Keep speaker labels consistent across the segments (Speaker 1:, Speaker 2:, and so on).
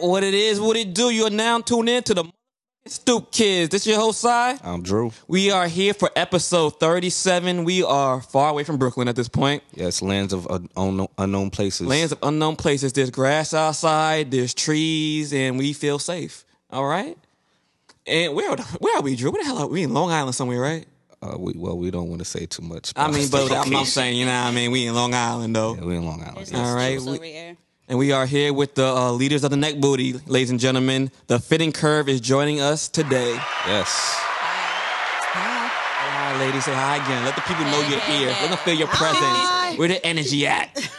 Speaker 1: what it is, what it do. You are now tuned in to the Stoop Kids. This your host, Cy.
Speaker 2: I'm Drew.
Speaker 1: We are here for episode 37. We are far away from Brooklyn at this point.
Speaker 2: Yes, lands of un- unknown- unknown places.
Speaker 1: Lands of unknown places. There's grass outside, there's trees, and we feel safe. All right? And where, are- where are we, Drew? Where the hell are we? In Long Island somewhere, right?
Speaker 2: Uh, we, well, we don't want to say too much.
Speaker 1: I
Speaker 2: about
Speaker 1: mean,
Speaker 2: the
Speaker 1: but I'm, I'm
Speaker 2: location.
Speaker 1: saying, you know what I mean? We in Long Island, though.
Speaker 2: Yeah, we in Long Island.
Speaker 3: There's
Speaker 2: yeah.
Speaker 3: no
Speaker 1: All right,
Speaker 3: scoops
Speaker 1: we-
Speaker 3: over here.
Speaker 1: And we are here with the uh, leaders of the neck booty, ladies and gentlemen. The fitting curve is joining us today.
Speaker 2: Yes.
Speaker 1: Say hi, ladies. Say hi again. Let the people know you're here. Let them feel your presence. Where the energy at?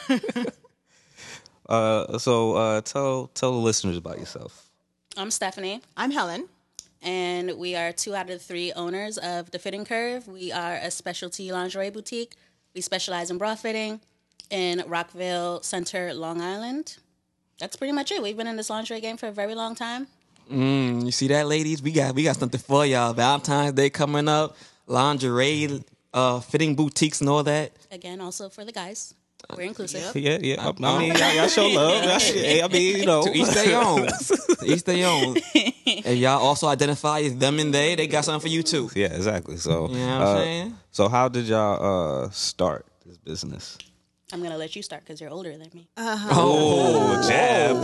Speaker 2: Uh, so uh, tell tell the listeners about yourself.
Speaker 3: I'm Stephanie,
Speaker 4: I'm Helen.
Speaker 3: and we are two out of the three owners of The Fitting Curve. We are a specialty lingerie boutique. We specialize in bra fitting in Rockville Center, Long Island. That's pretty much it. We've been in this lingerie game for a very long time.
Speaker 1: You see that, ladies? We got we got something for y'all. Valentine's Day coming up. Lingerie, uh, fitting boutiques and all that.
Speaker 3: Again, also for the guys. We're inclusive.
Speaker 2: Yeah, yeah. I, I mean, y'all, y'all show love. Y'all should- hey, I mean, you know,
Speaker 1: To each their own. to each their own. And y'all also identify as them and they. They got something for you too.
Speaker 2: yeah, exactly. So,
Speaker 1: You know what I'm
Speaker 2: uh,
Speaker 1: saying?
Speaker 2: so how did y'all uh, start this business?
Speaker 3: I'm going to let you start because you're older than me.
Speaker 2: Oh, jab.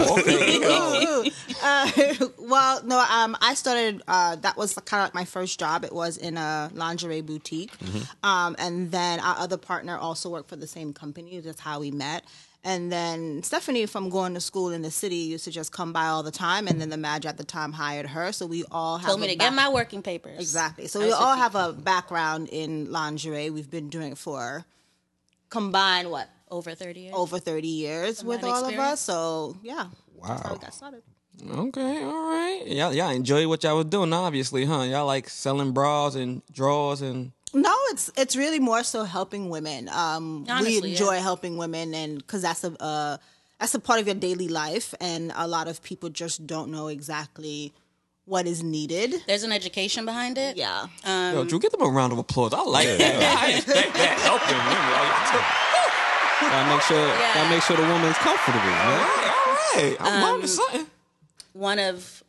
Speaker 4: Uh, well, no, um, I started. Uh, that was kind of like my first job. It was in a lingerie boutique,
Speaker 3: Mm-hmm.
Speaker 4: um, and then our other partner also worked for the same company. That's how we met. And then Stephanie, from going to school in the city, used to just come by all the time. And then the manager at the time hired her, so we all have
Speaker 3: Told
Speaker 4: a
Speaker 3: me to get
Speaker 4: back-
Speaker 3: my working papers.
Speaker 4: Exactly. So
Speaker 3: I
Speaker 4: we
Speaker 3: was
Speaker 4: all
Speaker 3: 15.
Speaker 4: have a background in lingerie. We've been doing it for combined what
Speaker 3: Over 30 years.
Speaker 4: over thirty years with all of
Speaker 3: experience.
Speaker 4: us. So yeah, that's how
Speaker 2: Wow.
Speaker 4: we got started.
Speaker 1: Okay, all right. Y'all, y'all enjoy what y'all was doing, obviously, huh? Y'all like selling bras and drawers and
Speaker 4: No, it's it's really more so helping women. Um,
Speaker 3: Honestly,
Speaker 4: we enjoy
Speaker 3: yeah.
Speaker 4: helping women, and because that's a uh, that's a part of your daily life, and a lot of people just don't know exactly what is needed.
Speaker 3: There's an education behind it.
Speaker 4: Yeah,
Speaker 1: Yo, Drew, give them a round of applause. I like that. I expect that. Helping women.
Speaker 2: Gotta make sure. Gotta make sure the woman's comfortable. Man.
Speaker 1: All right, all right. I'm learning
Speaker 3: Um,
Speaker 1: something.
Speaker 3: one of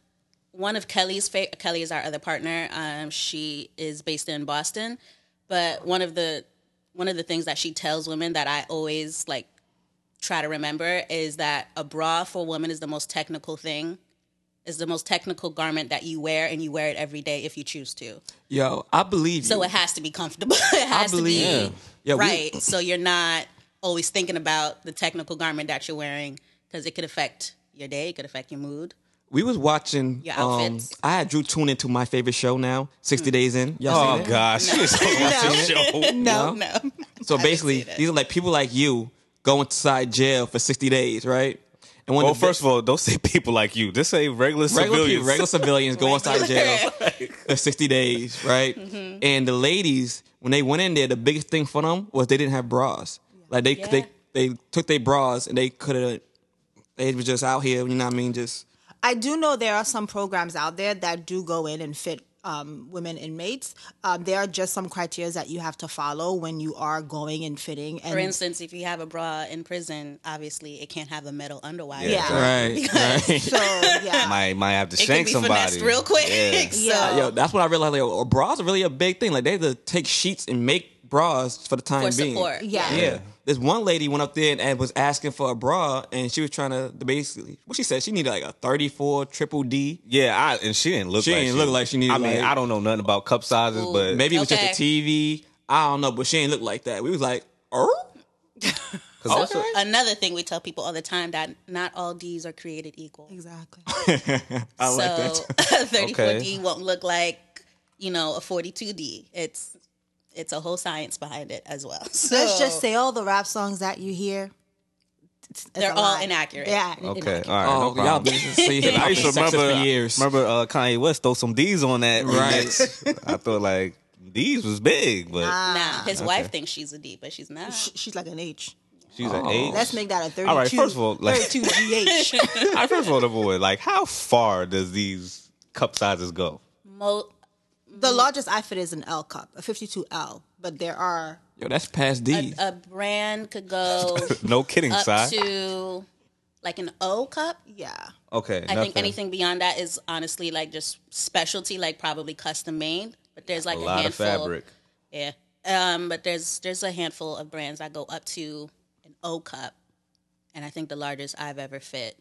Speaker 3: one of Kelly's fa- Kelly is our other partner. Um, she is based in Boston, but one of the one of the things that she tells women that I always like try to remember is that a bra for a woman is the most technical thing. Is the most technical garment that you wear, and you wear it every day if you choose to.
Speaker 1: Yo, I believe you.
Speaker 3: So it has to be comfortable. it has to be
Speaker 1: believe you. Yeah, we-
Speaker 3: right. so you're not always thinking about the technical garment that you're wearing because it could affect your day, it could affect your mood.
Speaker 1: we was watching.
Speaker 3: Your
Speaker 1: Um,
Speaker 3: outfits. Hmm.
Speaker 1: I had Drew tune into my favorite show now, 60 Days In. Y'all
Speaker 2: Oh
Speaker 1: seen that?
Speaker 2: gosh, you're so show.
Speaker 4: no,
Speaker 3: No.
Speaker 1: So basically, these are like people like you go inside jail for 60 days, right? And when
Speaker 2: Well, first of all, don't say people like you. Just say regular,
Speaker 1: regular
Speaker 2: civilians.
Speaker 1: people, regular civilians go inside jail for 60 days, right?
Speaker 3: Mm-hmm.
Speaker 1: And the ladies, when they went in there, the biggest thing for them was they didn't have bras. Like they
Speaker 3: Yeah.
Speaker 1: they they took their bras and they could have they were just out here, you know what I mean, just
Speaker 4: I do know there are some programs out there that do go in and fit um, women inmates. Um, there are just some criteria that you have to follow when you are going and fitting. And
Speaker 3: For instance, if you have a bra in prison, obviously it can't have the metal underwire.
Speaker 2: Yeah.
Speaker 4: Yeah.
Speaker 1: right, right.
Speaker 4: so yeah,
Speaker 2: might might have to
Speaker 3: It
Speaker 2: shank
Speaker 3: can be
Speaker 2: somebody
Speaker 3: finessed real quick.
Speaker 2: Yeah.
Speaker 3: so
Speaker 4: Yeah.
Speaker 1: Yo, that's what I realized. Like, oh, bras are really a big thing. Like they had to take sheets and make bras for the time
Speaker 3: for
Speaker 1: being.
Speaker 3: support.
Speaker 4: yeah.
Speaker 1: Yeah. This one lady went up there and, and was asking for a bra, and she was trying to basically what she said. She needed like a thirty-four triple D.
Speaker 2: Yeah, I, and she didn't look.
Speaker 1: She
Speaker 2: like
Speaker 1: didn't look like she needed,
Speaker 2: I mean,
Speaker 1: like-
Speaker 2: I don't know nothing about cup sizes,
Speaker 3: Ooh.
Speaker 2: but
Speaker 1: Maybe it was just
Speaker 3: Okay.
Speaker 1: the TV. I don't know, but she ain't look like that. We was like, oh,
Speaker 2: 'cause that's what-
Speaker 3: Another thing we tell people all the time that not all D's are created equal.
Speaker 4: exactly.
Speaker 1: I
Speaker 3: so
Speaker 1: like that.
Speaker 3: a 34D
Speaker 2: Okay.
Speaker 3: won't look like, you know, a 42D. It's it's a whole science behind it as well. So
Speaker 4: Let's just say all the rap songs that you hear. it's- it's
Speaker 3: They're
Speaker 4: a
Speaker 3: all
Speaker 4: lie.
Speaker 3: inaccurate.
Speaker 4: Yeah.
Speaker 2: okay, all right. no
Speaker 1: Oh, y'all
Speaker 2: problem.
Speaker 1: been see
Speaker 2: I
Speaker 1: I
Speaker 2: used to remember.
Speaker 1: for years.
Speaker 2: Remember uh, Kanye West threw some D's on that. remix. I thought like D's was big, but
Speaker 3: Nah, his wife thinks she's a D, but she's not.
Speaker 4: Sh- She's like an H.
Speaker 2: she's an eight.
Speaker 4: Let's make that a 32.
Speaker 2: All right, first of all, like-
Speaker 4: 32 GH.
Speaker 2: All right, first of all, the boy, like how far does these cup sizes go?
Speaker 3: Mo-
Speaker 4: the largest I fit is an L cup, a 52L, but there are
Speaker 3: Uh,
Speaker 1: Yo, that's past D.
Speaker 3: a brand could go
Speaker 2: No kidding,
Speaker 3: up
Speaker 2: side.
Speaker 3: to like an O cup.
Speaker 4: Yeah.
Speaker 2: Okay.
Speaker 3: I think
Speaker 2: nothing.
Speaker 3: anything beyond that is honestly like just specialty, like probably custom made. But there's like
Speaker 2: A
Speaker 3: a,
Speaker 2: lot of
Speaker 3: handful.
Speaker 2: fabric.
Speaker 3: Yeah. Um, but there's there's a handful of brands that go up to an O cup, and I think the largest I've ever fit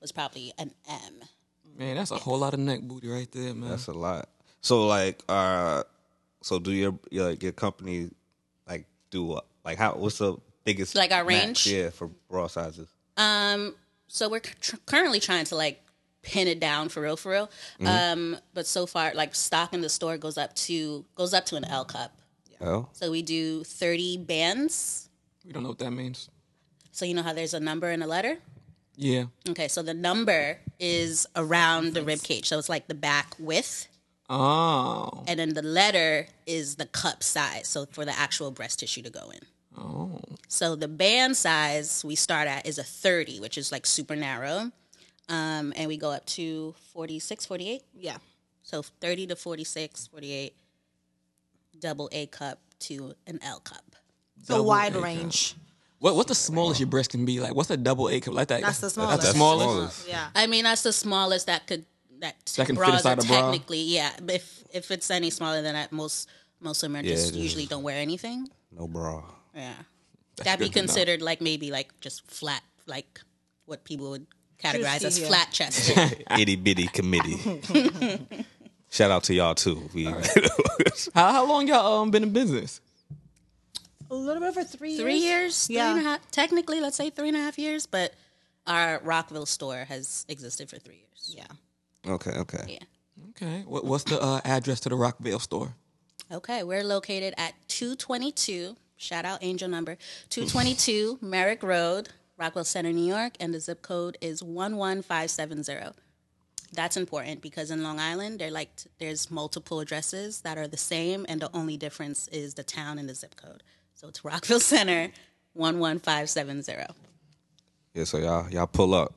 Speaker 3: was probably an M.
Speaker 1: Man, that's a whole lot of neck booty right there, man.
Speaker 2: That's a lot. So like, uh, so do your your, like your company like do uh, like how? What's the biggest
Speaker 3: Like our
Speaker 2: max?
Speaker 3: range?
Speaker 2: Yeah, for bra sizes.
Speaker 3: Um, so we're tr- currently trying to like pin it down for real, for real.
Speaker 2: Mm-hmm.
Speaker 3: Um, but so far, like stock in the store goes up to goes up to an L cup.
Speaker 2: Oh,
Speaker 3: So we do thirty bands.
Speaker 1: we don't know what that means.
Speaker 3: So you know how there's a number and a letter.
Speaker 1: Yeah.
Speaker 3: Okay, so the number is around the rib cage, so it's like the back width,
Speaker 1: Oh.
Speaker 3: and then the letter is the cup size, so for the actual breast tissue to go in.
Speaker 1: Oh.
Speaker 3: So the band size we start at is a 30, which is like super narrow. Um, and we go up to 46, 48.
Speaker 4: Yeah.
Speaker 3: So 30 to 46, 48, double A cup to an L cup.
Speaker 4: So
Speaker 1: Double
Speaker 4: wide
Speaker 1: A cup.
Speaker 4: range.
Speaker 1: What what's the smallest your breast can be? Like what's a double A cup like that?
Speaker 4: That's the smallest.
Speaker 1: That's the smallest.
Speaker 2: smallest.
Speaker 4: Yeah.
Speaker 3: I mean, that's the smallest that could, that,
Speaker 1: That can fit
Speaker 3: bras
Speaker 1: inside
Speaker 3: are
Speaker 1: a bra?
Speaker 3: technically, yeah. But If, if it's any smaller than that, most, most
Speaker 2: it
Speaker 3: Americans
Speaker 2: is.
Speaker 3: usually don't wear anything.
Speaker 2: no bra.
Speaker 3: Yeah. That'd be
Speaker 1: good to know.
Speaker 3: considered like maybe like just flat, like what people would categorize
Speaker 4: Juicy,
Speaker 3: as
Speaker 4: yeah.
Speaker 3: flat chested.
Speaker 2: Itty bitty committee. Shout out to y'all too. We,
Speaker 1: How how long y'all um been in business?
Speaker 4: A little bit over three.
Speaker 3: three years,
Speaker 4: Yeah.
Speaker 3: three and a half, technically, let's say three and a half years, but our Rockville store has existed for three years.
Speaker 4: Yeah.
Speaker 2: okay, okay.
Speaker 3: Yeah.
Speaker 1: Okay. What what's the uh, address to the Rockville store?
Speaker 3: Okay, we're located at 222, shout out angel number, 222 Merrick Road, Rockwell Center, New York, and the zip code is 11570. That's important because in Long Island, they're like t- there's multiple addresses that are the same, and the only difference is the town and the zip code. So it's Rockville Center, 11570.
Speaker 2: Yeah, so y'all y'all pull up,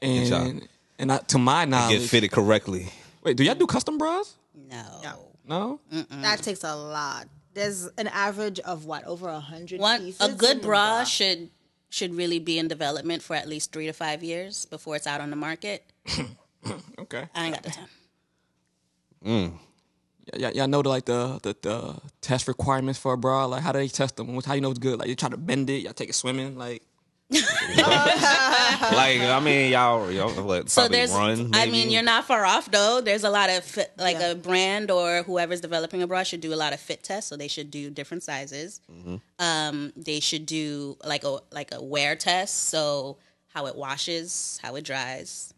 Speaker 2: job.
Speaker 1: And and I, to my
Speaker 2: get
Speaker 1: knowledge,
Speaker 2: fitted correctly.
Speaker 1: wait, do y'all do custom bras?
Speaker 3: No.
Speaker 1: No.
Speaker 4: That takes a lot. There's an average of what over a hundred.
Speaker 3: One
Speaker 4: pieces
Speaker 3: a good
Speaker 4: in the
Speaker 3: bra, should should really be in development for at least three to five years before it's out on the market.
Speaker 1: Okay.
Speaker 3: I ain't got the time.
Speaker 1: Y- y- y'all know the like the, the the test requirements for a bra. Like how do they test them? How you know it's good? Like you try to bend it. Y'all take it swimming. Like
Speaker 2: like I mean, y'all y'all like,
Speaker 3: So
Speaker 2: probably
Speaker 3: there's,
Speaker 2: run.
Speaker 3: I
Speaker 2: maybe?
Speaker 3: mean, you're not far off though. There's a lot of fit, like
Speaker 4: Yeah.
Speaker 3: a brand or whoever's developing a bra should do a lot of fit tests. So they should do different sizes.
Speaker 2: Mm-hmm.
Speaker 3: Um, they should do like a like a wear test. So how it washes, how it dries,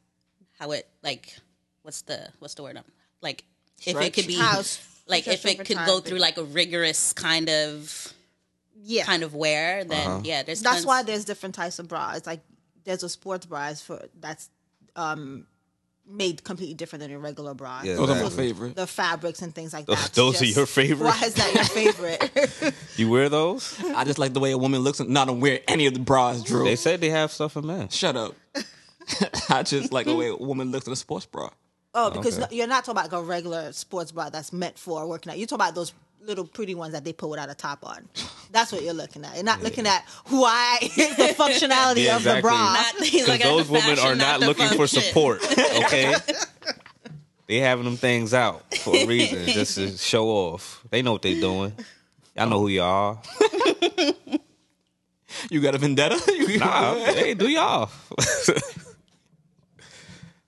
Speaker 3: how it like what's the what's the word? I'm like if it
Speaker 1: Stretch?
Speaker 3: could be
Speaker 4: House.
Speaker 3: like if it could go through like a rigorous kind of
Speaker 4: yeah.
Speaker 3: kind of wear, then
Speaker 2: Uh-huh.
Speaker 3: yeah, there's
Speaker 4: That's
Speaker 3: tons-
Speaker 4: why there's different types of bras. Like there's a sports bra is for that's um made completely different than your regular bra.
Speaker 2: Yeah.
Speaker 1: those are my
Speaker 2: Exactly.
Speaker 1: favorite.
Speaker 4: The fabrics and things like that.
Speaker 2: those are your favorite?
Speaker 4: Why is that your favorite?
Speaker 2: you wear those?
Speaker 1: I just like the way a woman looks. And not don't wear any of the bras, Drew.
Speaker 2: They said they have stuff in men.
Speaker 1: Shut up. I just like the way a woman looks in a sports bra.
Speaker 4: oh, because
Speaker 2: Okay.
Speaker 4: you're not talking about like a regular sports bra that's meant for working out. You're talking about those little pretty ones that they put without a top on. That's what you're looking at. You're not looking at why the functionality
Speaker 2: Yeah,
Speaker 4: of
Speaker 2: exactly.
Speaker 4: the bra.
Speaker 3: Not- he's
Speaker 2: Because
Speaker 3: like,
Speaker 2: those
Speaker 3: the
Speaker 2: women
Speaker 3: fashion,
Speaker 2: are not
Speaker 3: the
Speaker 2: looking for
Speaker 3: function.
Speaker 2: support. Okay. they having them things out for a reason, just to show off. They know what they doing. Y'all know who y'all.
Speaker 1: You got a vendetta? You-
Speaker 2: Nah, hey, do y'all.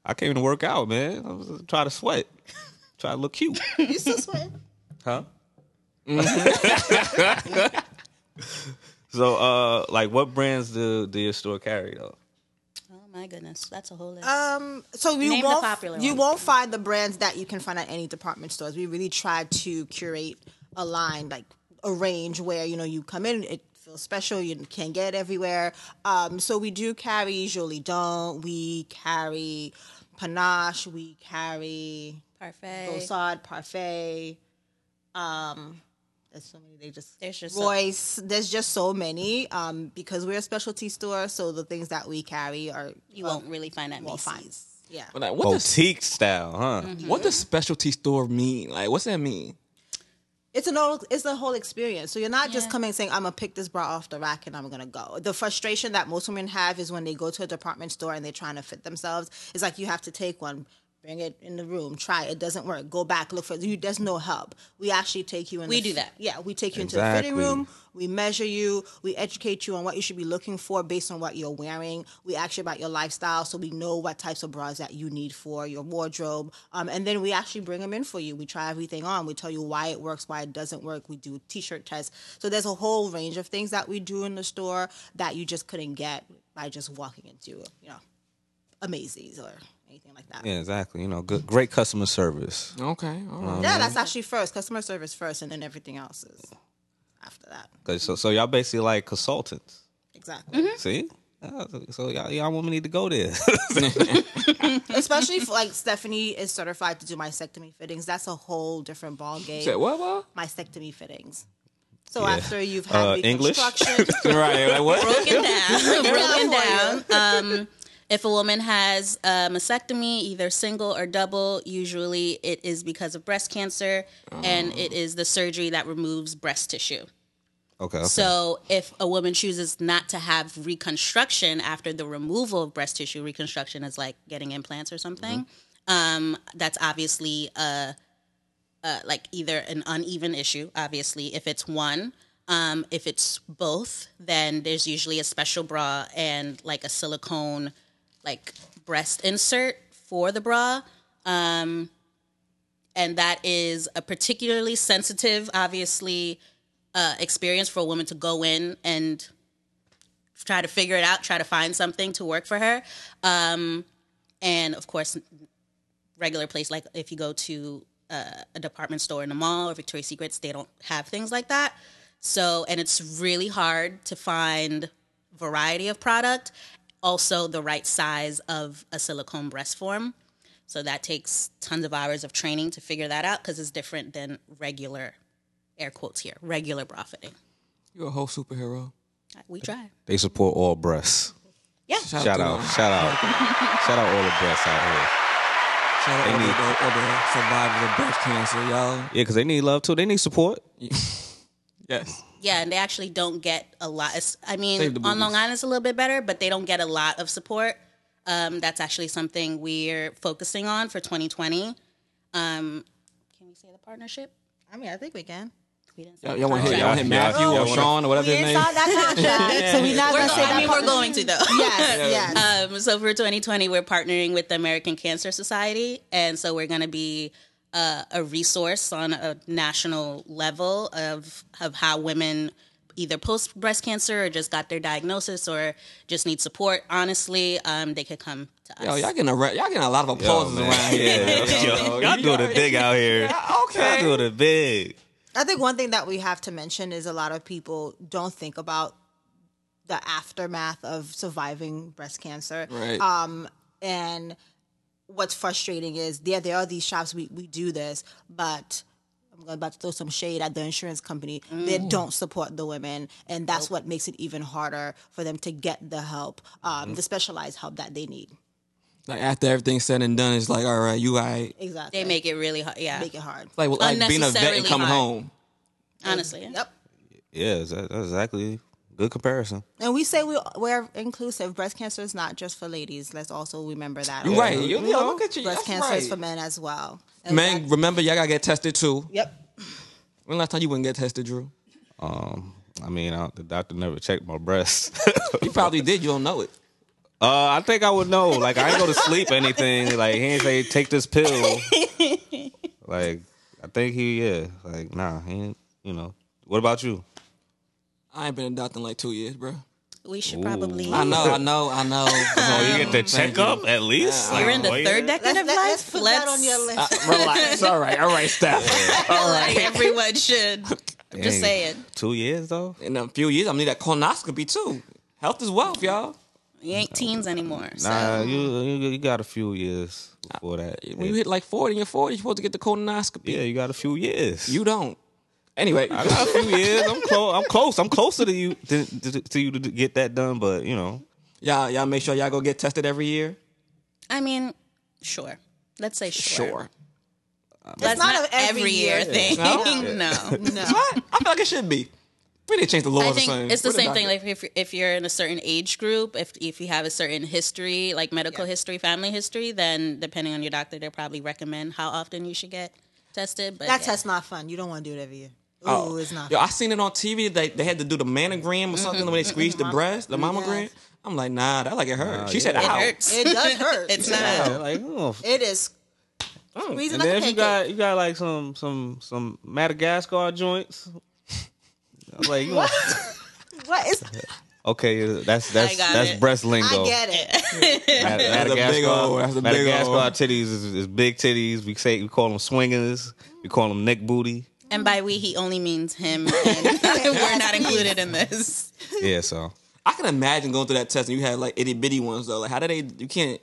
Speaker 2: I came to work out, man. I was just trying to sweat, try to look cute,
Speaker 4: You still sweating?
Speaker 2: huh?
Speaker 4: Mm-hmm.
Speaker 2: so, uh, like, what brands do, do your store carry though?
Speaker 3: Oh my goodness, that's a whole list.
Speaker 4: Um, so you
Speaker 3: Name the
Speaker 4: won't
Speaker 3: popular
Speaker 4: you
Speaker 3: ones.
Speaker 4: won't find the brands that you can find at any department stores. We really try to curate a line like a range where you know you come in it feels special you can get it everywhere. Um, so we do carry Jolie Don't we carry Panache we carry
Speaker 3: Parfait.
Speaker 4: Gosad Parfait. Um, there's so many. They just
Speaker 3: There's just so-
Speaker 4: Royce. there's just so many. Um, because we're a specialty store, so the things that we carry are
Speaker 3: You won't really find that
Speaker 4: well,
Speaker 3: Macy's.
Speaker 4: fine. Yeah.
Speaker 1: But, like,
Speaker 2: Oh,
Speaker 1: what does
Speaker 4: Mm-hmm.
Speaker 2: Boutique style, huh?
Speaker 1: what does specialty store mean? Like, what's that mean?
Speaker 4: It's an old, it's the whole experience. So you're not just
Speaker 3: Yeah.
Speaker 4: coming saying, "I'm gonna pick this bra off the rack and I'm gonna go." The frustration that most women have is when they go to a department store and they're trying to fit themselves. It's like you have to take one, bring it in the room, try it. it doesn't work. Go back, look for you. There's no help. We actually take you in.
Speaker 3: We
Speaker 4: the-
Speaker 3: do that.
Speaker 4: Yeah, we take you into the
Speaker 2: Exactly.
Speaker 4: fitting room. We measure you. We educate you on what you should be looking for based on what you're wearing. We ask you about your lifestyle so we know what types of bras that you need for your wardrobe. Um, and then we actually bring them in for you. We try everything on. We tell you why it works, why it doesn't work. We do t shirt tests. So there's a whole range of things that we do in the store that you just couldn't get by just walking into, you know, Amazies or anything like that. Yeah.
Speaker 2: Yeah, exactly. You know, good, great customer service.
Speaker 1: Okay, all right.
Speaker 4: that's actually first. Customer service first, and then everything else is after that.
Speaker 2: 'Cause So, so y'all basically like consultants.
Speaker 4: Exactly.
Speaker 2: See, Uh, so y'all, y'all women need to go there.
Speaker 4: especially if like Stephanie is certified to do mastectomy fittings. That's a whole different ball game.
Speaker 1: Said, what, what?
Speaker 4: Mastectomy fittings. So
Speaker 2: Yeah.
Speaker 4: after you've had
Speaker 2: Uh, English?
Speaker 4: reconstruction,
Speaker 1: right, like what?
Speaker 3: broken down. broken
Speaker 4: Yeah,
Speaker 3: down. Um, if a woman has a mastectomy, either single or double, usually it is because of breast cancer, and it is the surgery that removes breast tissue.
Speaker 2: okay. okay.
Speaker 3: So, if a woman chooses not to have reconstruction after the removal of breast tissue, reconstruction is like getting implants or something. Um, that's obviously uh uh, like either an uneven issue. Obviously, if it's one, um, if it's both, then there's usually a special bra and like a silicone like breast insert for the bra. Um, and that is a particularly sensitive, obviously, uh, experience for a woman to go in and try to figure it out, try to find something to work for her. Um, and of course, regular place, like if you go to uh, a department store in a mall or Victoria's Secrets, they don't have things like that. So, and it's really hard to find variety of product, also the right size of a silicone breast form. So that takes tons of hours of training to figure that out because it's different than regular, air quotes here, regular bra fitting.
Speaker 1: You're a whole superhero.
Speaker 3: We try.
Speaker 2: they support all breasts.
Speaker 3: Yeah.
Speaker 2: Shout
Speaker 1: to
Speaker 2: out,
Speaker 1: them.
Speaker 2: shout out, shout out all the breasts out here.
Speaker 1: Shout out to all the,
Speaker 2: need-
Speaker 1: all the survivors of breast cancer, y'all.
Speaker 2: Yeah, because they need love too. They need support.
Speaker 1: Yes.
Speaker 3: Yeah, and they actually don't get a lot. it's- I
Speaker 1: Save
Speaker 3: mean,
Speaker 1: the
Speaker 3: on
Speaker 1: boobies.
Speaker 3: Long Island, it's a little bit better, but they don't get a lot of support. Um, that's actually something we're focusing on for 2020. Um, can we say the partnership?
Speaker 4: I mean, I think we can.
Speaker 3: We didn't say
Speaker 1: Y'all,
Speaker 3: the
Speaker 1: y'all want to hit,
Speaker 3: contract.
Speaker 1: y'all wanna hit
Speaker 2: Yeah,
Speaker 1: Matthew
Speaker 2: yeah,
Speaker 1: or
Speaker 2: yeah, wanna-
Speaker 1: Sean or whatever
Speaker 4: We
Speaker 1: his name
Speaker 4: inside that contract, so we're not
Speaker 3: We're
Speaker 4: gonna
Speaker 3: go-
Speaker 4: say
Speaker 3: I
Speaker 4: that.
Speaker 3: mean,
Speaker 4: part-
Speaker 3: we're going to though.
Speaker 4: Yes, yes.
Speaker 3: Um, so for 2020, we're partnering with the American Cancer Society, and so we're going to be uh, a resource on a national level of of how women either post breast cancer or just got their diagnosis or just need support. Honestly, um, they could come to us.
Speaker 1: Yo, y'all getting a re- y'all getting a lot of applause
Speaker 2: man.
Speaker 1: around here.
Speaker 2: Yeah, yo, y'all doing it big out here.
Speaker 1: Okay.
Speaker 2: Y'all doing it big.
Speaker 4: I think one thing that we have to mention is a lot of people don't think about the aftermath of surviving breast cancer.
Speaker 1: Right.
Speaker 4: Um, and what's frustrating is, yeah, there are these shops, we, we do this, but I'm about to throw some shade at the insurance company. They
Speaker 3: Mm.
Speaker 4: don't support the women, and that's what makes it even harder for them to get the help, um,
Speaker 3: Mm-hmm.
Speaker 4: the specialized help that they need.
Speaker 1: Like after everything's said and done, it's like, all right, you all right.
Speaker 4: Exactly.
Speaker 3: They make it really hard. Yeah,
Speaker 4: make it hard.
Speaker 1: Like, like being a vet and
Speaker 3: Unnecessarily
Speaker 1: coming
Speaker 3: hard.
Speaker 1: home.
Speaker 3: honestly. yeah.
Speaker 4: Yep.
Speaker 2: Yeah, that's that's exactly. Good comparison.
Speaker 4: And we say we, we're inclusive. Breast cancer is not just for ladies. Let's also remember that.
Speaker 1: You
Speaker 4: also.
Speaker 1: right. You, yo, look at you. That's
Speaker 4: Breast cancer
Speaker 1: right.
Speaker 4: is for men as well. And
Speaker 1: Man, remember y'all gotta get tested too.
Speaker 4: Yep.
Speaker 1: When last time you wouldn't get tested, Drew?
Speaker 2: Um, I mean, I, the doctor never checked my breasts.
Speaker 1: You probably did. You don't know it.
Speaker 2: uh, I think I would know. Like, I ain't go to sleep or anything. Like, he ain't say take this pill. Like, I think he, yeah. Like, nah, he ain't. You know. What about you?
Speaker 1: I ain't been a doctor in like two years, bro.
Speaker 3: We should probably.
Speaker 1: I know, I know, I know.
Speaker 2: Oh, you get the checkup at least.
Speaker 3: Um, You're in the third decade
Speaker 4: Let's,
Speaker 3: of
Speaker 4: let, let's
Speaker 3: life.
Speaker 4: put that on your list.
Speaker 1: Relax. All right, all right, stop.
Speaker 3: feel like everyone should. I'm just saying,
Speaker 2: Two years though.
Speaker 1: In a few years, I'm gonna need that colonoscopy too. Health is wealth, y'all.
Speaker 3: we ain't teens anymore. So.
Speaker 2: Nah, you, you you got a few years before that.
Speaker 1: When you hit like 40 in your 40s, you're supposed to get the colonoscopy.
Speaker 2: yeah, you got a few years.
Speaker 1: You don't. Anyway,
Speaker 2: I got a few years. I'm close. I'm close. I'm closer to you to, to, to you to get that done. But you know,
Speaker 1: y'all, y'all make sure y'all go get tested every year.
Speaker 3: I mean, sure. Let's say sure.
Speaker 1: Sure.
Speaker 3: That's
Speaker 4: not
Speaker 3: not,
Speaker 4: a every
Speaker 3: every, year,
Speaker 4: year
Speaker 3: thing. no.
Speaker 4: No.
Speaker 1: What? I feel like it should be. We need to change the laws.
Speaker 3: I
Speaker 1: or
Speaker 3: think
Speaker 1: something.
Speaker 3: it's the
Speaker 1: What
Speaker 3: same
Speaker 1: about
Speaker 3: thing.
Speaker 1: it?
Speaker 3: Like if you're- if you're in a certain age group, if if you have a certain history, like medical history, family history, then depending on your doctor, they'll probably recommend how often you should get tested. But
Speaker 4: That
Speaker 3: yeah.
Speaker 4: test's not fun. You don't want to do it every year. Ooh,
Speaker 3: Oh.
Speaker 4: it's not.
Speaker 1: Oh. Yo,
Speaker 4: fun.
Speaker 1: I seen it on TV. They they had to do the mammogram or something
Speaker 3: Mm-hmm.
Speaker 1: when they squeezed the breast, the mammogram. I'm like, nah, that like it hurt. she said,
Speaker 3: it
Speaker 1: ow.
Speaker 3: hurts.
Speaker 4: It does hurt.
Speaker 3: it's
Speaker 4: Yeah.
Speaker 3: not.
Speaker 2: Yeah, like, oh,
Speaker 4: It is.
Speaker 2: and then
Speaker 4: Squeezing like a
Speaker 2: if you
Speaker 4: pancake.
Speaker 2: got you got like some some some Madagascar joints, I'm like you want-
Speaker 4: What is?
Speaker 2: okay, yeah, that's that's
Speaker 3: got
Speaker 2: that's
Speaker 3: it.
Speaker 2: breast lingo.
Speaker 4: I get it.
Speaker 2: Mad-
Speaker 1: That's a
Speaker 2: Madagascar,
Speaker 1: big old- that's a big
Speaker 2: Madagascar
Speaker 1: old.
Speaker 2: titties is, is big titties. We say we call them swingers. We call them neck booty.
Speaker 3: And by we, he only means him. And we're not included in this.
Speaker 2: Yeah, so
Speaker 1: I can imagine going through that test and you had like itty bitty ones though. Like, how do they? You can't.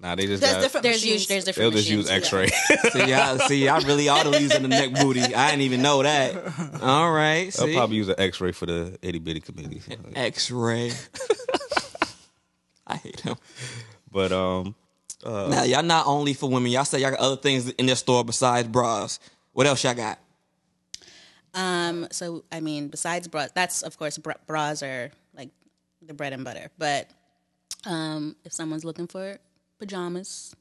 Speaker 2: nah, they just
Speaker 4: There's
Speaker 2: got,
Speaker 4: different
Speaker 3: There's
Speaker 4: machines.
Speaker 3: usually there's
Speaker 2: they'll
Speaker 3: different
Speaker 2: just
Speaker 3: machines.
Speaker 2: use X-ray.
Speaker 1: See, y'all, see, I really ought to use in the neck booty. I didn't even know that. All right,
Speaker 2: They'll
Speaker 1: see,
Speaker 2: probably use an X-ray for the itty bitty committee.
Speaker 1: X-ray. I hate him.
Speaker 2: But um,
Speaker 1: Now y'all not only for women. Y'all say y'all got other things in this store besides bras. What else y'all got?
Speaker 3: Um, so I mean, besides bras, that's of course bra- bras are like the bread and butter. But um, if someone's looking for pajamas,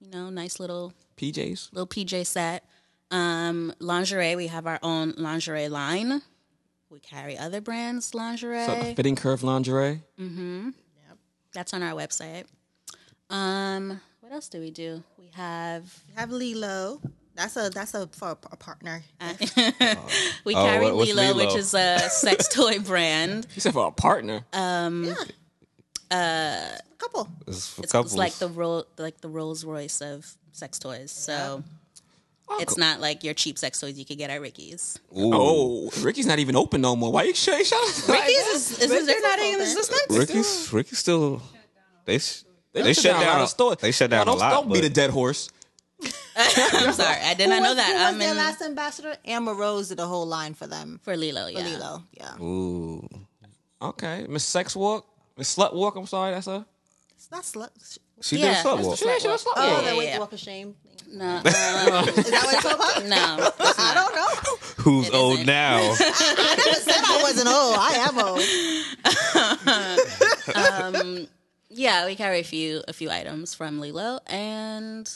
Speaker 3: you know, nice little
Speaker 1: PJs.
Speaker 3: little PJ set. Um, lingerie, we have our own lingerie line. We carry other brands lingerie.
Speaker 1: So the fitting curve lingerie.
Speaker 3: that's on our website. Um, what else do we do? We have
Speaker 4: Have Lilo. That's a that's a for a a partner.
Speaker 3: Uh, we
Speaker 2: Oh,
Speaker 3: carry
Speaker 2: what- what's
Speaker 3: Lilo,
Speaker 2: Lilo?
Speaker 3: which is a sex toy brand.
Speaker 1: You said for a partner.
Speaker 4: A couple.
Speaker 2: it's for
Speaker 3: It's,
Speaker 2: couples.
Speaker 3: it's like the roll, like the Rolls Royce of sex toys. So
Speaker 2: Oh,
Speaker 3: it's not like your cheap sex toys you could get at Ricky's.
Speaker 2: Ooh.
Speaker 1: Oh, Ricky's not even open no more. Why you shut shut up?
Speaker 3: Ricky's is, is,
Speaker 4: Ricky's
Speaker 3: they're not
Speaker 4: is
Speaker 3: even
Speaker 4: open.
Speaker 3: existence.
Speaker 2: Ricky's Ricky's still they sh- they, shut down,
Speaker 1: lot
Speaker 2: a
Speaker 1: of stores.
Speaker 2: They shut down
Speaker 1: Y'all
Speaker 2: a
Speaker 1: don't,
Speaker 2: lot.
Speaker 1: Don't beat
Speaker 2: but-
Speaker 1: a dead horse.
Speaker 3: I'm sorry, I did not
Speaker 4: Who
Speaker 3: know
Speaker 4: was-
Speaker 3: that. um, I'm
Speaker 4: Who was their
Speaker 3: in
Speaker 4: last ambassador? Amber Rose did a whole line for them.
Speaker 3: for Lilo. Yeah,
Speaker 4: Lilo. Yeah.
Speaker 2: Ooh.
Speaker 1: Okay, Miss Sex Walk, Miss Slut Walk. I'm sorry, that's her.
Speaker 4: It's not slut.
Speaker 2: She
Speaker 3: Yeah,
Speaker 2: did a
Speaker 3: that's
Speaker 2: slut walk.
Speaker 1: She did, she was slut
Speaker 4: Oh,
Speaker 1: walk.
Speaker 4: the wait,
Speaker 3: yeah.
Speaker 4: walk of shame. Is
Speaker 3: No, uh,
Speaker 4: that what it's about?
Speaker 3: no,
Speaker 4: I don't know.
Speaker 2: Who's old
Speaker 3: isn't.
Speaker 2: now?
Speaker 4: I never said I wasn't old. I am old.
Speaker 3: yeah. We carry a few a few items from Lilo, and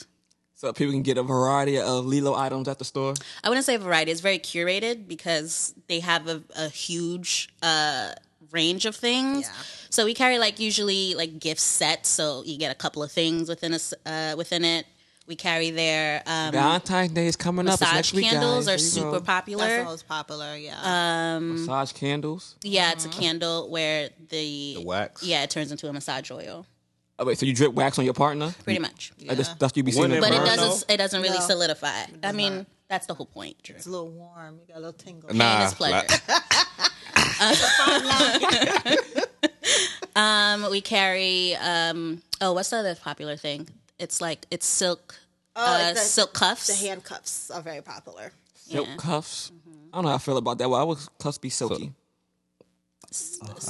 Speaker 1: So people can get a variety of Lilo items at the store.
Speaker 3: I wouldn't say variety. It's very curated because they have a, a huge uh, range of things.
Speaker 4: Yeah.
Speaker 3: So we carry like usually like gift sets, so you get a couple of things within a s uh, within it. We carry their um,
Speaker 1: Valentine's Day is coming up. It's
Speaker 3: massage
Speaker 1: next week,
Speaker 3: candles are
Speaker 1: guys. There you
Speaker 3: super
Speaker 1: go.
Speaker 4: That's the
Speaker 3: popular.
Speaker 4: most popular.
Speaker 3: Uh,
Speaker 4: Yeah.
Speaker 1: Massage candles.
Speaker 3: Yeah, it's a
Speaker 4: Uh-huh.
Speaker 3: candle where the,
Speaker 2: The wax.
Speaker 3: Yeah, it turns into a massage oil,
Speaker 1: Oh, wait, so you drip wax on your partner?
Speaker 3: pretty much.
Speaker 1: Like, that's, that's what you be seeing.
Speaker 2: When
Speaker 1: in
Speaker 2: it
Speaker 3: But it
Speaker 2: burn,
Speaker 1: commercials?
Speaker 3: doesn't. It doesn't really
Speaker 4: No.
Speaker 3: solidify. I mean, that's the whole point. Drew.
Speaker 4: it's a little warm. You got a little tingle.
Speaker 2: Nah,
Speaker 3: Penis pleasure.
Speaker 2: Ah,
Speaker 3: um, we carry. Um, oh, what's the other popular thing? It's like it's silk. uh,
Speaker 4: Oh, it's the-
Speaker 3: silk cuffs.
Speaker 4: The handcuffs are very popular.
Speaker 1: Silk cuffs. I don't know how I feel about that. Why would cuffs be silky?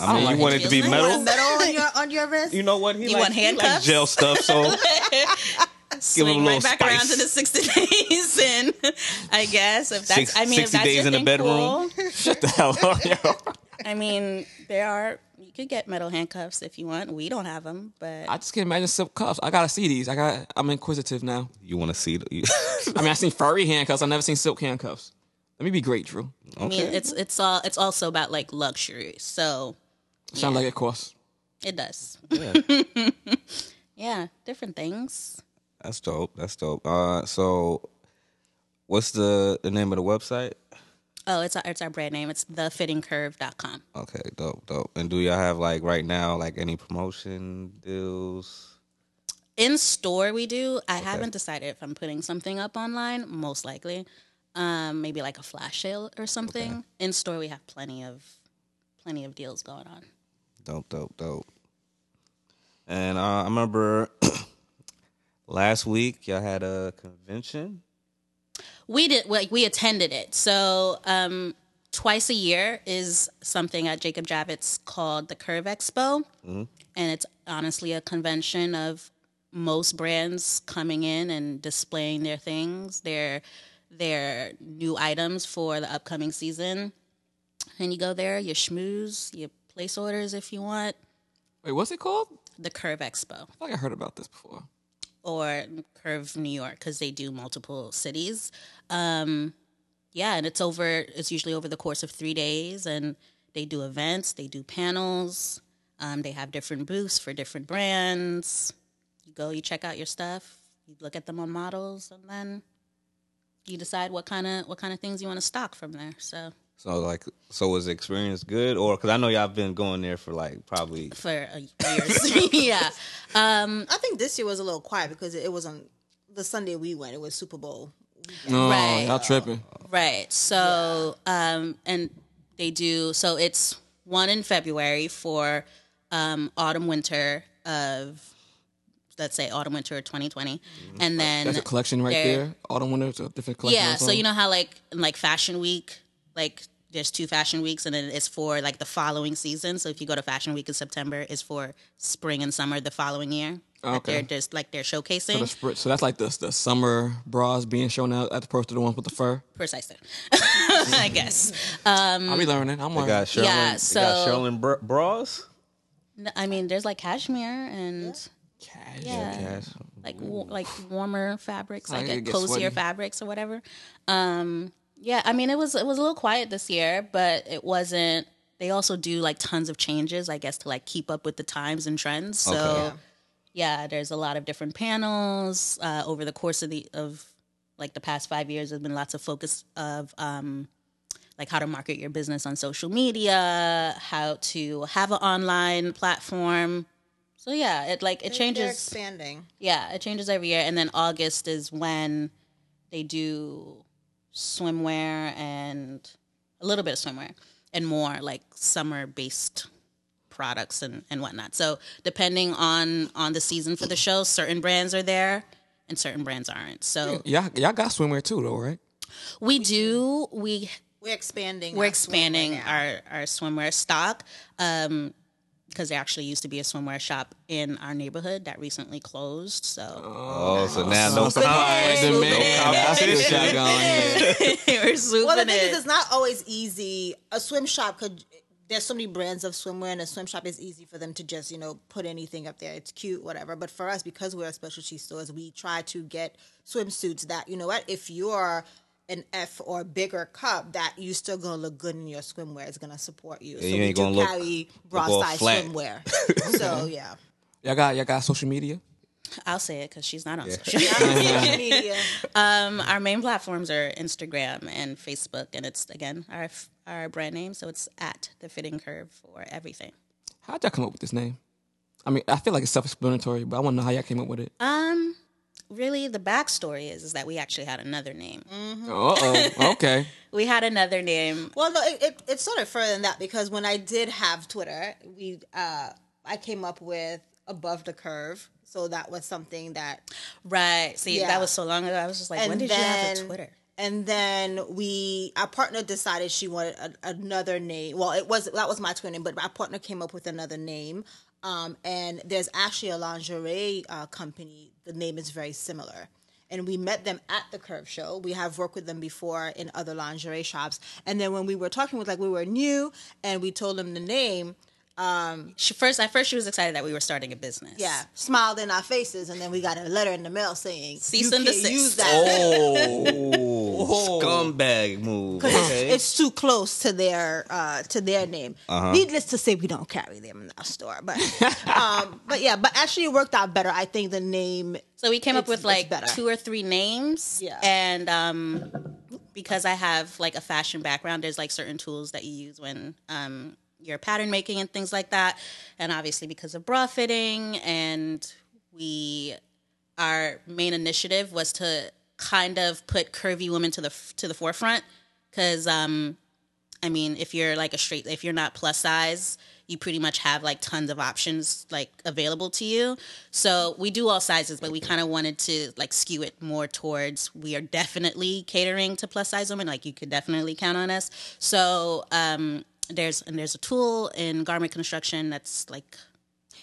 Speaker 2: I mean, you want it to be
Speaker 3: Feels
Speaker 2: metal.
Speaker 4: Metal on your on your wrist.
Speaker 2: You know what? He
Speaker 3: You
Speaker 2: like,
Speaker 3: want
Speaker 2: he like
Speaker 3: handcuffs?
Speaker 2: gel stuff. So give him
Speaker 3: Swing
Speaker 2: a
Speaker 3: right
Speaker 2: little
Speaker 3: back around
Speaker 2: spice.
Speaker 3: to the sixty days, and I guess if that's
Speaker 2: Six-
Speaker 3: I mean, if
Speaker 2: 60
Speaker 3: that's
Speaker 2: days in
Speaker 3: your
Speaker 2: the
Speaker 3: thing,
Speaker 2: bedroom.
Speaker 3: cool.
Speaker 1: Shut the hell up, yo.
Speaker 3: I mean, there are you could get metal handcuffs if you want. We don't have them, but
Speaker 1: I just can't imagine silk cuffs. I gotta see these. I got. I'm inquisitive now.
Speaker 2: You want to see? The, you,
Speaker 1: I mean, I seen furry handcuffs. I never seen silk handcuffs. Let me be great, Drew.
Speaker 3: I mean, it's it's all it's also about like luxury, so
Speaker 1: Sound like it costs.
Speaker 3: it does.
Speaker 2: Yeah.
Speaker 3: yeah, different things.
Speaker 2: That's dope. That's dope. Uh, so what's the the name of the website?
Speaker 3: Oh, it's our, it's our brand name. It's thefittingcurve.com.
Speaker 2: Okay, dope, dope. And do y'all have like right now like any promotion deals?
Speaker 3: In store, we do. I haven't decided if I'm putting something up online. Most likely, um, maybe like a flash sale or something. In store, we have plenty of plenty of deals going on.
Speaker 2: Dope, dope, dope. And uh, I remember last week y'all had a convention.
Speaker 3: we did like we attended it so um twice a year is something at jacob javits called the curve expo and it's honestly a convention of most brands coming in and displaying their things their their new items for the upcoming season. And you go there, you schmooze, you place orders if you want.
Speaker 1: Wait, what's it called?
Speaker 3: The Curve Expo
Speaker 1: I feel like I heard about this before.
Speaker 3: or Curve New York because they do multiple cities. Um, yeah, and it's over. It's usually over the course of three days, and they do events, they do panels, um, they have different booths for different brands. You go, you check out your stuff, you look at them on models, and then you decide what kind of what kind of things you want to stock from there. So
Speaker 2: So like, so was the experience good? Or because I know y'all been going there for like probably.
Speaker 3: for a years, yeah.
Speaker 4: I think this year was a little quiet because it was on the Sunday we went. It was Super Bowl.
Speaker 1: No,
Speaker 3: Right.
Speaker 1: y'all tripping.
Speaker 3: Right. So, um, and they do, so it's one in February for um, autumn winter of, let's say, autumn winter of 2020. And then,
Speaker 1: Mm-hmm. That's a collection right
Speaker 3: They're-
Speaker 1: there. Autumn winter's a different collection.
Speaker 3: yeah, so you know how, like, in, like fashion week, like, there's two fashion weeks, and then it's for like the following season. So if you go to fashion week in September, it's for spring and summer the following year.
Speaker 1: Oh, Okay.
Speaker 3: They're just like they're showcasing.
Speaker 1: The spr- so that's like the the summer bras being shown out as opposed to the ones with the fur.
Speaker 3: Precisely, I guess. Um,
Speaker 1: I'll be learning. I'm
Speaker 2: They
Speaker 1: learning.
Speaker 2: got Sherlin,
Speaker 3: Yeah,
Speaker 2: they got
Speaker 3: so-
Speaker 2: Sherlin bra- bras.
Speaker 3: No, I mean, there's like cashmere and
Speaker 1: Cash.
Speaker 3: yeah.
Speaker 2: Yes.
Speaker 3: like wa- like warmer fabrics, like
Speaker 1: it
Speaker 3: a
Speaker 1: gets
Speaker 3: cozier
Speaker 1: sweaty.
Speaker 3: fabrics or whatever. Um, yeah, I mean it was it was a little quiet this year, but it wasn't. They also do like tons of changes, I guess, to like keep up with the times and trends. So
Speaker 2: Okay.
Speaker 3: yeah, there's a lot of different panels uh, over the course of the of like the past five years. There's been lots of focus of um, like how to market your business on social media, how to have an online platform. So yeah, it like it
Speaker 4: They're
Speaker 3: changes.
Speaker 4: expanding.
Speaker 3: Yeah, it changes every year, and then August is when they do swimwear and a little bit of swimwear and more like summer based products and, and whatnot. So depending on on the season for the show, certain brands are there and certain brands aren't.
Speaker 4: Hmm.
Speaker 3: So
Speaker 1: Y'all, y'all got swimwear too, though, right?
Speaker 3: we do we
Speaker 4: We're expanding.
Speaker 3: we're
Speaker 4: our swimwear
Speaker 3: expanding
Speaker 4: now.
Speaker 3: our, our swimwear stock because there actually used to be a swimwear shop in our neighborhood that recently closed. So
Speaker 2: Oh, so now no
Speaker 1: All right, then, man. That's a good shot going here.
Speaker 3: we're swooping
Speaker 4: Well, the thing
Speaker 3: in.
Speaker 4: is, it's not always easy. A swim shop could. There's so many brands of swimwear, and a swim shop is easy for them to just, you know, put anything up there. It's cute, whatever. But for us, because we're a specialty stores, we try to get swimsuits that, you know what, if you're an F or bigger cup, that you still gonna look good in your swimwear. It's gonna support you. so
Speaker 2: you
Speaker 4: we
Speaker 2: ain't
Speaker 4: do
Speaker 2: gonna look-
Speaker 4: carry
Speaker 2: look
Speaker 4: bra
Speaker 2: all
Speaker 4: size
Speaker 2: flat.
Speaker 4: swimwear. so yeah,
Speaker 1: Y'all got y'all got social media.
Speaker 3: I'll say it because she's not on social media.
Speaker 4: social media.
Speaker 3: Um, our main platforms are Instagram and Facebook, and it's again our f- our brand name, so it's at the Fitting Curve for everything.
Speaker 1: How'd y'all come up with this name? I mean, I feel like it's self-explanatory, but I want to know how y'all came up with it. Uh
Speaker 3: Um, really, the backstory is is that we actually had another name.
Speaker 4: Mm.
Speaker 1: oh, okay.
Speaker 3: We had another name.
Speaker 4: Well, no, it, it, it started further than that because when I did have Twitter, we uh, I came up with above the curve, so that was something that.
Speaker 3: Right. See,
Speaker 4: Yeah.
Speaker 3: that was so long ago. I was just like, when
Speaker 4: And
Speaker 3: did you have a
Speaker 4: then-
Speaker 3: Twitter?
Speaker 4: And then we, our partner decided she wanted a, another name. Well, it was that was my twin name, but my partner came up with another name. Um, and there's actually a lingerie uh, company. The name is very similar. And we met them at the Curve Show. We have worked with them before in other lingerie shops. And then when we were talking with, like, we were new, and we told them the name.
Speaker 3: She first at first she was excited that we were starting a business.
Speaker 4: Yeah, smiled in our faces, and then we got a letter in the mail saying
Speaker 3: Cease
Speaker 4: you
Speaker 3: and
Speaker 4: can't
Speaker 3: desist."
Speaker 4: use that
Speaker 2: Oh, scumbag move. Okay.
Speaker 4: it's too close to their uh, to their name. Needless to say, we don't carry them in our store, but um, but yeah, but actually it worked out better. I think the name
Speaker 3: So we came up
Speaker 4: It's-
Speaker 3: with
Speaker 4: it's
Speaker 3: like
Speaker 4: better.
Speaker 3: two or three names.
Speaker 4: Yeah.
Speaker 3: And um, because I have like a fashion background, there's like certain tools that you use when um, you're pattern making and things like that. And obviously, because of bra fitting, and we, our main initiative was to kind of put curvy women to the f- to the forefront because um, I mean, if you're like a straight, if you're not plus size, you pretty much have like tons of options like available to you. So we do all sizes, but we kind of wanted to like skew it more towards we are definitely catering to plus size women. Like you could definitely count on us. So um, there's and there's a tool in garment construction that's like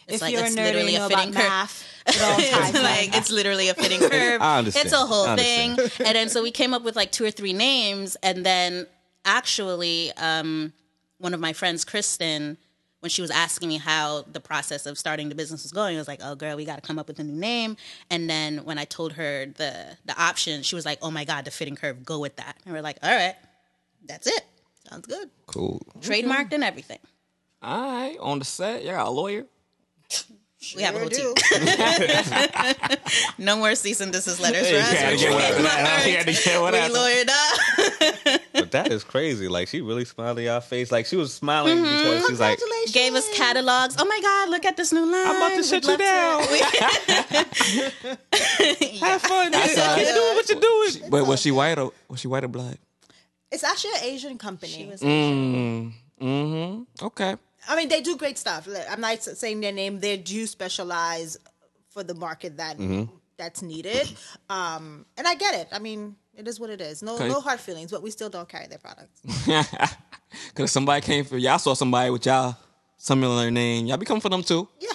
Speaker 4: if
Speaker 3: like
Speaker 4: you're a
Speaker 3: it's
Speaker 4: nerd and
Speaker 3: literally
Speaker 4: you
Speaker 3: a
Speaker 4: know about
Speaker 3: fitting curve.
Speaker 4: math, it all ties in.
Speaker 3: like it's literally a fitting curve.
Speaker 2: I understand.
Speaker 3: It's a whole
Speaker 2: I
Speaker 3: thing.
Speaker 2: understand.
Speaker 3: And then so we came up with like two or three names, and then actually, um, one of my friends, Kristen, when she was asking me how the process of starting the business was going, I was like, "Oh, girl, we got to come up with a new name." And then when I told her the the option, she was like, "Oh my God, the fitting curve. Go with that." And we're like, "All right, that's it.
Speaker 4: Sounds good.
Speaker 2: Cool.
Speaker 3: Trademarked and everything.
Speaker 1: All right, on the set, you got a lawyer.
Speaker 3: we have a
Speaker 4: Sure
Speaker 3: whole team.
Speaker 4: do.
Speaker 3: No more cease and desist letters for us.
Speaker 2: gotta get what I-
Speaker 1: You gotta get what
Speaker 3: We
Speaker 1: I-
Speaker 3: lawyered up."
Speaker 2: But that is crazy. Like she really smiled in your face. Like she was smiling
Speaker 3: Mm-hmm.
Speaker 2: because she's like,
Speaker 4: Congratulations.
Speaker 3: gave us catalogs. Oh my God, look at this new line.
Speaker 2: about to
Speaker 3: We'd
Speaker 2: shut you
Speaker 3: love to-
Speaker 2: down.
Speaker 3: We-
Speaker 2: "Have fun.
Speaker 1: That's
Speaker 2: nigga.
Speaker 1: all right.
Speaker 2: Keep doing what you're doing."
Speaker 1: But was she white or was she white or black?
Speaker 4: It's actually an Asian company.
Speaker 1: Okay.
Speaker 4: I mean, they do great stuff. Like, I'm not s- saying their name. They do specialize for the market that that's needed. Um, and I get it. I mean, it is what it is. No,
Speaker 1: Okay.
Speaker 4: no hard feelings. But we still don't carry their products.
Speaker 1: Cause somebody came for y'all saw somebody with y'all similar name. Y'all be coming for them too.
Speaker 4: Yeah,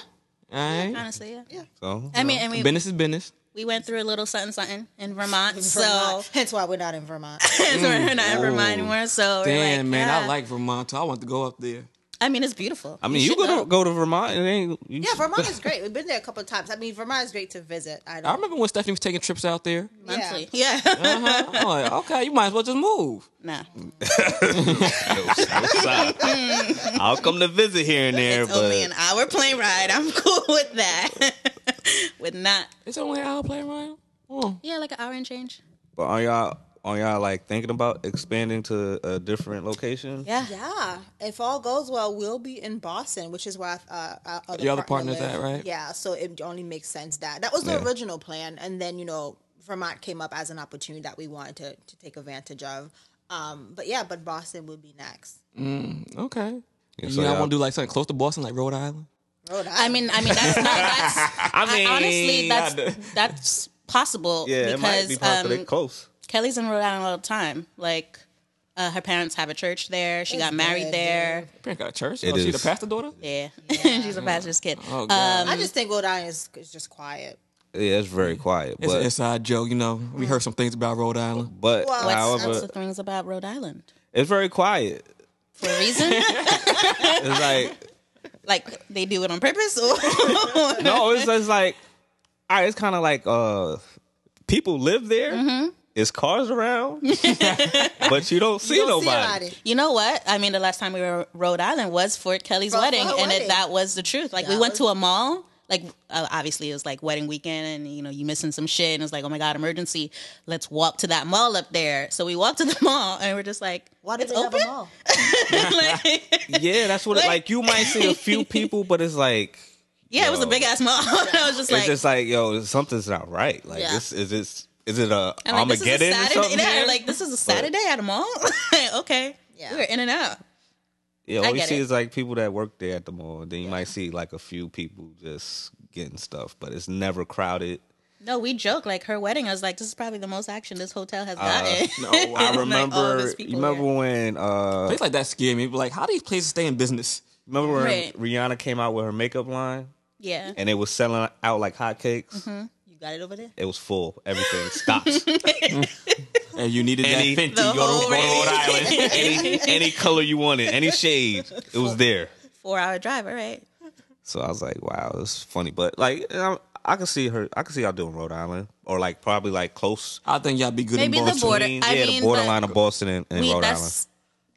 Speaker 1: All right.
Speaker 3: Honestly, yeah.
Speaker 2: So
Speaker 3: I mean, and we,
Speaker 1: Business is business.
Speaker 3: we went through a little something something in Vermont, so
Speaker 4: Vermont. hence why we're not in Vermont.
Speaker 3: we're not in
Speaker 2: Mm.
Speaker 3: Vermont anymore. So we're
Speaker 1: Damn,
Speaker 3: like,
Speaker 1: man, I
Speaker 3: yeah.
Speaker 1: like Vermont. too. I want to go up there.
Speaker 3: I mean, it's beautiful.
Speaker 2: I mean, you,
Speaker 3: should
Speaker 2: go to go to Vermont. It ain't. You
Speaker 4: yeah, Vermont is great. We've been there a couple of times. I mean, Vermont is great to visit. I don't.
Speaker 1: I remember when Stephanie was taking trips out there.
Speaker 3: monthly. Yeah.
Speaker 1: Uh-huh. I'm like, okay, you might as well just move.
Speaker 3: nah.
Speaker 2: I'll come to visit here and there,
Speaker 3: Mm-hmm. It's
Speaker 2: but
Speaker 3: only an hour plane ride. I'm cool with that. with not.
Speaker 1: It's only an hour playing around. Oh.
Speaker 3: Yeah, like an hour and change.
Speaker 2: but are y'all are y'all like thinking about expanding to a different location?
Speaker 3: Yeah.
Speaker 4: Yeah, if all goes well, we'll be in Boston, which is where uh, our other
Speaker 1: Your other
Speaker 4: partner
Speaker 1: partner's
Speaker 4: lives.
Speaker 1: at, right?
Speaker 4: Yeah, so it only makes sense that that was the
Speaker 2: Yeah.
Speaker 4: original plan, and then you know Vermont came up as an opportunity that we wanted to, to take advantage of. Um, but yeah, but Boston would be next.
Speaker 1: Okay.
Speaker 2: Yeah,
Speaker 1: you
Speaker 2: so
Speaker 1: know, I
Speaker 2: y'all-
Speaker 1: want to do like something close to Boston, like Rhode Island.
Speaker 4: Rhode
Speaker 3: I
Speaker 4: Island.
Speaker 3: mean, I mean, that's not. That's,
Speaker 2: I mean,
Speaker 3: honestly,
Speaker 2: I
Speaker 3: that's
Speaker 2: d-
Speaker 3: that's possible
Speaker 2: yeah, it might
Speaker 3: because
Speaker 2: be possible.
Speaker 3: um,
Speaker 2: They close.
Speaker 3: Kelly's in Rhode Island all the time. Like, uh, her parents have a church there. She got married
Speaker 4: good,
Speaker 3: there.
Speaker 1: Parent got a church.
Speaker 2: It
Speaker 1: oh, she the
Speaker 2: is.
Speaker 1: pastor daughter?
Speaker 3: Yeah, she's a pastor's kid. Uh,
Speaker 1: Oh, God.
Speaker 4: I just think Rhode Island is, is just quiet.
Speaker 2: Yeah, it's very quiet.
Speaker 1: it's
Speaker 2: but
Speaker 1: an inside joke, you know. We heard some things about Rhode Island.
Speaker 2: but
Speaker 4: Well,
Speaker 3: What's,
Speaker 2: however,
Speaker 3: what's the things about Rhode Island?
Speaker 2: it's very quiet.
Speaker 3: For a reason?
Speaker 2: It's like
Speaker 3: like they do it on purpose? Or
Speaker 2: no, it's just like all right, it's kind of like uh people live there.
Speaker 3: Mm-hmm.
Speaker 2: It's cars around, but you don't see
Speaker 4: You don't see
Speaker 2: nobody.
Speaker 4: nobody.
Speaker 3: you know what? I mean, the last time we were in Rhode Island was Fort Kelly's
Speaker 4: For- for
Speaker 3: wedding,
Speaker 4: her
Speaker 3: and
Speaker 4: wedding.
Speaker 3: It, that was the truth. Like we
Speaker 4: That
Speaker 3: went
Speaker 4: was-
Speaker 3: to a mall. Like uh, obviously it was like wedding weekend, and you know you missing some shit, and it's like oh my god, emergency! Let's walk to that mall up there. So we walked to the mall, and we're just like,
Speaker 4: Why do
Speaker 3: it's
Speaker 4: they have
Speaker 3: open?
Speaker 4: a mall?
Speaker 3: Like-
Speaker 2: Yeah, that's what. It,
Speaker 3: Like-
Speaker 2: like you might see a few people, but it's like
Speaker 3: Yeah, it was a
Speaker 2: Yo.
Speaker 3: big ass mall. I was just like,
Speaker 2: it's just like yo, something's not right. Like
Speaker 3: Yeah.
Speaker 2: this is this is it a
Speaker 3: I'm like, this is a
Speaker 2: Armageddon or
Speaker 3: Saturday.
Speaker 2: something?
Speaker 3: Yeah,
Speaker 2: here?
Speaker 3: like this is a Saturday at a mall. Like, okay,
Speaker 4: Yeah.
Speaker 3: we were in and out.
Speaker 2: yeah, all you
Speaker 3: get
Speaker 2: see
Speaker 3: it.
Speaker 2: is like people that work there at the mall. Then you might see like a few people just getting stuff, but it's never crowded.
Speaker 3: No, we joke like her wedding. I was like, this is probably the most action this hotel has gotten.
Speaker 1: No,
Speaker 3: Like,
Speaker 1: I,
Speaker 2: Uh, I
Speaker 3: all
Speaker 2: remember.
Speaker 3: these
Speaker 2: you
Speaker 3: people
Speaker 2: remember
Speaker 3: here.
Speaker 2: when? uh
Speaker 1: places like that scare me. Like, how do these places stay in business?
Speaker 2: Remember when
Speaker 3: Right.
Speaker 2: Rihanna came out with her makeup line
Speaker 3: Yeah,
Speaker 2: and it was selling out like hotcakes?
Speaker 3: you got it over there.
Speaker 2: It was full. Everything stops.
Speaker 1: And you needed
Speaker 2: Any-
Speaker 1: that Fenty,
Speaker 3: The
Speaker 1: go to, go
Speaker 3: whole
Speaker 1: to Rhode
Speaker 3: range.
Speaker 1: Island.
Speaker 2: any any color you wanted, any shade, it was there.
Speaker 3: Four hour drive, all right.
Speaker 2: So I was like, wow, it's funny, but like I, I can see her. I can see y'all doing Rhode Island or like probably like close.
Speaker 1: I think y'all be good
Speaker 3: Maybe
Speaker 1: in
Speaker 3: the
Speaker 1: Boston.
Speaker 3: border-
Speaker 2: between-
Speaker 3: I
Speaker 2: yeah,
Speaker 3: mean,
Speaker 2: the borderline
Speaker 3: but
Speaker 2: of Boston and, and
Speaker 3: We
Speaker 2: Rhode Island.
Speaker 3: that's,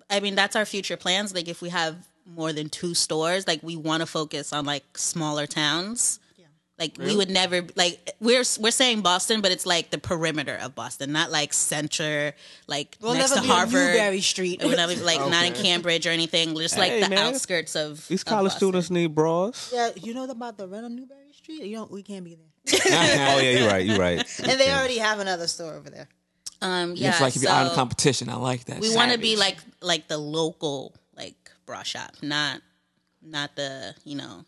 Speaker 3: I mean, that's our future plans. Like if we have more than two stores, like we want to focus on like smaller towns. Like we would never like we're we're saying Boston, but it's like the perimeter of Boston, not like center, like next to Harvard.
Speaker 4: Newberry Street.
Speaker 3: It would not be, like not in Cambridge or anything, just like
Speaker 2: Hey,
Speaker 3: the
Speaker 2: man.
Speaker 3: outskirts of
Speaker 2: These
Speaker 3: of
Speaker 2: college
Speaker 3: Boston.
Speaker 2: students need bras.
Speaker 4: yeah, you know about the rent on Newberry Street? You don't. We can't be there.
Speaker 2: oh yeah, you're right. You're right.
Speaker 4: And they already have another store over there.
Speaker 3: Um, yeah,
Speaker 1: It's like if you're out of
Speaker 3: so
Speaker 1: competition. I like that.
Speaker 3: we want to be like like the local like bra shop, not not the you know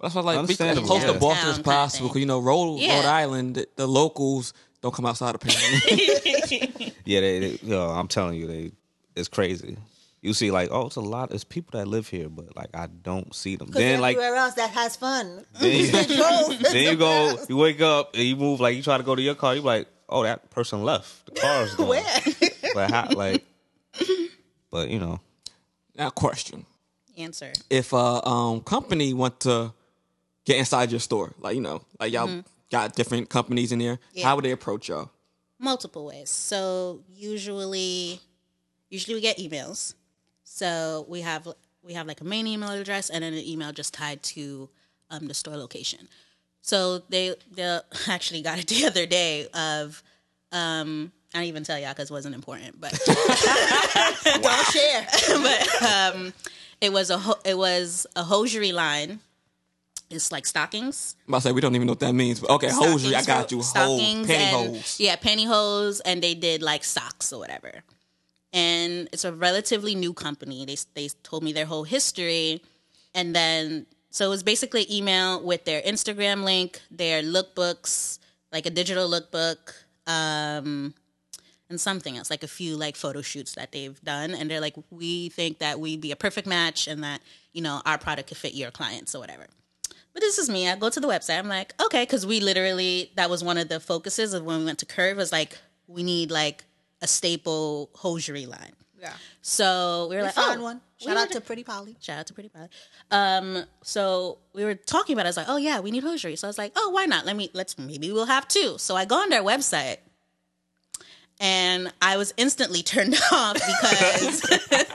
Speaker 1: That's why, like, be as
Speaker 2: Understandable,
Speaker 1: close to
Speaker 2: yeah.
Speaker 1: Boston
Speaker 3: Town
Speaker 1: as
Speaker 3: kind of
Speaker 1: possible.
Speaker 3: thing.
Speaker 1: Because you know, Rhode,
Speaker 3: Yeah.
Speaker 1: Rhode Island, the, the locals don't come outside of Pennsylvania.
Speaker 2: Yeah, they, they, yo, I'm telling you, they it's crazy. you see like oh it's a lot it's people that live here but like i don't see them
Speaker 4: Because
Speaker 2: then like
Speaker 4: everywhere else that has fun.
Speaker 2: then you, then you go you wake up and you move like you try to go to your car you like oh that person left the car's gone
Speaker 4: Where?
Speaker 2: but how, like but you know
Speaker 1: Now, question:
Speaker 3: Answer.
Speaker 1: If a um, company want to get inside your store, like you know, like y'all
Speaker 3: Mm-hmm.
Speaker 1: got different companies in there, how would they approach y'all?
Speaker 3: multiple ways. So usually, usually we get emails. So we have we have like a main email address and then an email just tied to um, the store location. So they they actually got it the other day of um, I didn't even tell y'all because it wasn't important, but
Speaker 4: Don't share.
Speaker 3: but um, it was a ho- it was a hosiery line. It's like stockings.
Speaker 1: I'm about to say we don't even know what that means, but okay, hosiery, I
Speaker 3: stockings
Speaker 1: got
Speaker 3: for-
Speaker 1: you. Hole,
Speaker 3: stockings and-
Speaker 1: pantyhose.
Speaker 3: Yeah, pantyhose, and they did like socks or whatever. And it's a relatively new company. They they told me their whole history, and then so it was basically email with their Instagram link, their lookbooks, like a digital lookbook, um, and something else, like a few like photo shoots that they've done. And they're like, we think that we'd be a perfect match, and that you know our product could fit your clients or whatever. But this is me. I go to the website. I'm like, okay, because we literally that was one of the focuses of when we went to Curve was like we need like a staple hosiery line.
Speaker 4: Yeah.
Speaker 3: So we were like,
Speaker 4: Found
Speaker 3: oh,
Speaker 4: one.
Speaker 3: we
Speaker 4: Shout out
Speaker 3: need
Speaker 4: to
Speaker 3: a-
Speaker 4: Pretty Polly.
Speaker 3: shout out to Pretty Pod. Um, so we were talking about. it. I was like, oh yeah, we need hosiery. So I was like, oh why not? Let me let's maybe we'll have two. So I go on their website. And I was instantly turned off because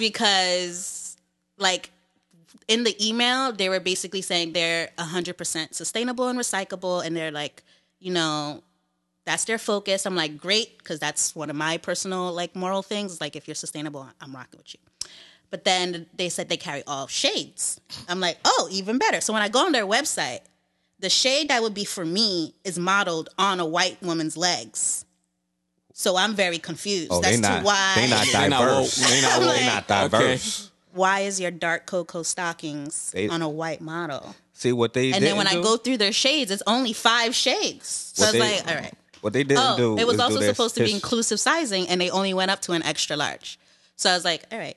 Speaker 3: because like in the email they were basically saying they're 100% sustainable and recyclable and they're like you know that's their focus i'm like great because that's one of my personal like moral things like if you're sustainable i'm rocking with you but then they said they carry all shades i'm like oh even better so when i go on their website the shade that would be for me is modeled on a white woman's legs so i'm very confused
Speaker 2: oh
Speaker 3: that's
Speaker 2: they not
Speaker 3: to why
Speaker 2: they not
Speaker 1: They not
Speaker 2: diverse
Speaker 1: woke. They not
Speaker 2: they not,
Speaker 1: woke.
Speaker 2: diverse
Speaker 3: why is your dark cocoa stockings
Speaker 2: They-
Speaker 3: on a white model?
Speaker 2: see what they
Speaker 3: And
Speaker 2: didn't
Speaker 3: then when
Speaker 2: do,
Speaker 3: I go through their shades, it's only five shades. So
Speaker 2: What
Speaker 3: I was
Speaker 2: they-
Speaker 3: like, all right.
Speaker 2: what they didn't
Speaker 3: Oh,
Speaker 2: do
Speaker 3: it was
Speaker 2: is do
Speaker 3: also
Speaker 2: their
Speaker 3: supposed to be
Speaker 2: stitch-
Speaker 3: inclusive sizing, and they only went up to an extra large. So I was like, all right,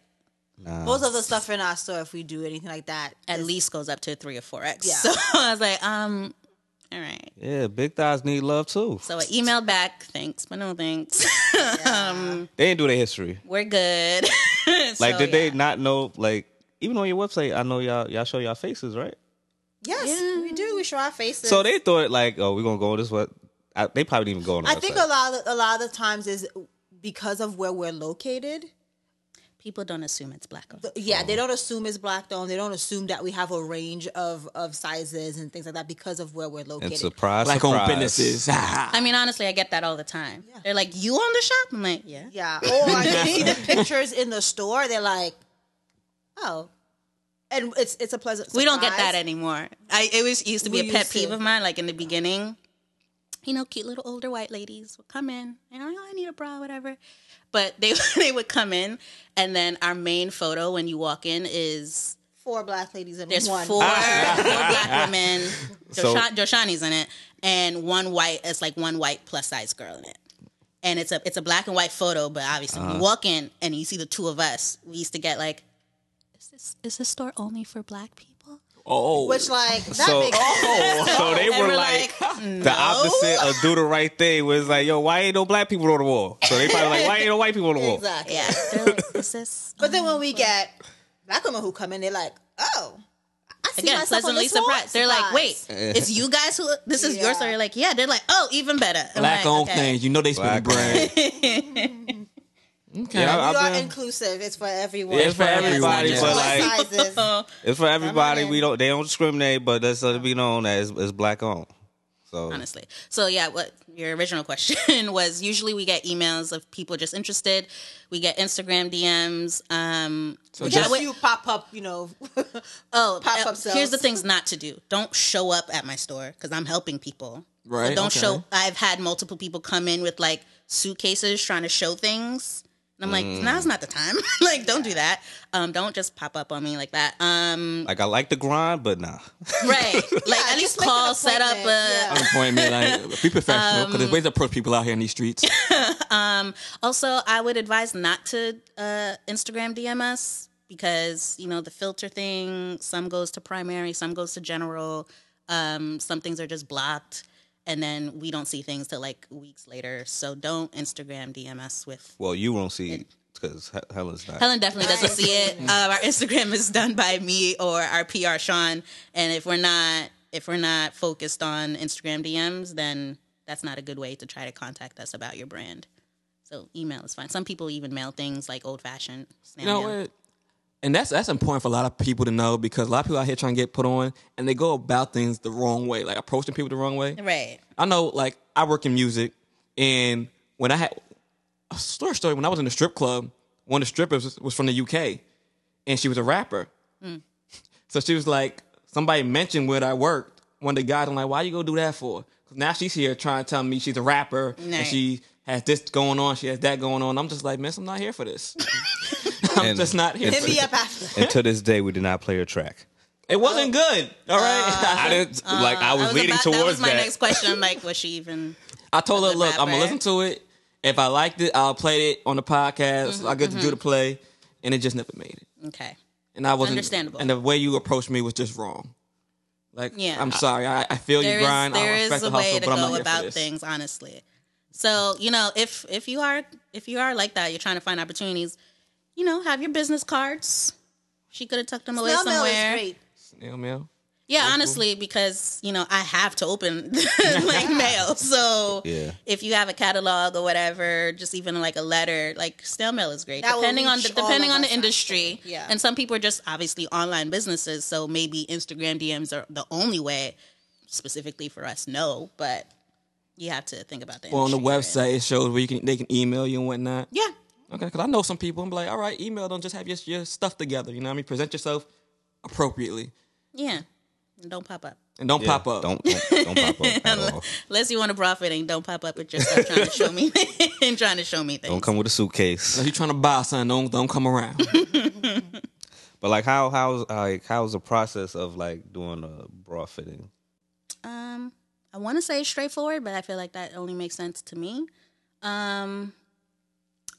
Speaker 4: Most of the stuff in our store, if we do anything like that,
Speaker 3: at least goes up to a three or four X.
Speaker 4: Yeah.
Speaker 3: So I was like, um, all right.
Speaker 2: yeah big thighs need love too
Speaker 3: So I emailed back, thanks, but no thanks.
Speaker 2: they didn't do their history
Speaker 3: We're good.
Speaker 2: Like,
Speaker 3: So,
Speaker 2: did
Speaker 3: yeah.
Speaker 2: they not know? Like, even on your website, I know y'all y'all show y'all faces, right?
Speaker 4: yes, we do. We show our faces.
Speaker 2: So they thought like, oh, we're gonna go on this what? I, they probably didn't even go on. The
Speaker 4: I think a lot, of, a lot of the times is because of where we're located.
Speaker 3: People don't assume it's black. owned.
Speaker 4: Yeah, they don't assume it's black owned. They don't assume that we have a range of of sizes and things like that because of where we're
Speaker 2: and
Speaker 4: located.
Speaker 2: surprise,
Speaker 1: Black
Speaker 2: surprise.
Speaker 1: owned businesses.
Speaker 3: I mean, honestly, I get that all the time. They're like, you own the shop? I'm like, yeah.
Speaker 4: Yeah. Or I can see the pictures in the store. They're like, oh, and it's it's a pleasant. Surprise.
Speaker 3: We don't get that anymore. I it was used to be
Speaker 4: We
Speaker 3: a pet
Speaker 4: used to.
Speaker 3: peeve of mine. Like in the beginning, you know, cute little older white ladies would come in and oh, I need a bra, whatever. But they they would come in, and then our main photo when you walk in is
Speaker 4: Four black ladies in
Speaker 3: there's
Speaker 4: one.
Speaker 3: four, four black women.
Speaker 2: Ah. So-
Speaker 3: Joshan, Joshani's in it, and one white. It's like one white plus size girl in it. And it's a it's a black and white photo, but obviously when you
Speaker 2: Uh-huh.
Speaker 3: walk in and you see the two of us. We used to get like, is this is this store only for black people?
Speaker 1: oh,
Speaker 4: Which like that
Speaker 2: So, oh,
Speaker 4: makes
Speaker 2: so they
Speaker 3: And
Speaker 2: were
Speaker 3: we're
Speaker 2: like,
Speaker 3: like,
Speaker 2: the opposite of do the right thing was like, yo, why ain't no black people on the wall? So they probably like, why ain't no white people on the wall?
Speaker 4: exactly.
Speaker 3: Yeah. They're like, is this?
Speaker 4: But then when we get black women who come in, they're like, oh, I see
Speaker 3: Again,
Speaker 4: myself on
Speaker 3: pleasantly
Speaker 4: this wall.
Speaker 3: surprised. They're like, wait,
Speaker 4: Surprise.
Speaker 3: it's you guys who, this is
Speaker 4: Yeah.
Speaker 3: your story. You're like, yeah. They're like, oh, even better. I'm
Speaker 1: black
Speaker 3: like,
Speaker 1: owned
Speaker 3: okay.
Speaker 1: things. You know they spend
Speaker 2: Black
Speaker 1: bread. okay.
Speaker 2: Yeah,
Speaker 4: We
Speaker 2: I've
Speaker 4: are
Speaker 2: been-
Speaker 4: inclusive. It's for everyone.
Speaker 1: It's for everybody,
Speaker 4: It's
Speaker 1: but
Speaker 4: all
Speaker 2: like-
Speaker 4: sizes.
Speaker 2: It's for everybody.
Speaker 4: in.
Speaker 2: We don't they don't discriminate, but that's let it be known as it's black owned. So
Speaker 3: Honestly. So yeah, what your original question was usually we get emails of people just interested. We get Instagram DMs. Um
Speaker 1: So
Speaker 3: we
Speaker 1: just-
Speaker 3: got-
Speaker 4: Just you pop up, you know.
Speaker 3: oh,
Speaker 4: pop-up
Speaker 3: uh,
Speaker 4: sales.
Speaker 3: Here's the things not to do. Don't show up at my store because I'm helping people. So
Speaker 1: Right,
Speaker 3: don't
Speaker 1: okay.
Speaker 3: show I've had multiple people come in with like suitcases trying to show things. And I'm like,
Speaker 1: Mm.
Speaker 3: now's not the time. like, don't do that. Um, don't just pop up on me like that. Um,
Speaker 2: Like I like the grind, but nah.
Speaker 3: right. Like, at least
Speaker 4: make an
Speaker 3: call, set up a.
Speaker 4: appointment. Yeah.
Speaker 1: Point me like be professional because
Speaker 3: Um,
Speaker 1: there's ways to approach people out here in these streets.
Speaker 3: Also, I would advise not to uh, Instagram DM us because you know the filter thing. Some goes to primary, some goes to general. Um, some things are just blocked, and then we don't see things till like weeks later. So don't Instagram DM us with.
Speaker 2: Well, you won't see because Helen's not.
Speaker 3: Helen definitely doesn't see it. Um, our Instagram is done by me or our PR Sean, and if we're not if we're not focused on Instagram DMs, then that's not a good way to try to contact us about your brand. So email is fine. Some people even mail things like old fashioned.
Speaker 1: You know what? And that's that's important for a lot of people to know because a lot of people out here trying to get put on and they go about things the wrong way, like approaching people the wrong way.
Speaker 3: Right.
Speaker 1: I know, like, I work in music, and when I had a story, story when I was in the strip club, one of the strippers was from the UK, and she was a rapper.
Speaker 4: Mm.
Speaker 1: So she was like, somebody mentioned where I worked. One of the guys, I'm like, why you go do that for? Because now she's here trying to tell me she's a rapper
Speaker 3: Right.
Speaker 1: and she has this going on, she has that going on. I'm just like, miss, I'm not here for this. I'm
Speaker 2: And-
Speaker 1: just not here.
Speaker 4: Hit
Speaker 1: For
Speaker 4: me
Speaker 1: this.
Speaker 4: up after.
Speaker 2: and to this day, we did not play her track.
Speaker 1: It wasn't good. All
Speaker 4: Uh,
Speaker 1: right.
Speaker 2: I didn't like. I was, leading
Speaker 3: about-
Speaker 2: towards
Speaker 3: Uh, that. was my next question. I'm like, was she even?
Speaker 1: I told her,
Speaker 3: the
Speaker 1: look, I'm gonna
Speaker 3: rapper.
Speaker 1: listen to it. If I liked it, I'll play it on the podcast.
Speaker 3: Mm-hmm,
Speaker 1: I get to do the play, and it just never made it.
Speaker 3: Okay.
Speaker 1: And I wasn't
Speaker 3: Understandable.
Speaker 1: And the way you approached me was just wrong. Like,
Speaker 3: Yeah.
Speaker 1: I'm sorry. I, I feel you
Speaker 3: There is
Speaker 1: grind.
Speaker 3: there
Speaker 1: I
Speaker 3: is
Speaker 1: respect
Speaker 3: a
Speaker 1: the hustle,
Speaker 3: way to
Speaker 1: but I'm not
Speaker 3: go
Speaker 1: here for
Speaker 3: about
Speaker 1: this.
Speaker 3: things honestly. So you know, if if you are if you are like that, you're trying to find opportunities. You know, have your business cards. She could have tucked them away
Speaker 4: Snail mail
Speaker 3: somewhere.
Speaker 4: is great.
Speaker 1: Snail mail.
Speaker 3: Yeah, honestly, because you know I have to open like mail. So
Speaker 2: Yeah.
Speaker 3: if you have a catalog or whatever, just even like a letter, like snail mail is great.
Speaker 4: That will
Speaker 3: depending on the,
Speaker 4: reach all
Speaker 3: depending
Speaker 4: of
Speaker 3: on the
Speaker 4: us,
Speaker 3: industry,
Speaker 4: actually. Yeah.
Speaker 3: And some people are just obviously online businesses, so maybe Instagram DMs are the only way. Specifically for us, no, but you have to think about the
Speaker 1: Well, on the
Speaker 3: industry you're in.
Speaker 1: website, it shows where you can they can email you and whatnot.
Speaker 3: Yeah,
Speaker 1: Okay, because I know some people. I'm like, all right, email. Don't just have your your stuff together. You know what I mean? Present yourself appropriately
Speaker 3: yeah. And Don't pop up.
Speaker 1: and don't pop up.
Speaker 2: Don't don't, don't pop up at all.
Speaker 3: Unless you want to profit and don't pop up with your stuff trying to show me and trying to show me things.
Speaker 2: Don't come with a
Speaker 1: If
Speaker 2: suitcase.
Speaker 1: you're trying to buy something, don't don't come around.
Speaker 2: But like, how how's like how's the process of like doing a bra fitting?
Speaker 3: Um, I want to say it's straightforward, but I feel like that only makes sense to me. Um,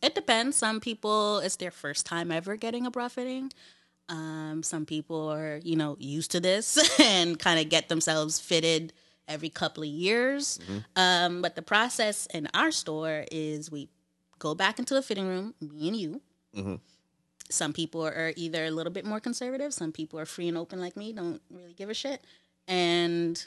Speaker 3: it depends. Some people, it's their first time ever getting a bra fitting. Um, some people are, you know, used to this and kind of get themselves fitted every couple of years. Um, but the process in our store is we go back into a fitting room, me and you. Some people are either a little bit more conservative, some people are free and open like me, don't really give a shit. And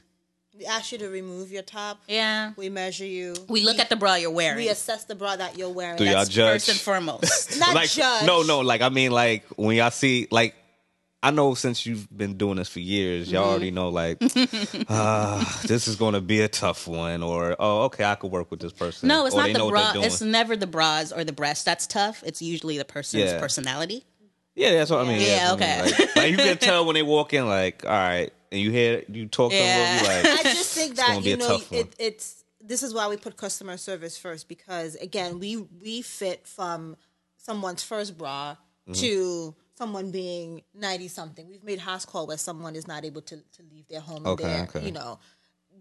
Speaker 4: We ask you to remove your top.
Speaker 3: yeah.
Speaker 4: We measure you.
Speaker 3: We look at the bra you're wearing.
Speaker 4: We assess the bra that you're wearing.
Speaker 2: Do y'all
Speaker 4: That's-
Speaker 2: judge?
Speaker 3: First and foremost.
Speaker 4: Not
Speaker 2: like
Speaker 4: judge.
Speaker 2: no no like i mean like when y'all see like i know since you've been doing this for years y'all
Speaker 3: Mm-hmm.
Speaker 2: already know like ah, this is gonna be a tough one or oh okay i could work with this person
Speaker 3: no, it's
Speaker 2: or
Speaker 3: not
Speaker 2: they
Speaker 3: the
Speaker 2: know what
Speaker 3: bra.
Speaker 2: they're
Speaker 3: It's
Speaker 2: doing.
Speaker 3: never the bras or the breasts that's tough. It's usually the person's
Speaker 2: Yeah.
Speaker 3: personality.
Speaker 2: yeah that's what i mean
Speaker 3: Yeah,
Speaker 2: that's what I mean.
Speaker 3: okay.
Speaker 2: like, like, you can tell when they walk in like all right and you hear you talk
Speaker 3: Yeah.
Speaker 2: to them you
Speaker 4: I
Speaker 2: like
Speaker 4: just think
Speaker 2: gonna
Speaker 4: that
Speaker 2: be
Speaker 4: you
Speaker 2: a
Speaker 4: know
Speaker 2: tough one.
Speaker 4: it, it's this is why we put customer service first because again we we fit from someone's first bra
Speaker 2: Mm-hmm.
Speaker 4: to someone being ninety something. We've made house call where someone is not able to, to leave their home.
Speaker 2: Okay,
Speaker 4: their,
Speaker 2: okay.
Speaker 4: You know,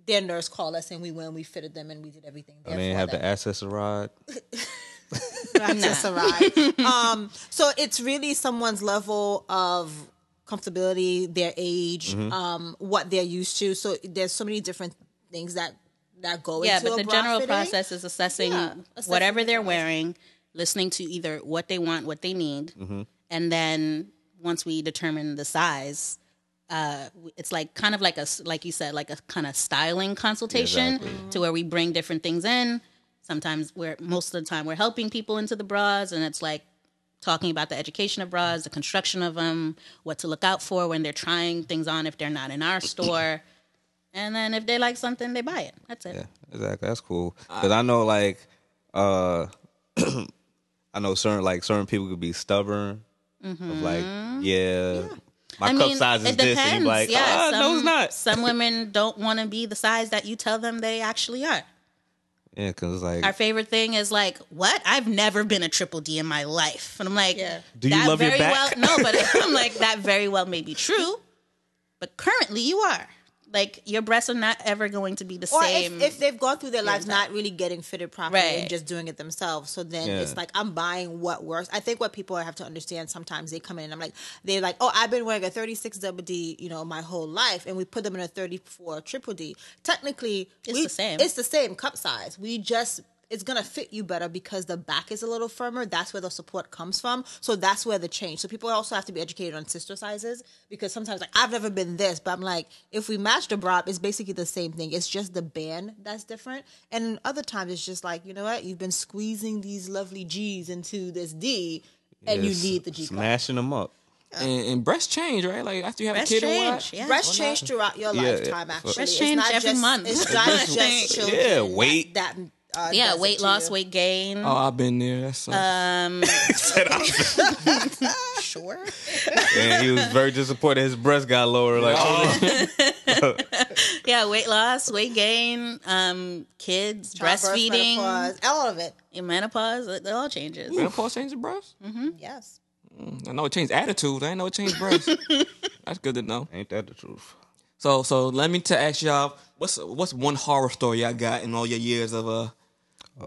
Speaker 4: their nurse called us and we went. We fitted them and we did everything.
Speaker 2: I didn't have the access to rod.
Speaker 4: access arrived. um, so it's really someone's level of comfortability, their age,
Speaker 3: Mm-hmm.
Speaker 4: um, what they're used to. So there's so many different things that that go
Speaker 3: yeah,
Speaker 4: into
Speaker 3: but
Speaker 4: a
Speaker 3: the
Speaker 4: bra
Speaker 3: general
Speaker 4: fitting.
Speaker 3: process is assessing,
Speaker 4: Yeah, assessing
Speaker 3: whatever
Speaker 4: the
Speaker 3: they're
Speaker 4: bras.
Speaker 3: wearing, listening to either what they want, what they need, and then once we determine the size, uh, w- it's like kind of like a s- like you said, like a kind of styling consultation to where we bring different things in. Sometimes we're most of the time we're helping people into the bras, and it's like talking about the education of bras, the construction of them, what to look out for when they're trying things on if they're not in our store. And then if they like something, they buy it. That's it.
Speaker 2: Exactly. That's cool. Because I know like uh I know certain like certain people could be stubborn of like, yeah, my cup size is this and you like, ah, no it's not.
Speaker 3: Some women don't want to be the size that you tell them they actually are.
Speaker 2: Yeah, because it's like
Speaker 3: Our favorite thing is like, what? I've never been a triple D in my life, and I'm like,
Speaker 2: Yeah. Do you
Speaker 3: that
Speaker 2: love your
Speaker 3: very
Speaker 2: back?
Speaker 3: Well, no, but I'm like, that very well may be true, but currently you are. Like your breasts are not ever going to be the
Speaker 4: Or
Speaker 3: same.
Speaker 4: if, if they've gone through their lives not really getting fitted properly
Speaker 3: Right.
Speaker 4: and just doing it themselves, so then
Speaker 2: Yeah.
Speaker 4: it's like I'm buying what works. I think what people have to understand sometimes they come in and I'm like they're like, oh, I've been wearing a 36 double D, you know, my whole life, and we put them in a 34 triple D. Technically,
Speaker 3: It's
Speaker 4: we-
Speaker 3: the same.
Speaker 4: It's the same cup size. We just it's gonna fit you better because the back is a little firmer. That's where the support comes from. So that's where the change. So people also have to be educated on sister sizes because sometimes like I've never been this, but I'm like, if we match the bra, it's basically the same thing. It's just the band that's different. And other times it's just like, you know what? You've been squeezing these lovely G's into this D and
Speaker 2: it's
Speaker 4: you need the G cup.
Speaker 2: smashing them up.
Speaker 1: And, and breast change, right? Like after you have
Speaker 3: Breast
Speaker 1: a kid or
Speaker 3: change,
Speaker 1: what?
Speaker 3: yeah.
Speaker 4: Breast change throughout your
Speaker 2: Yeah,
Speaker 4: lifetime,
Speaker 2: yeah.
Speaker 4: actually.
Speaker 2: Breast
Speaker 4: It's
Speaker 3: change
Speaker 4: not
Speaker 3: every
Speaker 4: just-
Speaker 3: month.
Speaker 4: It's not
Speaker 3: Like,
Speaker 4: just children.
Speaker 2: yeah,
Speaker 4: that-
Speaker 2: weight.
Speaker 4: That, uh,
Speaker 3: yeah,
Speaker 4: does it
Speaker 3: weight
Speaker 4: to
Speaker 3: loss,
Speaker 4: you.
Speaker 3: weight gain.
Speaker 2: Uh.
Speaker 1: Oh, I've been there. That sucks.
Speaker 3: Uh, sure.
Speaker 2: And he was very disappointed. His breast got lower. Like, oh,
Speaker 3: Yeah, weight loss, weight gain, um, kids,
Speaker 4: Childbirth,
Speaker 3: breastfeeding,
Speaker 4: menopause, all of it.
Speaker 3: and menopause. It, it all changes.
Speaker 1: Menopause changes breasts.
Speaker 3: Hmm?
Speaker 4: Yes.
Speaker 1: I know it changed attitudes. I ain't know it changed breasts. That's good to know.
Speaker 2: ain't that the truth?
Speaker 1: So, so let me to ask y'all, what's what's one horror story y'all got in all your years of uh,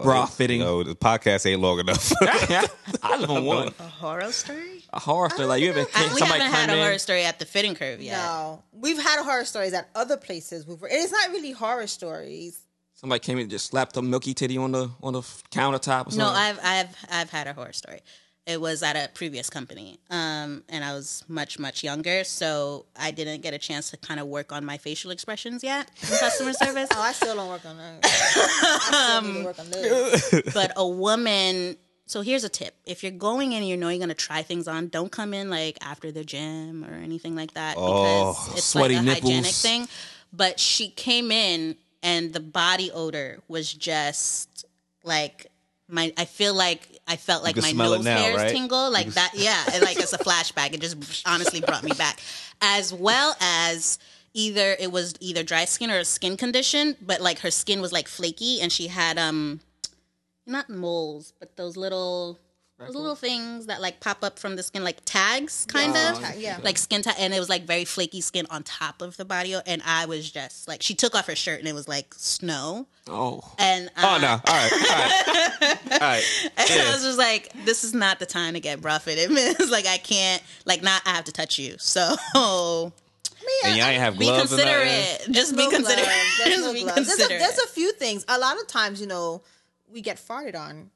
Speaker 1: bra fitting?
Speaker 2: No, the podcast ain't long enough.
Speaker 1: I live on one
Speaker 3: A horror story?
Speaker 1: a horror story. Like you ever
Speaker 3: I,
Speaker 1: think
Speaker 3: we
Speaker 1: somebody
Speaker 3: haven't
Speaker 1: come
Speaker 3: had a
Speaker 1: in?
Speaker 3: horror story at the fitting curve yet.
Speaker 4: No, we've had horror stories at other places. We've, and it's not really horror stories.
Speaker 1: Somebody came in and just slapped a milky titty on the on the f- countertop or something.
Speaker 3: No, I've I've I've had a horror story. It was at a previous company, um, and I was much much younger, so I didn't get a chance to kind of work on my facial expressions yet in customer service.
Speaker 4: Oh, I still don't work on that. I still need to work on those.
Speaker 3: but a woman so here's a tip if you're going in and you know you're going to try things on don't come in like after the gym or anything like that because
Speaker 2: Oh,
Speaker 3: it's
Speaker 1: sweaty
Speaker 3: like a hygienic
Speaker 1: nipples.
Speaker 3: thing but she came in and the body odor was just like my i feel like i felt like
Speaker 2: can
Speaker 3: my
Speaker 2: smell it
Speaker 3: nose
Speaker 2: now,
Speaker 3: hairs
Speaker 2: right?
Speaker 3: tingle like that yeah and like it's a flashback it just honestly brought me back as well as either it was either dry skin or a skin condition but like her skin was like flaky and she had um not moles, but those little those little things that like pop up from the skin, like tags, kind of,
Speaker 4: tag, yeah.
Speaker 3: like skin tag, and it was like very flaky skin on top of the body, o- and I was just like, she took off her shirt and it was like snow,
Speaker 1: oh,
Speaker 3: and
Speaker 2: oh
Speaker 3: uh,
Speaker 2: no! All right, all right, all right.
Speaker 3: and I was just like, this is not the time to get bra fitted. It's like I can't, like, not I have to touch you, so
Speaker 2: And y'all ain't have
Speaker 3: be
Speaker 2: gloves. or nothing?
Speaker 3: considerate, just be
Speaker 4: No gloves.
Speaker 3: considerate,
Speaker 4: There's no
Speaker 3: just be
Speaker 4: gloves. There's a-
Speaker 3: considerate.
Speaker 4: There's a few things. A lot of times, you know, we get farted on.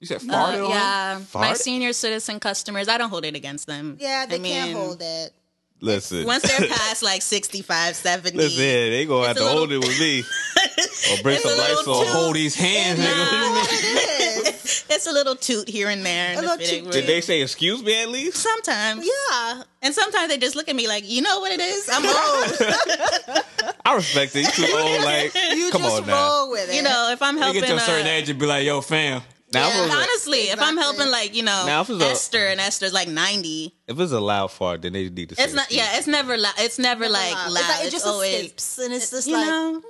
Speaker 1: you said
Speaker 3: Uh,
Speaker 1: farted on.
Speaker 3: yeah, my
Speaker 2: Farted?
Speaker 3: senior citizen customers, I don't hold it against them.
Speaker 4: Yeah, they
Speaker 3: I mean,
Speaker 4: can't hold it.
Speaker 2: Listen,
Speaker 3: Once they're past like 65, 70,
Speaker 2: listen, yeah, they gonna have
Speaker 3: a
Speaker 2: to hold it with me, or bring some
Speaker 3: a little
Speaker 2: Lysol.
Speaker 3: too-
Speaker 1: Hold these hands, nigga.
Speaker 4: It is.
Speaker 3: it's a little toot here and there. In
Speaker 4: A
Speaker 3: the
Speaker 4: little
Speaker 3: fitting
Speaker 4: toot,
Speaker 2: Did
Speaker 3: room.
Speaker 2: they say excuse me at least?
Speaker 3: Sometimes,
Speaker 4: Yeah.
Speaker 3: and sometimes they just look at me like, you know what it is? I'm old.
Speaker 2: I respect it. You too old. Like,
Speaker 4: You
Speaker 2: come
Speaker 4: just
Speaker 2: on now.
Speaker 4: roll with it.
Speaker 3: you know, if I'm
Speaker 1: You
Speaker 3: helping,
Speaker 1: get to a
Speaker 3: uh,
Speaker 1: certain age, you be like, yo, fam.
Speaker 2: Now,
Speaker 4: Yeah.
Speaker 2: if, it was a,
Speaker 3: honestly, if I'm
Speaker 4: Exactly.
Speaker 3: helping, like you know,
Speaker 2: Now, if it's a-
Speaker 3: Esther and Esther's like 90,
Speaker 2: if it's a loud fart, then they need to. Say
Speaker 3: it's not.
Speaker 2: excuse me.
Speaker 3: Yeah, it's never. Loud. It's never like
Speaker 4: It's
Speaker 3: loud.
Speaker 4: like, it
Speaker 3: it's
Speaker 4: just
Speaker 3: always,
Speaker 4: escapes, and it's just
Speaker 3: you
Speaker 4: like.
Speaker 3: know,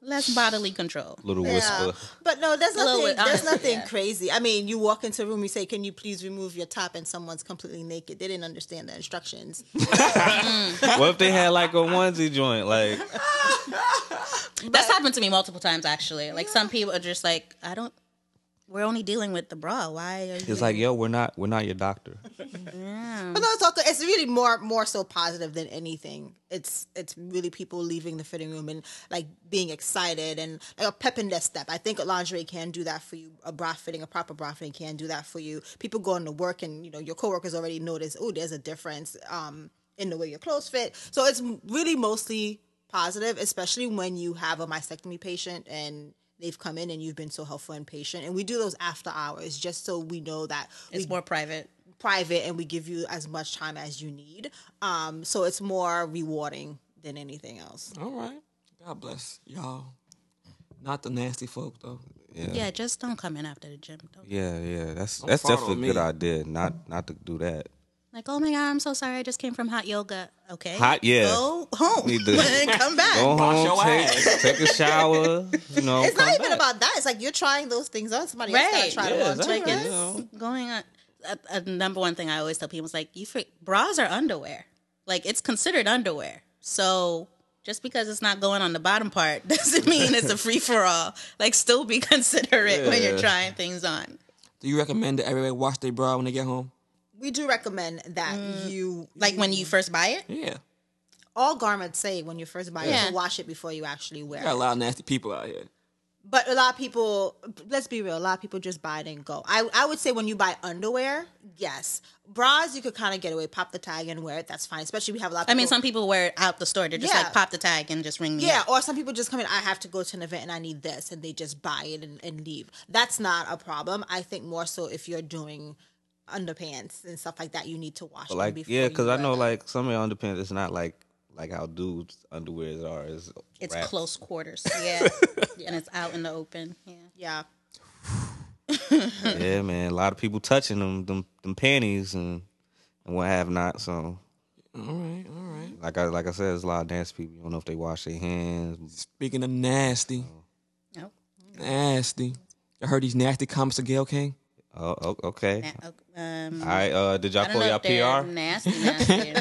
Speaker 3: less bodily control.
Speaker 2: little
Speaker 4: Yeah.
Speaker 2: whisper.
Speaker 4: But no, there's
Speaker 3: Little
Speaker 4: nothing.
Speaker 3: bit,
Speaker 4: There's
Speaker 3: honestly,
Speaker 4: nothing
Speaker 3: yeah.
Speaker 4: crazy. I mean, you walk into a room, you say, "Can you please remove your top?" and someone's completely naked. They didn't understand the instructions.
Speaker 2: What if they had like a onesie joint? Like,
Speaker 3: That's happened to me multiple times actually. Like some people are just like, I don't. We're only dealing with the bra. Why are you?
Speaker 2: it's like, yo, we're not, we're not your doctor.
Speaker 4: But no, it's also it's really more more so positive than anything. It's it's really people leaving the fitting room and like being excited and like a pep in their step. I think a lingerie can do that for you. A bra fitting, a proper bra fitting can do that for you. People going to work and you know your coworkers already notice. Oh, there's a difference um, in the way your clothes fit. So it's really mostly positive, especially when you have a mastectomy patient and. They've come in and you've been so helpful and patient, and we do those after hours just so we know that we
Speaker 3: It's more private.
Speaker 4: private and we give you as much time as you need. Um, so it's more rewarding than anything else.
Speaker 1: All right. God bless y'all. Not the nasty folk though.
Speaker 3: Yeah, just don't come in after the gym. Don't.
Speaker 2: Yeah, yeah, that's that's
Speaker 1: follow
Speaker 2: definitely a
Speaker 1: me.
Speaker 2: good idea. Not not to do that.
Speaker 3: Like, oh my god, I'm so sorry. I just came from hot yoga. Okay,
Speaker 2: Hot, yeah.
Speaker 4: Go home
Speaker 2: Need to-
Speaker 4: and come back.
Speaker 2: Go
Speaker 1: Wash your
Speaker 2: home, take,
Speaker 1: ass.
Speaker 2: take a shower. You know,
Speaker 4: It's
Speaker 2: come
Speaker 4: not even
Speaker 2: back.
Speaker 4: about that. It's like you're trying those things on. Somebody else
Speaker 3: Right.
Speaker 4: got to try
Speaker 2: Yeah,
Speaker 4: them on. too,
Speaker 2: exactly.
Speaker 4: right?
Speaker 2: You know.
Speaker 3: going on. A, a number one thing I always tell people is like, you fr- bras are underwear. Like it's considered underwear. So just because it's not going on the bottom part doesn't mean it's a free for all. Like still be considerate when you're
Speaker 2: Yeah.
Speaker 3: trying things on.
Speaker 1: Do you recommend that everybody wash their bra when they get home?
Speaker 4: We do recommend that
Speaker 2: Mm.
Speaker 4: you
Speaker 3: Like when you first buy it.
Speaker 1: Yeah.
Speaker 4: all garments say when you first buy it
Speaker 3: Yeah.
Speaker 4: to wash it before you actually wear
Speaker 1: Got a
Speaker 4: it.
Speaker 1: lot of nasty people out here.
Speaker 4: But a lot of people, let's be real, a lot of people just buy it and go. I, I would say when you buy underwear, yes. Bras, you could kind of get away, pop the tag and wear it. That's fine. Especially we have a lot of
Speaker 3: I mean,
Speaker 4: people-
Speaker 3: some people wear it out the store. They're just
Speaker 4: Yeah.
Speaker 3: like pop the tag and just ring me.
Speaker 4: Yeah,
Speaker 3: up.
Speaker 4: or some people just come in, I have to go to an event and I need this, and they just buy it and, and leave. That's not a problem. I think more so if you're doing underpants and stuff like that, you need to wash
Speaker 2: But
Speaker 4: them
Speaker 2: like,
Speaker 4: before
Speaker 2: yeah,
Speaker 4: you
Speaker 2: because I
Speaker 4: wear
Speaker 2: know
Speaker 4: them.
Speaker 2: like some of your underpants. It's not like like how dudes' underwears are. It's,
Speaker 3: It's
Speaker 2: wrapped.
Speaker 3: close quarters. Yeah. And it's out in the open. Yeah.
Speaker 4: Yeah.
Speaker 2: Yeah, man. A lot of people touching them, them, them panties and and what have not. So
Speaker 1: All right, all right.
Speaker 2: like I like I said, there's a lot of dance people. You don't know if they wash their hands.
Speaker 1: Speaking of nasty,
Speaker 2: Oh.
Speaker 3: No.
Speaker 1: nasty. I heard these nasty comments of Gail King.
Speaker 2: Oh, oh okay.
Speaker 3: Na- Um,
Speaker 2: All right. Uh, did y'all
Speaker 3: I don't
Speaker 2: pull
Speaker 3: know
Speaker 2: y'all
Speaker 3: if they're
Speaker 2: PR?
Speaker 3: nasty, nasty.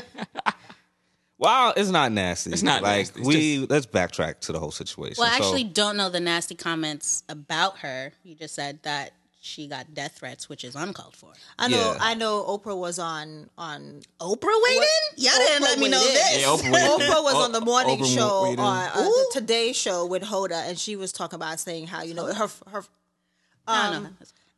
Speaker 2: Wow, it's not nasty.
Speaker 1: It's not
Speaker 2: like
Speaker 1: nasty. It's
Speaker 2: we let's backtrack to the whole situation.
Speaker 3: Well, I
Speaker 2: So-
Speaker 3: actually don't know the nasty comments about her. You just said that she got death threats, which is uncalled for.
Speaker 4: I know.
Speaker 2: Yeah.
Speaker 4: I know. Oprah was on on.
Speaker 3: Oprah waited? Y'all didn't let me know this.
Speaker 1: Yeah, Oprah
Speaker 4: Oprah,
Speaker 1: waited.
Speaker 4: was
Speaker 1: O-
Speaker 4: on the morning
Speaker 1: Oprah
Speaker 4: show
Speaker 1: waited.
Speaker 4: on uh, the Today Show with Hoda, and she was talking about saying how you know her her.
Speaker 3: I don't
Speaker 4: Um,
Speaker 3: know.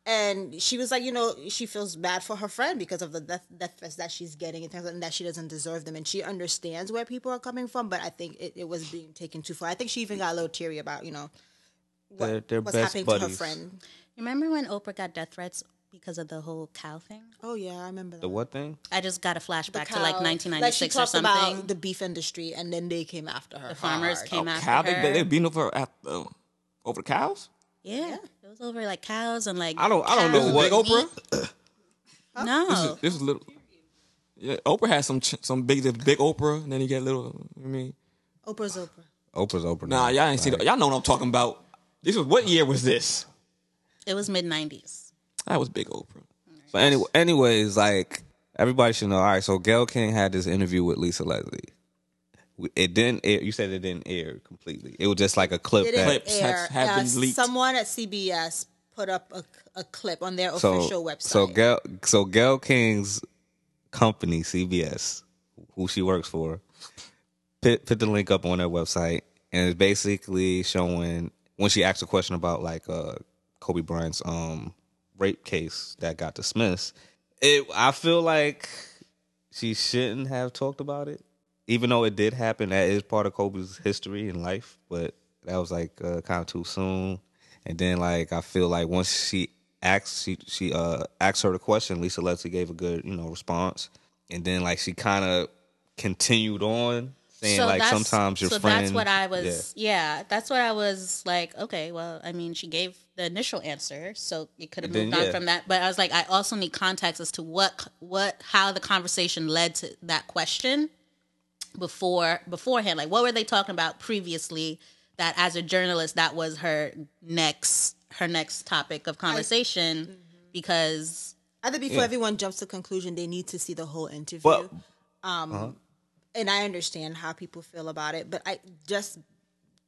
Speaker 4: and she was like, you know, she feels bad for her friend because of the death, death threats that she's getting and things like and that. She doesn't deserve them, and she understands where people are coming from. But I think it, it was being taken too far. I think she even got a little teary about you know what,
Speaker 2: They're- they're
Speaker 4: what's
Speaker 2: best
Speaker 4: happening to her
Speaker 2: buddies.
Speaker 4: friend.
Speaker 3: Remember when Oprah got death threats because of the whole cow thing?
Speaker 4: Oh yeah, I remember that.
Speaker 2: the what thing?
Speaker 3: I just got a flashback to like
Speaker 4: Cow.
Speaker 3: 1996
Speaker 4: she
Speaker 3: or
Speaker 4: talked
Speaker 3: something.
Speaker 4: About the beef industry, and then they came after her.
Speaker 3: the farmers
Speaker 2: Oh,
Speaker 4: hard.
Speaker 3: came
Speaker 1: Cow,
Speaker 3: after
Speaker 1: they,
Speaker 3: her.
Speaker 1: they, they beating over her after, uh, over the cows?
Speaker 3: yeah. it was over like cows and like
Speaker 2: I don't- I don't
Speaker 3: cow
Speaker 2: know what-
Speaker 1: Big
Speaker 3: meat.
Speaker 1: Oprah?
Speaker 3: No,
Speaker 1: This is little. Yeah, Oprah has some ch- some big the big Oprah, and then you get little. I mean,
Speaker 4: Oprah's Oprah.
Speaker 2: Oprah's Oprah.
Speaker 1: nah,
Speaker 2: now.
Speaker 1: y'all ain't seen. Y'all know what I'm talking about. This was what year was this?
Speaker 3: it was mid 90s.
Speaker 1: That was big Oprah.
Speaker 2: But anyway, anyways, like everybody should know. All right, so Gail King had this interview with Lisa Leslie. We- It didn't air. You said it didn't air completely. It was just like a clip.
Speaker 4: It
Speaker 2: that,
Speaker 1: Clip.
Speaker 4: is
Speaker 1: Clips have-
Speaker 4: air.
Speaker 1: have
Speaker 4: uh,
Speaker 1: been leaked.
Speaker 4: Someone at CBS put up a, a clip on their
Speaker 2: so,
Speaker 4: official website.
Speaker 2: So Gail, so Gail King's company, CBS, who she works for, put, put the link up on their website, and it's basically showing when she asked a question about like uh, Kobe Bryant's um rape case that got dismissed. It, I feel like she shouldn't have talked about it, even though it did happen. That is part of Kobe's history and life, but that was like uh, kind of too soon. And then like I feel like once she asked she she uh asked her the question, Lisa Leslie gave a good you know response, and then like she kind of continued on saying like
Speaker 3: that's-
Speaker 2: sometimes your
Speaker 3: so
Speaker 2: friend.
Speaker 3: that's what I
Speaker 2: Yeah.
Speaker 3: was yeah. that's what I was like okay well I mean she gave the initial answer so it could
Speaker 2: And
Speaker 3: have
Speaker 2: then,
Speaker 3: moved
Speaker 2: yeah.
Speaker 3: on from that but I was like I also need context as to what what how the conversation led to that question before beforehand like what were they talking about previously that as a journalist that was her next her next topic of conversation because
Speaker 4: I think before everyone jumps to conclusion, they need to see the whole interview.
Speaker 2: Well-
Speaker 4: um, And I understand how people feel about it, but I just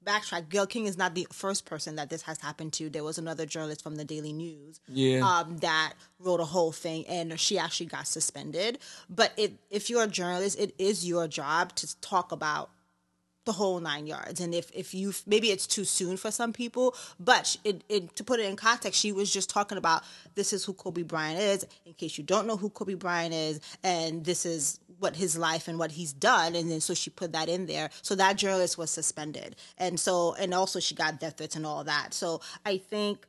Speaker 4: backtrack. Gail King is not the first person that this has happened to. There was another journalist from the Daily News
Speaker 1: Yeah.
Speaker 4: um, that wrote a whole thing, and she actually got suspended. But it, if you're a journalist, it is your job to talk about the whole nine yards. And if if you maybe it's too soon for some people, but sh- it, it to put it in context, she was just talking about this is who Kobe Bryant is. In case you don't know who Kobe Bryant is, and this is what his life and what he's done, and then so she put that in there. So that journalist was suspended, and so and also she got death threats and all that. So I think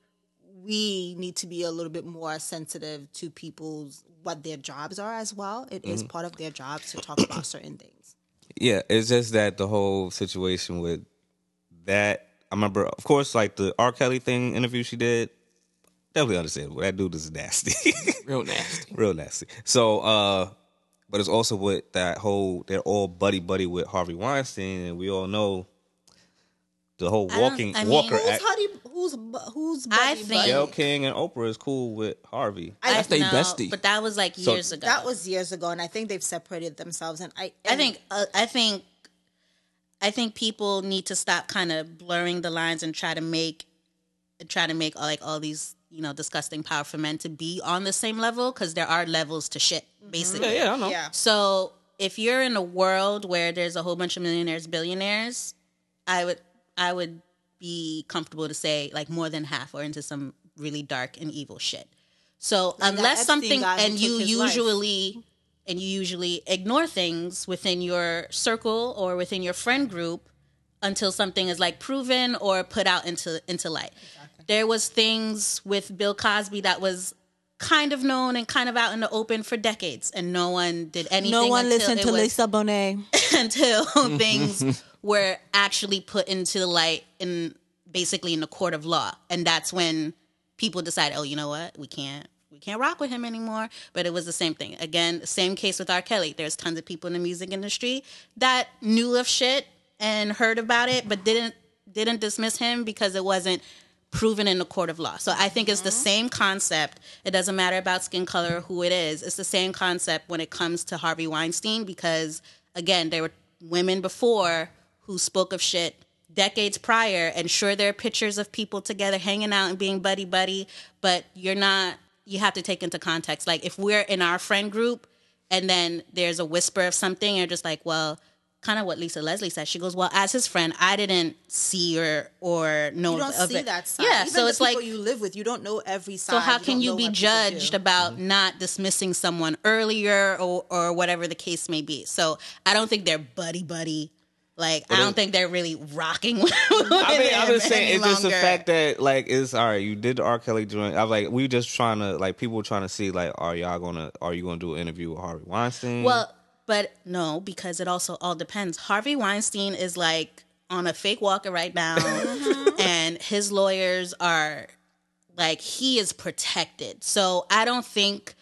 Speaker 4: we need to be a little bit more sensitive to people's what their jobs are as well. It is part of their jobs to talk about certain things.
Speaker 2: Yeah, it's just that the whole situation with that. I remember, of course, like the R. Kelly thing interview she did. Definitely understandable. That dude is nasty,
Speaker 1: Real nasty.
Speaker 2: real nasty. So, uh but it's also with that whole they're all buddy buddy with Harvey Weinstein, and we all know the whole
Speaker 3: don't-
Speaker 2: walking
Speaker 3: I mean-
Speaker 2: Walker
Speaker 4: Who's
Speaker 2: act.
Speaker 4: Huddy, who's bu- who's
Speaker 3: I
Speaker 4: buddy
Speaker 3: think-
Speaker 4: buddy?
Speaker 2: Gayle King and Oprah is cool with Harvey.
Speaker 4: I-
Speaker 1: That's they
Speaker 3: No,
Speaker 1: bestie.
Speaker 3: But that was like
Speaker 2: So-
Speaker 3: years ago.
Speaker 4: that was years ago, and I think they've separated themselves. And I,
Speaker 3: I
Speaker 4: and
Speaker 3: think. Uh, I think. I think people need to stop kind of blurring the lines and try to make, try to make like all these you know disgusting powerful men to be on the same level because there are levels to shit basically.
Speaker 1: yeah, I know.
Speaker 4: yeah,
Speaker 3: So if you're in a world where there's a whole bunch of millionaires, billionaires, I would I would be comfortable to say like more than half are into some really dark and evil shit. So
Speaker 4: that
Speaker 3: unless
Speaker 4: Epstein
Speaker 3: something
Speaker 4: guy who
Speaker 3: and you
Speaker 4: took his life.
Speaker 3: usually and you usually ignore things within your circle or within your friend group until something is like proven or put out into into light. There was things with Bill Cosby that was kind of known and kind of out in the open for decades, and no one did anything. until it was-
Speaker 4: Bonet.
Speaker 3: until things were actually put into the light in basically in the court of law, and that's when people decide, oh, you know what, we can't. We can't rock with him anymore, but it was the same thing. Again, same case with R. Kelly. There's tons of people in the music industry that knew of shit and heard about it, but didn't didn't dismiss him because it wasn't proven in the court of law. So I think it's the same concept. It doesn't matter about skin color, who it is. It's the same concept when it comes to Harvey Weinstein because again, there were women before who spoke of shit decades prior and sure there are pictures of people together hanging out and being buddy buddy, but you're not you have to take into context. Like if we're in our friend group and then there's a whisper of something and you're just like, well, kind of what Lisa Leslie said. She goes, "Well, as his friend, I didn't see or or know
Speaker 4: You don't
Speaker 3: of
Speaker 4: see
Speaker 3: it."
Speaker 4: that side.
Speaker 3: Yeah,
Speaker 4: Even
Speaker 3: so
Speaker 4: the
Speaker 3: it's like
Speaker 4: people you live with, you don't know every side.
Speaker 3: so how can
Speaker 4: don't
Speaker 3: you
Speaker 4: know
Speaker 3: be
Speaker 4: what people do.
Speaker 3: judged about
Speaker 2: Mm-hmm.
Speaker 3: not dismissing someone earlier or or whatever the case may be? So I don't think they're buddy buddy. Like I don't think they're really rocking. With
Speaker 2: I mean, I'm just saying,
Speaker 3: any
Speaker 2: it's just the
Speaker 3: longer.
Speaker 2: fact that like it's all right. You did the R. Kelly joint. I'm like, we just trying to like people trying to see like, are y'all gonna are you gonna do an interview with Harvey Weinstein?
Speaker 3: Well, but no, because it also all depends. Harvey Weinstein is like on a fake walker right now,
Speaker 2: Uh-huh.
Speaker 3: and his lawyers are like he is protected. So I don't think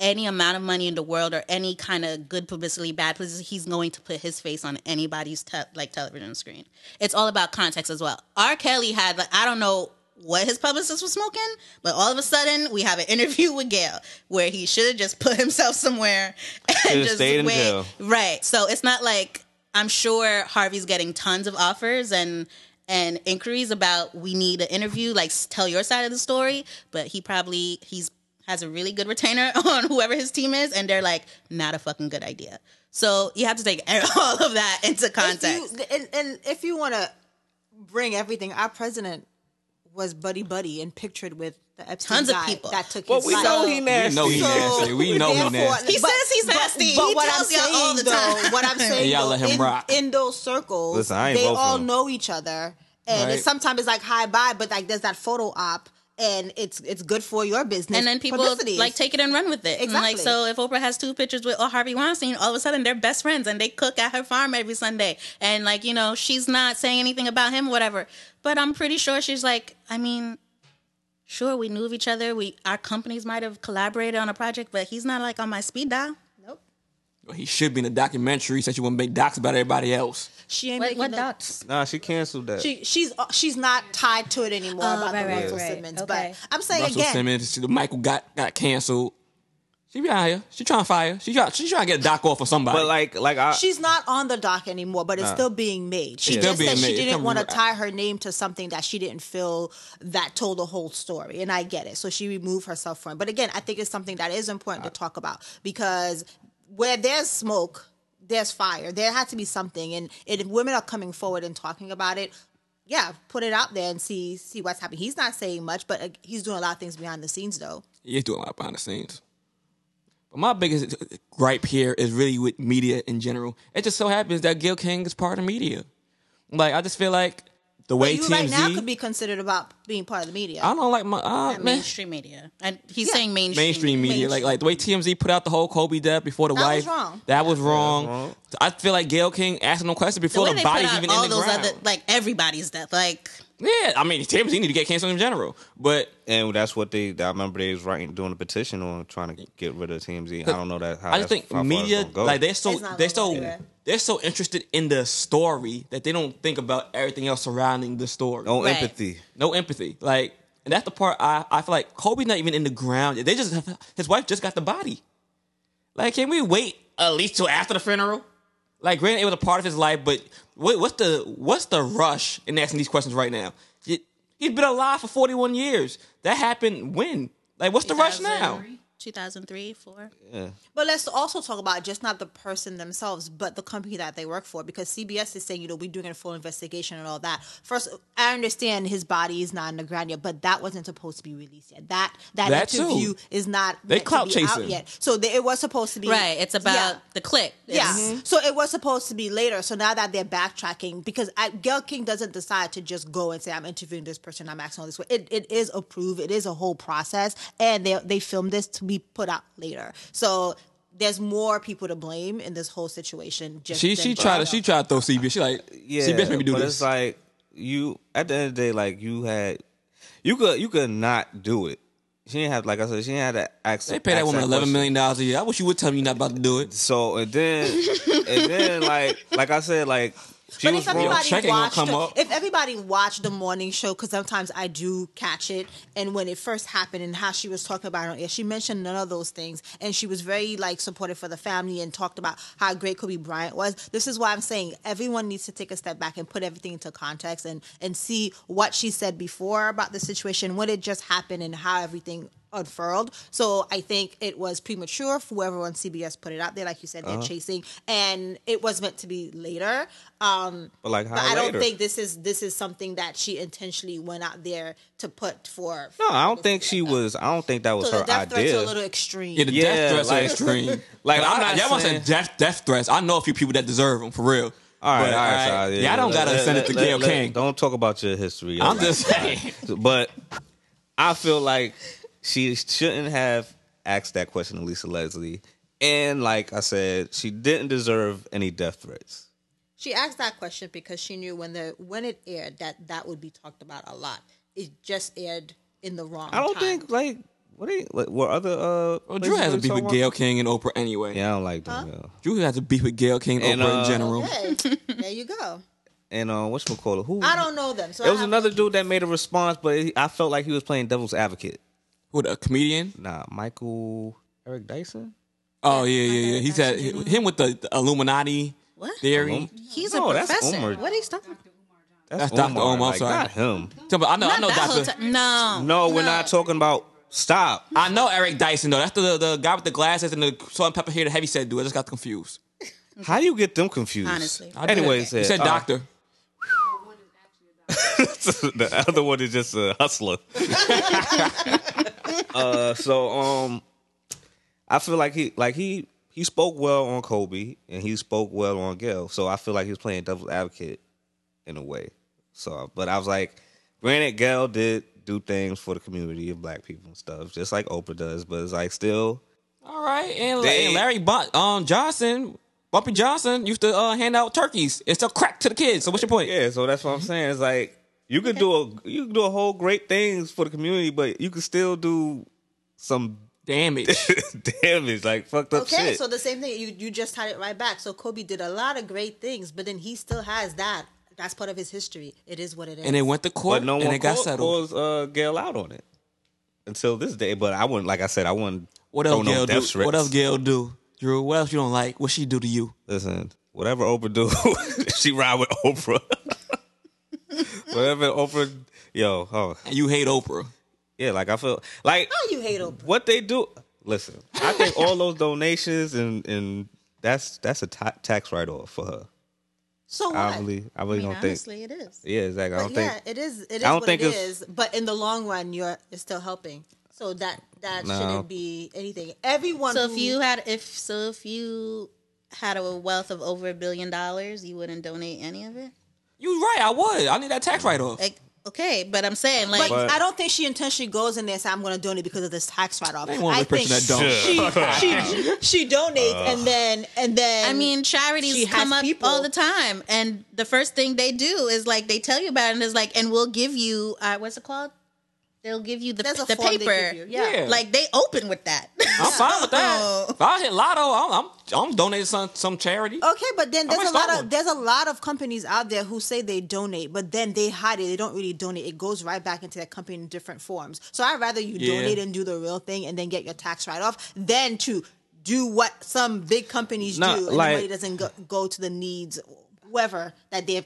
Speaker 3: any amount of money in the world or any kind of good publicity, bad publicity, he's going to put his face on anybody's te- like television screen. It's all about context as well. R. Kelly had like I don't know what his publicist was smoking, but all of a sudden we have an interview with Gail where he should have just put himself somewhere and
Speaker 2: Should've
Speaker 3: just
Speaker 2: stayed in
Speaker 3: wait.
Speaker 2: jail.
Speaker 3: Right. So it's not like I'm sure Harvey's getting tons of offers and and inquiries about we need an interview, like s- tell your side of the story. But he probably he's has a really good retainer on whoever his team is, and they're like, not a fucking good idea. So you have to take all of that into
Speaker 4: If you-
Speaker 3: context.
Speaker 4: and, and if you want to bring everything, our president was buddy buddy and pictured with the Epstein
Speaker 3: Tons of
Speaker 4: guy
Speaker 3: people.
Speaker 4: that took
Speaker 2: well,
Speaker 4: his
Speaker 2: we
Speaker 4: life.
Speaker 2: know he
Speaker 1: We
Speaker 2: nasty.
Speaker 1: know he
Speaker 4: So-
Speaker 1: nasty. We know he
Speaker 4: Therefore-
Speaker 1: nasty.
Speaker 3: He says he's nasty. He tells y'all all the time.
Speaker 4: Though, what I'm saying,
Speaker 1: y'all
Speaker 4: though,
Speaker 1: let him
Speaker 4: in,
Speaker 1: rock.
Speaker 4: in those circles,
Speaker 2: Listen, I ain't
Speaker 4: they
Speaker 2: vote for
Speaker 4: all
Speaker 2: him.
Speaker 4: know each other, and
Speaker 1: Right.
Speaker 4: it's sometimes it's like hi bye, but like there's that photo op, and it's it's good for your business.
Speaker 3: And then people
Speaker 4: Publicity.
Speaker 3: like take it and run with it. And, like
Speaker 4: Exactly.
Speaker 3: so, if Oprah has two pictures with Harvey Weinstein, all of a sudden they're best friends and they cook at her farm every Sunday. And like you know, she's not saying anything about him, whatever. But I'm pretty sure she's like, I mean, sure we knew of each other. We our companies might have collaborated on a project, but he's not like on my speed dial.
Speaker 1: Well, He should be in a documentary since you want to make docs about everybody else.
Speaker 4: she ain't
Speaker 3: What,
Speaker 4: making
Speaker 3: what
Speaker 4: no-
Speaker 3: dots?
Speaker 2: nah, she canceled that.
Speaker 4: She, she's uh, she's not tied to it anymore
Speaker 3: Oh,
Speaker 4: about
Speaker 3: right,
Speaker 4: the
Speaker 3: right,
Speaker 4: Russell
Speaker 3: right.
Speaker 4: Simmons,
Speaker 3: Okay.
Speaker 4: but I'm saying
Speaker 1: Russell
Speaker 4: again,
Speaker 1: Simmons, the Michael got got canceled. She be out here. She trying to fire. She try, she trying to get a doc off of somebody.
Speaker 2: but like, like I,
Speaker 4: she's not on the dock anymore, but it's still being made. She
Speaker 1: It's
Speaker 4: just
Speaker 1: still
Speaker 4: said
Speaker 1: being made.
Speaker 4: she
Speaker 1: It
Speaker 4: didn't
Speaker 1: come
Speaker 4: want to
Speaker 1: right-
Speaker 4: tie her name to something that she didn't feel that told the whole story, and I get it. So she removed herself from. it. But again, I think it's something that is important to talk about because where there's smoke, there's fire. There had to be something, and if women are coming forward and talking about it. Yeah, put it out there and see see what's happening. He's not saying much, but uh, he's doing a lot of things behind the scenes, though.
Speaker 1: Yeah, he's doing a lot behind the scenes. But my biggest gripe here is really with media in general. It just so happens that Gil King is part of media. Like I just feel like the way
Speaker 4: you
Speaker 1: TMZ.
Speaker 4: right now could be considered about being part of the media.
Speaker 1: I don't like my uh, man,
Speaker 3: Mainstream media, and he's saying mainstream.
Speaker 1: mainstream media. Like like the way TMZ put out the whole Kobe death before the
Speaker 4: That
Speaker 1: wife.
Speaker 4: was wrong.
Speaker 1: That was wrong.
Speaker 2: wrong.
Speaker 1: I feel like Gail King asking no questions
Speaker 3: The
Speaker 1: before
Speaker 3: way
Speaker 1: the,
Speaker 3: they put
Speaker 1: body's
Speaker 3: out
Speaker 1: even
Speaker 3: all
Speaker 1: in the
Speaker 3: those
Speaker 1: ground.
Speaker 3: other like everybody's death, like
Speaker 1: Yeah, I mean, tables you need to get canceled in general, but
Speaker 2: And that's what they. I remember they was writing, doing a petition on trying to get rid of TMZ. I don't know that. How
Speaker 1: I just
Speaker 2: that's-
Speaker 1: think
Speaker 2: how far it's
Speaker 1: media
Speaker 2: gonna go.
Speaker 1: like they're so
Speaker 4: It's not
Speaker 1: they're
Speaker 4: gonna
Speaker 1: so
Speaker 4: go anywhere.
Speaker 1: they're so interested in the story that they don't think about everything else surrounding the story.
Speaker 2: no
Speaker 3: Right.
Speaker 2: empathy.
Speaker 1: No empathy. Like, and that's the part I, I feel like Kobe's not even in the ground. yet. They just his wife just got the body. Like, can we wait at least till after the funeral? Like, granted, it was a part of his life, but what, what's the what's the rush in asking these questions right now? He- He's been alive for forty one years. That happened when? Like, what's the rush now?
Speaker 3: 2003, 4.
Speaker 4: But let's also talk about just not the person themselves, but the company that they work for, because CBS is saying, you know, we're doing a full investigation and all that. First, I understand his body is not in the ground yet, but that wasn't supposed to be released yet. That that,
Speaker 1: That too.
Speaker 4: interview is not
Speaker 1: They
Speaker 4: meant to
Speaker 1: clout
Speaker 4: be
Speaker 1: chasing.
Speaker 4: out yet. So they, it was supposed to be
Speaker 3: Right. It's about
Speaker 4: Yeah.
Speaker 3: the click.
Speaker 4: Yeah.
Speaker 3: It's-
Speaker 4: So it was supposed to be later. So now that they're backtracking, because I, Gail King doesn't decide to just go and say, I'm interviewing this person, I'm acting all this way. It, it is approved, it is a whole process. And they, they filmed this to be put out later. So there's more people to blame in this whole situation. Just
Speaker 1: She
Speaker 4: than
Speaker 1: she tried to
Speaker 4: Gail.
Speaker 1: she tried to throw CBS. She like
Speaker 2: Yeah,
Speaker 1: CBS made me do
Speaker 2: but
Speaker 1: this.
Speaker 2: it's like you at the end of the day, like you had, you could you could not do it. She didn't have, like I said, she didn't have to ask.
Speaker 1: they pay that
Speaker 2: ask
Speaker 1: woman eleven
Speaker 2: question.
Speaker 1: million dollars a year. I wish you would tell me you're not about to do it.
Speaker 2: So and then and then like like I said, like she
Speaker 4: But
Speaker 2: was
Speaker 4: if
Speaker 2: real.
Speaker 1: everybody- check
Speaker 4: everybody
Speaker 1: ain't gonna
Speaker 4: watched,
Speaker 1: come up.
Speaker 4: if everybody watched the morning show, because sometimes I do catch it, and when it first happened and how she was talking about it, on air, she mentioned none of those things, and she was very like supportive for the family and talked about how great Kobe Bryant was. This is why I'm saying everyone needs to take a step back and put everything into context and and see what she said before about the situation, what had just happened, and how everything unfurled. So I think it was premature for whoever on CBS put it out there, like you said, they're chasing, and it was meant to be later. Um,
Speaker 2: But like how
Speaker 4: but I don't
Speaker 2: later?
Speaker 4: think this is this is something that she intentionally went out there to put for.
Speaker 2: No, I don't think she was. I don't think that was
Speaker 4: so the
Speaker 2: her
Speaker 4: death threats are a
Speaker 2: idea.
Speaker 4: little extreme.
Speaker 1: Yeah, the
Speaker 2: Yeah,
Speaker 1: death threats
Speaker 2: like-
Speaker 1: are extreme.
Speaker 2: like,
Speaker 1: But
Speaker 2: I'm
Speaker 1: I'm
Speaker 2: not
Speaker 1: not. Y'all want to say
Speaker 2: saying-
Speaker 1: death death threats? I know a few people that deserve them for real.
Speaker 2: All
Speaker 1: But,
Speaker 2: right, all right,
Speaker 1: alright,
Speaker 2: sorry,
Speaker 1: yeah, I don't
Speaker 2: let-
Speaker 1: gotta
Speaker 2: let-
Speaker 1: send it
Speaker 2: let-
Speaker 1: to
Speaker 2: let-
Speaker 1: Gail
Speaker 2: let-
Speaker 1: King.
Speaker 2: Don't talk about your history.
Speaker 1: I'm
Speaker 2: alright?
Speaker 1: just saying.
Speaker 2: but I feel like she shouldn't have asked that question to Lisa Leslie. And like I said, she didn't deserve any death threats.
Speaker 4: She asked that question because she knew when the when it aired that that would be talked about a lot. It just aired in the wrong.
Speaker 2: I don't
Speaker 4: time.
Speaker 2: think like what are you, like, were other uh
Speaker 1: Well, Drew has a beef with Gail King and Oprah anyway.
Speaker 2: Yeah, I don't like them. yeah.
Speaker 1: Drew has a beef with Gail King and
Speaker 2: And,
Speaker 1: Oprah
Speaker 2: uh,
Speaker 1: in general.
Speaker 4: Okay, there you go.
Speaker 2: And uh what's McCullough? Who
Speaker 4: I don't know them. So
Speaker 2: It
Speaker 4: I
Speaker 2: was
Speaker 4: have-
Speaker 2: another dude that made a response, but he- I felt like he was playing devil's advocate.
Speaker 1: With a comedian?
Speaker 2: Nah, Michael Eric Dyson.
Speaker 1: Oh yeah, yeah, yeah. He's had him with the, the Illuminati
Speaker 3: What?
Speaker 1: theory.
Speaker 2: Illum-
Speaker 3: He's
Speaker 2: No,
Speaker 3: a
Speaker 2: Oh, that's
Speaker 3: professor.
Speaker 2: Omar.
Speaker 3: What are you talking about?
Speaker 1: That's Dr. Omar,
Speaker 2: like,
Speaker 1: sorry.
Speaker 2: not him.
Speaker 1: Tell me- I know, Oh, I
Speaker 3: Not
Speaker 1: know,
Speaker 3: that whole
Speaker 1: Doctor.
Speaker 3: time. No.
Speaker 2: No, we're not talking about. Stop.
Speaker 1: I know Eric Dyson though. That's the, the guy with the glasses and the salt and pepper here, the heavy set dude. I just got confused.
Speaker 2: How do you get them confused?
Speaker 3: Honestly.
Speaker 1: I did.
Speaker 2: Anyways,
Speaker 1: you
Speaker 2: yeah,
Speaker 1: said
Speaker 2: uh,
Speaker 1: doctor.
Speaker 2: the other one is just a hustler. uh, so um, I feel like he like he he spoke well on Kobe and he spoke well on Gail. So I feel like he was playing devil's advocate in a way. So, but I was like, granted, Gail did do things for the community of black people and stuff, just like Oprah does. But it's like still,
Speaker 1: All right, and,
Speaker 2: They-
Speaker 1: and Larry Bu- um, Johnson, Bumpy Johnson used to uh, hand out turkeys and sell crack to the kids. So what's your point?
Speaker 2: yeah. So that's what I'm saying. It's like you could do a you could do a whole great things for the community, but you could still do some
Speaker 1: Damn it!
Speaker 2: damage, like fucked up
Speaker 4: Okay,
Speaker 2: shit.
Speaker 4: so the same thing. You you just tied it right back. So Kobe did a lot of great things, but then he still has that. That's part of his history. It is what it is.
Speaker 1: and they went to court
Speaker 2: but no
Speaker 1: and
Speaker 2: one
Speaker 1: it got
Speaker 2: called-
Speaker 1: settled.
Speaker 2: calls uh, Gail out on it until this day. But I wouldn't, like I said, I wouldn't.
Speaker 1: What
Speaker 2: throw
Speaker 1: else
Speaker 2: Oh, no
Speaker 1: Gail do?
Speaker 2: death threats.
Speaker 1: What else Gail do? Drew, what else you don't like? What she do to you?
Speaker 2: Listen, whatever Oprah do, she ride with Oprah. whatever Oprah, yo, oh
Speaker 1: And you hate Oprah.
Speaker 2: yeah, like I feel like
Speaker 4: How you hate Oprah?
Speaker 2: what they do. Listen, I think all those donations and and that's that's a ta tax write off for her.
Speaker 4: So what?
Speaker 2: I really, I really
Speaker 3: I mean,
Speaker 2: don't think.
Speaker 3: honestly, it is.
Speaker 2: Yeah, exactly. I don't
Speaker 4: yeah,
Speaker 2: think.
Speaker 4: it is. It is
Speaker 2: don't
Speaker 4: what
Speaker 2: think
Speaker 4: it
Speaker 2: it's-
Speaker 4: is. But in the long run, you're you're still helping. So that that
Speaker 2: No.
Speaker 4: shouldn't be anything. Everyone.
Speaker 3: So if
Speaker 4: who-
Speaker 3: you had if so if you had a wealth of over a billion dollars, you wouldn't donate any of it?
Speaker 1: You right, I would. I need that tax write off.
Speaker 3: Like Okay, but I'm saying like
Speaker 4: But, I don't think she intentionally goes in there and says, I'm going to donate because of this tax write off.
Speaker 1: They want
Speaker 4: I
Speaker 1: the person
Speaker 4: think
Speaker 1: that don't.
Speaker 4: she, she, she donates
Speaker 2: Uh.
Speaker 4: and then and then
Speaker 3: I mean,
Speaker 4: She
Speaker 3: charities
Speaker 4: has
Speaker 3: come up
Speaker 4: people.
Speaker 3: all the time, and the first thing they do is like they tell you about it, and it's like, and we'll give you uh, what's it called? They'll give you the,
Speaker 4: There's a
Speaker 3: the
Speaker 4: form they
Speaker 3: paper.
Speaker 4: give you. Yeah.
Speaker 1: Yeah.
Speaker 3: like they open with that.
Speaker 1: I'm fine with that.
Speaker 3: Oh.
Speaker 1: If I hit lotto, I'm I'm, I'm donating some some charity.
Speaker 4: Okay, but then
Speaker 1: might
Speaker 4: there's a
Speaker 1: start
Speaker 4: lot of
Speaker 1: one.
Speaker 4: there's a lot of companies out there who say they donate, but then they hide it. They don't really donate. It goes right back into that company in different forms. So I'd rather you
Speaker 1: Yeah.
Speaker 4: donate and do the real thing and then get your tax write off than to do what some big companies
Speaker 2: Nah,
Speaker 4: do and
Speaker 2: like-
Speaker 4: the money doesn't go, go to the needs whoever that they're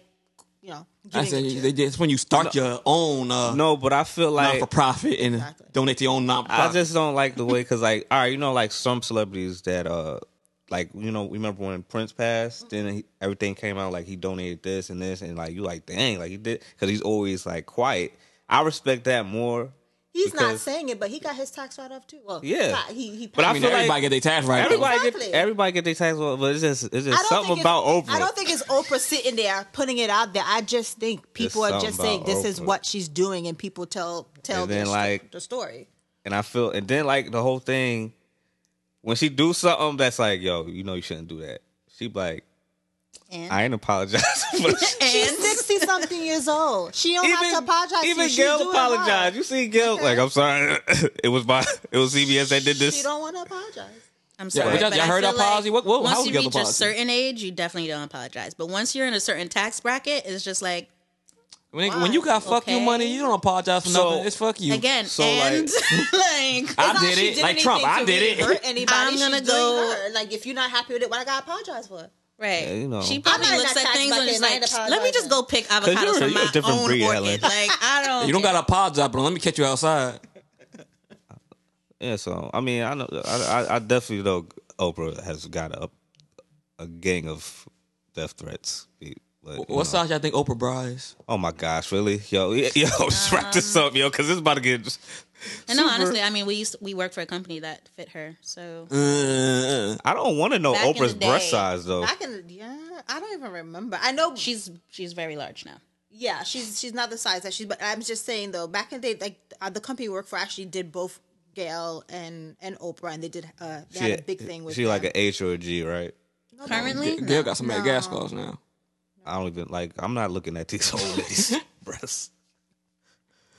Speaker 4: you know
Speaker 1: I
Speaker 4: giving
Speaker 1: said
Speaker 4: it to.
Speaker 1: they just when you start your own uh,
Speaker 2: No, but I feel
Speaker 1: non
Speaker 2: like
Speaker 1: for profit and
Speaker 4: Exactly.
Speaker 1: donate to your own non
Speaker 2: I
Speaker 1: profit.
Speaker 2: just don't like the way because like all right, you know, like some celebrities that uh, like you know, remember when Prince passed, then he, everything came out like he donated this and this, and like you like dang, like he did because he's always like quiet. I respect that more.
Speaker 4: He's not
Speaker 2: because-
Speaker 4: saying it, but he got his tax write off too. Well,
Speaker 2: Yeah.
Speaker 4: not- he, he
Speaker 2: But I
Speaker 1: I mean,
Speaker 2: feel like-
Speaker 1: everybody get their tax right. though.
Speaker 2: Everybody
Speaker 4: Exactly.
Speaker 2: get everybody get their tax, well, but it's just it's
Speaker 4: I
Speaker 2: just
Speaker 4: don't
Speaker 2: something
Speaker 4: think
Speaker 2: about
Speaker 4: it's-
Speaker 2: Oprah.
Speaker 4: I don't think it's Oprah sitting there putting it out there. I just think people are
Speaker 2: something
Speaker 4: just saying
Speaker 2: about
Speaker 4: this is
Speaker 2: Oprah.
Speaker 4: what she's doing, and people tell tell
Speaker 2: And then,
Speaker 4: their sto-
Speaker 2: like-
Speaker 4: the story.
Speaker 2: and I feel and then like the whole thing when she do something that's like yo, you know, you shouldn't do that. She be like,
Speaker 3: and
Speaker 2: I ain't apologizing for this.
Speaker 4: She's sixty something years old. She don't have to apologize.
Speaker 2: Even
Speaker 4: to you. She's
Speaker 2: Gail
Speaker 4: doing her.
Speaker 2: apologized. You see Gail like I'm sorry. it was my it was CBS that did this.
Speaker 4: She don't want to apologize.
Speaker 3: I'm
Speaker 1: Yeah,
Speaker 3: sorry.
Speaker 1: but y'all-
Speaker 3: but
Speaker 1: y'all
Speaker 3: I
Speaker 1: heard
Speaker 3: feel
Speaker 1: our policy? What- what- how we
Speaker 3: once you
Speaker 1: got the
Speaker 3: reach a
Speaker 1: policy?
Speaker 3: certain age, you definitely don't apologize. But once you're in a certain tax bracket, it's just like
Speaker 1: When, when you got fuck you
Speaker 3: Okay.
Speaker 1: money, you don't apologize for
Speaker 2: So-
Speaker 1: nothing. It's fuck you.
Speaker 3: again
Speaker 2: So,
Speaker 3: and like,
Speaker 1: I
Speaker 4: Not
Speaker 1: did
Speaker 4: she
Speaker 1: it like Trump.
Speaker 4: anything
Speaker 1: I
Speaker 4: to
Speaker 1: did
Speaker 4: really
Speaker 1: it.
Speaker 4: Hurt anybody?
Speaker 3: I'm gonna
Speaker 4: She's doing
Speaker 3: go-
Speaker 4: her. Like if you're not happy with it, what I gotta apologize for?
Speaker 3: Right.
Speaker 2: Yeah, you know.
Speaker 3: She
Speaker 4: I'm
Speaker 3: probably
Speaker 4: not
Speaker 3: looks
Speaker 4: that
Speaker 3: at
Speaker 4: tax
Speaker 3: things and
Speaker 4: bracket
Speaker 3: is
Speaker 4: and I
Speaker 3: like,
Speaker 4: ain't
Speaker 3: let me just go pick avocados
Speaker 2: you're-
Speaker 3: from
Speaker 2: you're a
Speaker 3: my
Speaker 2: different
Speaker 3: own
Speaker 2: breed, Helen.
Speaker 3: orchid. Like, I don't.
Speaker 1: You don't
Speaker 3: care.
Speaker 1: gotta apologize, bro. Let me catch you outside.
Speaker 2: Yeah, so I mean, I know, I, I, I definitely know Oprah has got a a gang of death threats. But, you
Speaker 1: What
Speaker 2: know.
Speaker 1: size y'all think Oprah Bra is?
Speaker 2: Oh my gosh, really? Yo, y- yo,
Speaker 4: Uh,
Speaker 2: let's wrap this up, yo, because it's about to get.
Speaker 3: And no, honestly, I mean, we used we worked for a company that fit her, so
Speaker 2: uh,
Speaker 1: Uh,
Speaker 2: I don't want to know
Speaker 3: Back in
Speaker 2: Oprah's
Speaker 3: the day,
Speaker 2: breast size though.
Speaker 4: I can. Yeah, I don't even remember. I know
Speaker 3: she's she's very large now.
Speaker 4: Yeah, she's she's not the size that she's. But I'm just saying though, back in the day, like uh, the company we worked for actually did both Gail and and Oprah, and they did uh they had a big thing with
Speaker 2: she
Speaker 4: them.
Speaker 2: like an H or a G, right?
Speaker 1: Oh,
Speaker 3: Currently,
Speaker 1: Gail got some bad gas claws now.
Speaker 2: I don't even like. I'm not looking at these old ladies' breasts.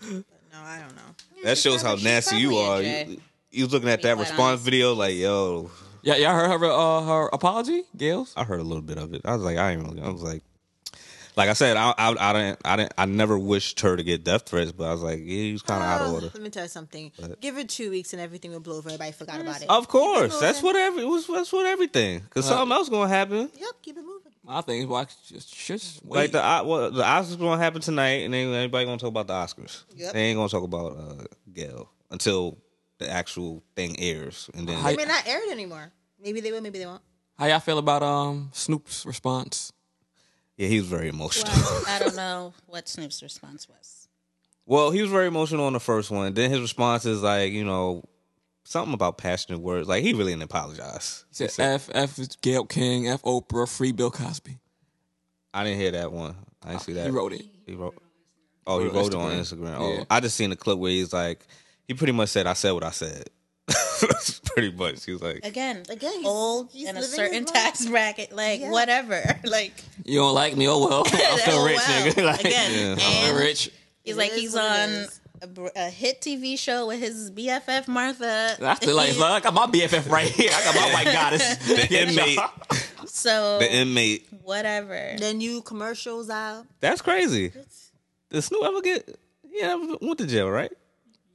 Speaker 4: no, I don't know.
Speaker 2: That shows how
Speaker 3: probably- she's
Speaker 2: nasty you are.
Speaker 3: probably a J.
Speaker 2: You, you was looking at that
Speaker 3: quite
Speaker 2: response
Speaker 3: honest.
Speaker 2: video, like, yo,
Speaker 1: Yeah, y'all heard her uh, her apology, Gail's.
Speaker 2: I heard a little bit of it. I was like, I ain't really. I was like, like I said, I I, I didn't I didn't I never wished her to get death threats, but I was like, yeah, you was kind of out of
Speaker 3: Ah.
Speaker 4: Oh,
Speaker 2: order.
Speaker 4: Let me tell you something. Give it two weeks and everything will blow over. Everybody forgot about it.
Speaker 2: Of course, that's what every it was that's what everything. Cause something else gonna happen.
Speaker 4: Yep, keep it moving.
Speaker 1: My thing is, why just just wait.
Speaker 2: Like the O- well, the Oscars gonna happen tonight, and then anybody gonna talk about the Oscars. They ain't gonna talk about uh, Gail until the actual thing airs, and then
Speaker 4: They may not air it anymore. Maybe they will. Maybe they won't.
Speaker 1: How y'all feel about um Snoop's response?
Speaker 2: yeah, he was very emotional.
Speaker 3: Well, I don't know what Snoop's response was.
Speaker 2: Well, he was very emotional on the first one. Then his response is like, you know, something about passionate words. Like he really didn't apologize.
Speaker 1: He said, "F F is Gail King, F Oprah, free Bill Cosby."
Speaker 2: I didn't hear that one. I didn't see that.
Speaker 1: He wrote it.
Speaker 2: He wrote. Oh, he wrote it on Instagram. Oh,
Speaker 1: Yeah.
Speaker 2: I just seen a clip where he's like, he pretty much said, "I said what I said." pretty much, he was like,
Speaker 3: Again,
Speaker 4: Again, he's-
Speaker 3: old
Speaker 4: he's
Speaker 3: in a
Speaker 4: living his
Speaker 3: certain
Speaker 4: life.
Speaker 3: tax bracket, like
Speaker 4: Yeah.
Speaker 3: whatever. Like
Speaker 1: You don't like me? Oh well, I'm still
Speaker 3: oh,
Speaker 1: rich,
Speaker 3: wow.
Speaker 1: nigga. Like,
Speaker 3: Again,
Speaker 1: I'm
Speaker 3: and
Speaker 1: rich.
Speaker 3: he's
Speaker 4: It
Speaker 3: like
Speaker 4: is
Speaker 3: he's
Speaker 4: what it
Speaker 3: on
Speaker 4: is.
Speaker 3: a, br- a hit TV show with his BFF Martha.
Speaker 1: I feel like, look, I got my BFF right here. I got my white goddess.
Speaker 2: "The inmate,
Speaker 3: so
Speaker 2: the inmate."
Speaker 3: whatever.
Speaker 4: The new commercials out.
Speaker 2: That's crazy. Did Snoop ever get? He never went to jail, right?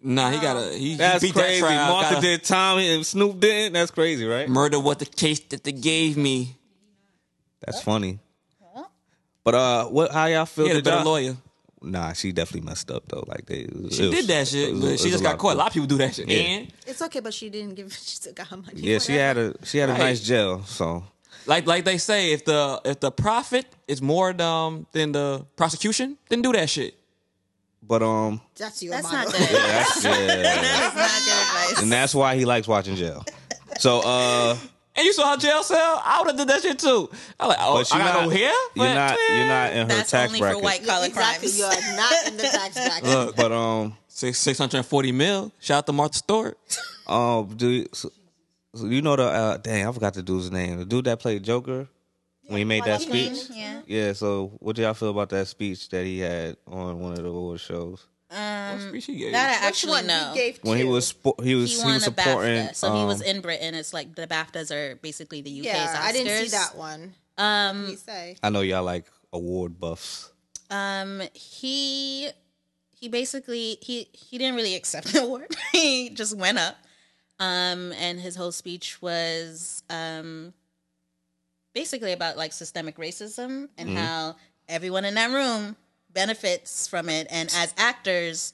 Speaker 1: Nah, he got a he, he
Speaker 2: That's
Speaker 1: beat
Speaker 2: crazy.
Speaker 1: that trial.
Speaker 2: Martha
Speaker 1: gotta
Speaker 2: did time and Snoop didn't. That's crazy, right?
Speaker 1: murder what the case that they gave me.
Speaker 2: That's funny. But uh, what? How y'all feel?
Speaker 1: He had a
Speaker 2: Did
Speaker 1: better
Speaker 2: y'all-
Speaker 1: lawyer.
Speaker 2: Nah, she definitely messed up though. Like they,
Speaker 1: She did that shit. but she just got caught. A lot of people do that shit.
Speaker 2: Yeah.
Speaker 1: And
Speaker 4: It's okay, but she didn't give. She still got her money.
Speaker 2: Yeah, she had a she had a
Speaker 1: Right.
Speaker 2: nice jail. So
Speaker 1: like like they say, if the if the profit is more um, than the prosecution, then do that shit.
Speaker 2: But um,
Speaker 4: That's your
Speaker 3: That's
Speaker 4: motto.
Speaker 3: not good. That's
Speaker 2: that's yeah,
Speaker 3: not good advice.
Speaker 2: and that's why he likes watching jail. So uh,
Speaker 1: And you saw her jail cell? I would have did that shit too. I'm like, oh,
Speaker 2: But
Speaker 1: I
Speaker 2: you're
Speaker 1: gotta
Speaker 2: not-
Speaker 1: go here?
Speaker 2: You're
Speaker 1: But,
Speaker 2: not. You're not in her
Speaker 3: That's
Speaker 2: tax
Speaker 3: only
Speaker 2: bracket.
Speaker 3: for white collar
Speaker 4: exactly.
Speaker 3: crimes.
Speaker 4: You're not in the tax bracket.
Speaker 2: Look, but um,
Speaker 1: Six, 640 mil. Shout out to Martha Stewart.
Speaker 2: um, do you, so, so you know the uh, dang? I forgot the dude's name. The dude that played Joker when he made that speech.
Speaker 3: Yeah.
Speaker 2: Yeah. So, what do y'all feel about that speech that he had on one of the award shows
Speaker 1: What she gave?
Speaker 3: That I
Speaker 5: Which
Speaker 3: actually
Speaker 5: one
Speaker 3: know.
Speaker 5: he gave
Speaker 2: when he
Speaker 5: two?
Speaker 2: was spo- he was
Speaker 3: He
Speaker 2: he,
Speaker 3: won
Speaker 2: was
Speaker 3: a
Speaker 2: supporting?
Speaker 3: BAFTA, so he
Speaker 2: um,
Speaker 3: was in Britain. It's like the BAFTAs are basically the UK's
Speaker 5: Yeah,
Speaker 3: Oscars.
Speaker 4: I didn't see that one.
Speaker 3: Um,
Speaker 5: He say.
Speaker 2: I know y'all like award buffs.
Speaker 3: Um, he he basically he he didn't really accept the award. he just went up. Um, and his whole speech was um basically about like systemic racism and how everyone in that room benefits from it and as actors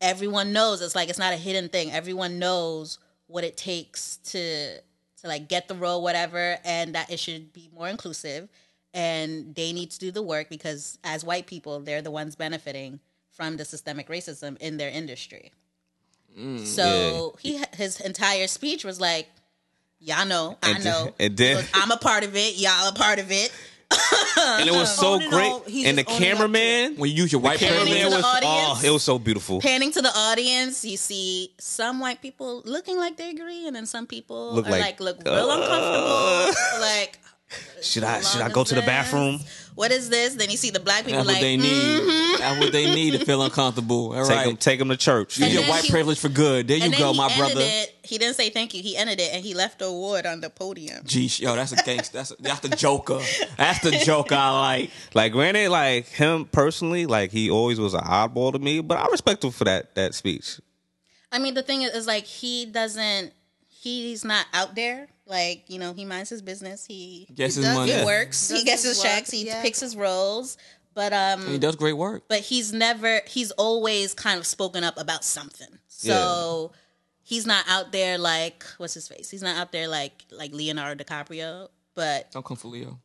Speaker 3: everyone knows it's like it's not a hidden thing everyone knows what it takes to to like get the role whatever and that it should be more inclusive and they need to do the work because as white people they're the ones benefiting from the systemic racism in their industry so he his entire speech was like y'all know i
Speaker 2: And th-
Speaker 3: know
Speaker 2: and then-
Speaker 3: He goes, i'm a part of it y'all a part of it Uh-huh.
Speaker 2: And it was so
Speaker 4: owning
Speaker 2: great.
Speaker 4: all- he's
Speaker 2: and the
Speaker 4: just owning up to it.
Speaker 2: cameraman,
Speaker 1: when you use your white
Speaker 3: Panning
Speaker 2: cameraman
Speaker 3: to
Speaker 1: privilege.
Speaker 3: the
Speaker 2: was oh,
Speaker 3: audience.
Speaker 2: it was so beautiful.
Speaker 3: panning to the audience, you see some white people looking like they agree, and then some people
Speaker 2: Look
Speaker 3: are
Speaker 2: like, uh,
Speaker 3: like, look real uncomfortable. Like,
Speaker 2: Should I
Speaker 3: how
Speaker 2: should I
Speaker 3: long
Speaker 2: go
Speaker 3: is
Speaker 2: to the
Speaker 3: this?
Speaker 2: bathroom?
Speaker 3: What is this? Then you see the black people
Speaker 1: That's
Speaker 3: like, "Mm." mm-hmm.
Speaker 1: what they need. That's what they need to feel uncomfortable. All
Speaker 2: Take him
Speaker 1: right.
Speaker 2: take him to church.
Speaker 1: Use
Speaker 3: And
Speaker 1: your
Speaker 3: then
Speaker 1: white
Speaker 3: he-
Speaker 1: privilege for good. There you
Speaker 3: and then
Speaker 1: go,
Speaker 3: he
Speaker 1: my
Speaker 3: ended
Speaker 1: brother.
Speaker 3: It. He didn't say thank you. He ended it, and he left the award on the podium.
Speaker 1: Gee, yo, that's a gangster. That's, that's the Joker. That's the Joker I like.
Speaker 2: Like granted, like him personally, like he always was an oddball to me, but I respect him for that that speech.
Speaker 3: I mean, the thing is, is like he doesn't. He's not out there. Like you know, he minds his business. He
Speaker 1: Gets his
Speaker 5: does
Speaker 1: money.
Speaker 3: he
Speaker 2: Yeah.
Speaker 3: works.
Speaker 5: Does
Speaker 3: he gets
Speaker 5: his
Speaker 3: his
Speaker 5: work,
Speaker 3: checks. He
Speaker 5: yeah.
Speaker 3: picks his roles. But um,
Speaker 1: He does great work.
Speaker 3: but he's never he's always kind of spoken up about something so he's not out there like what's his face he's not out there like like leonardo dicaprio but
Speaker 1: Don't come for Leo.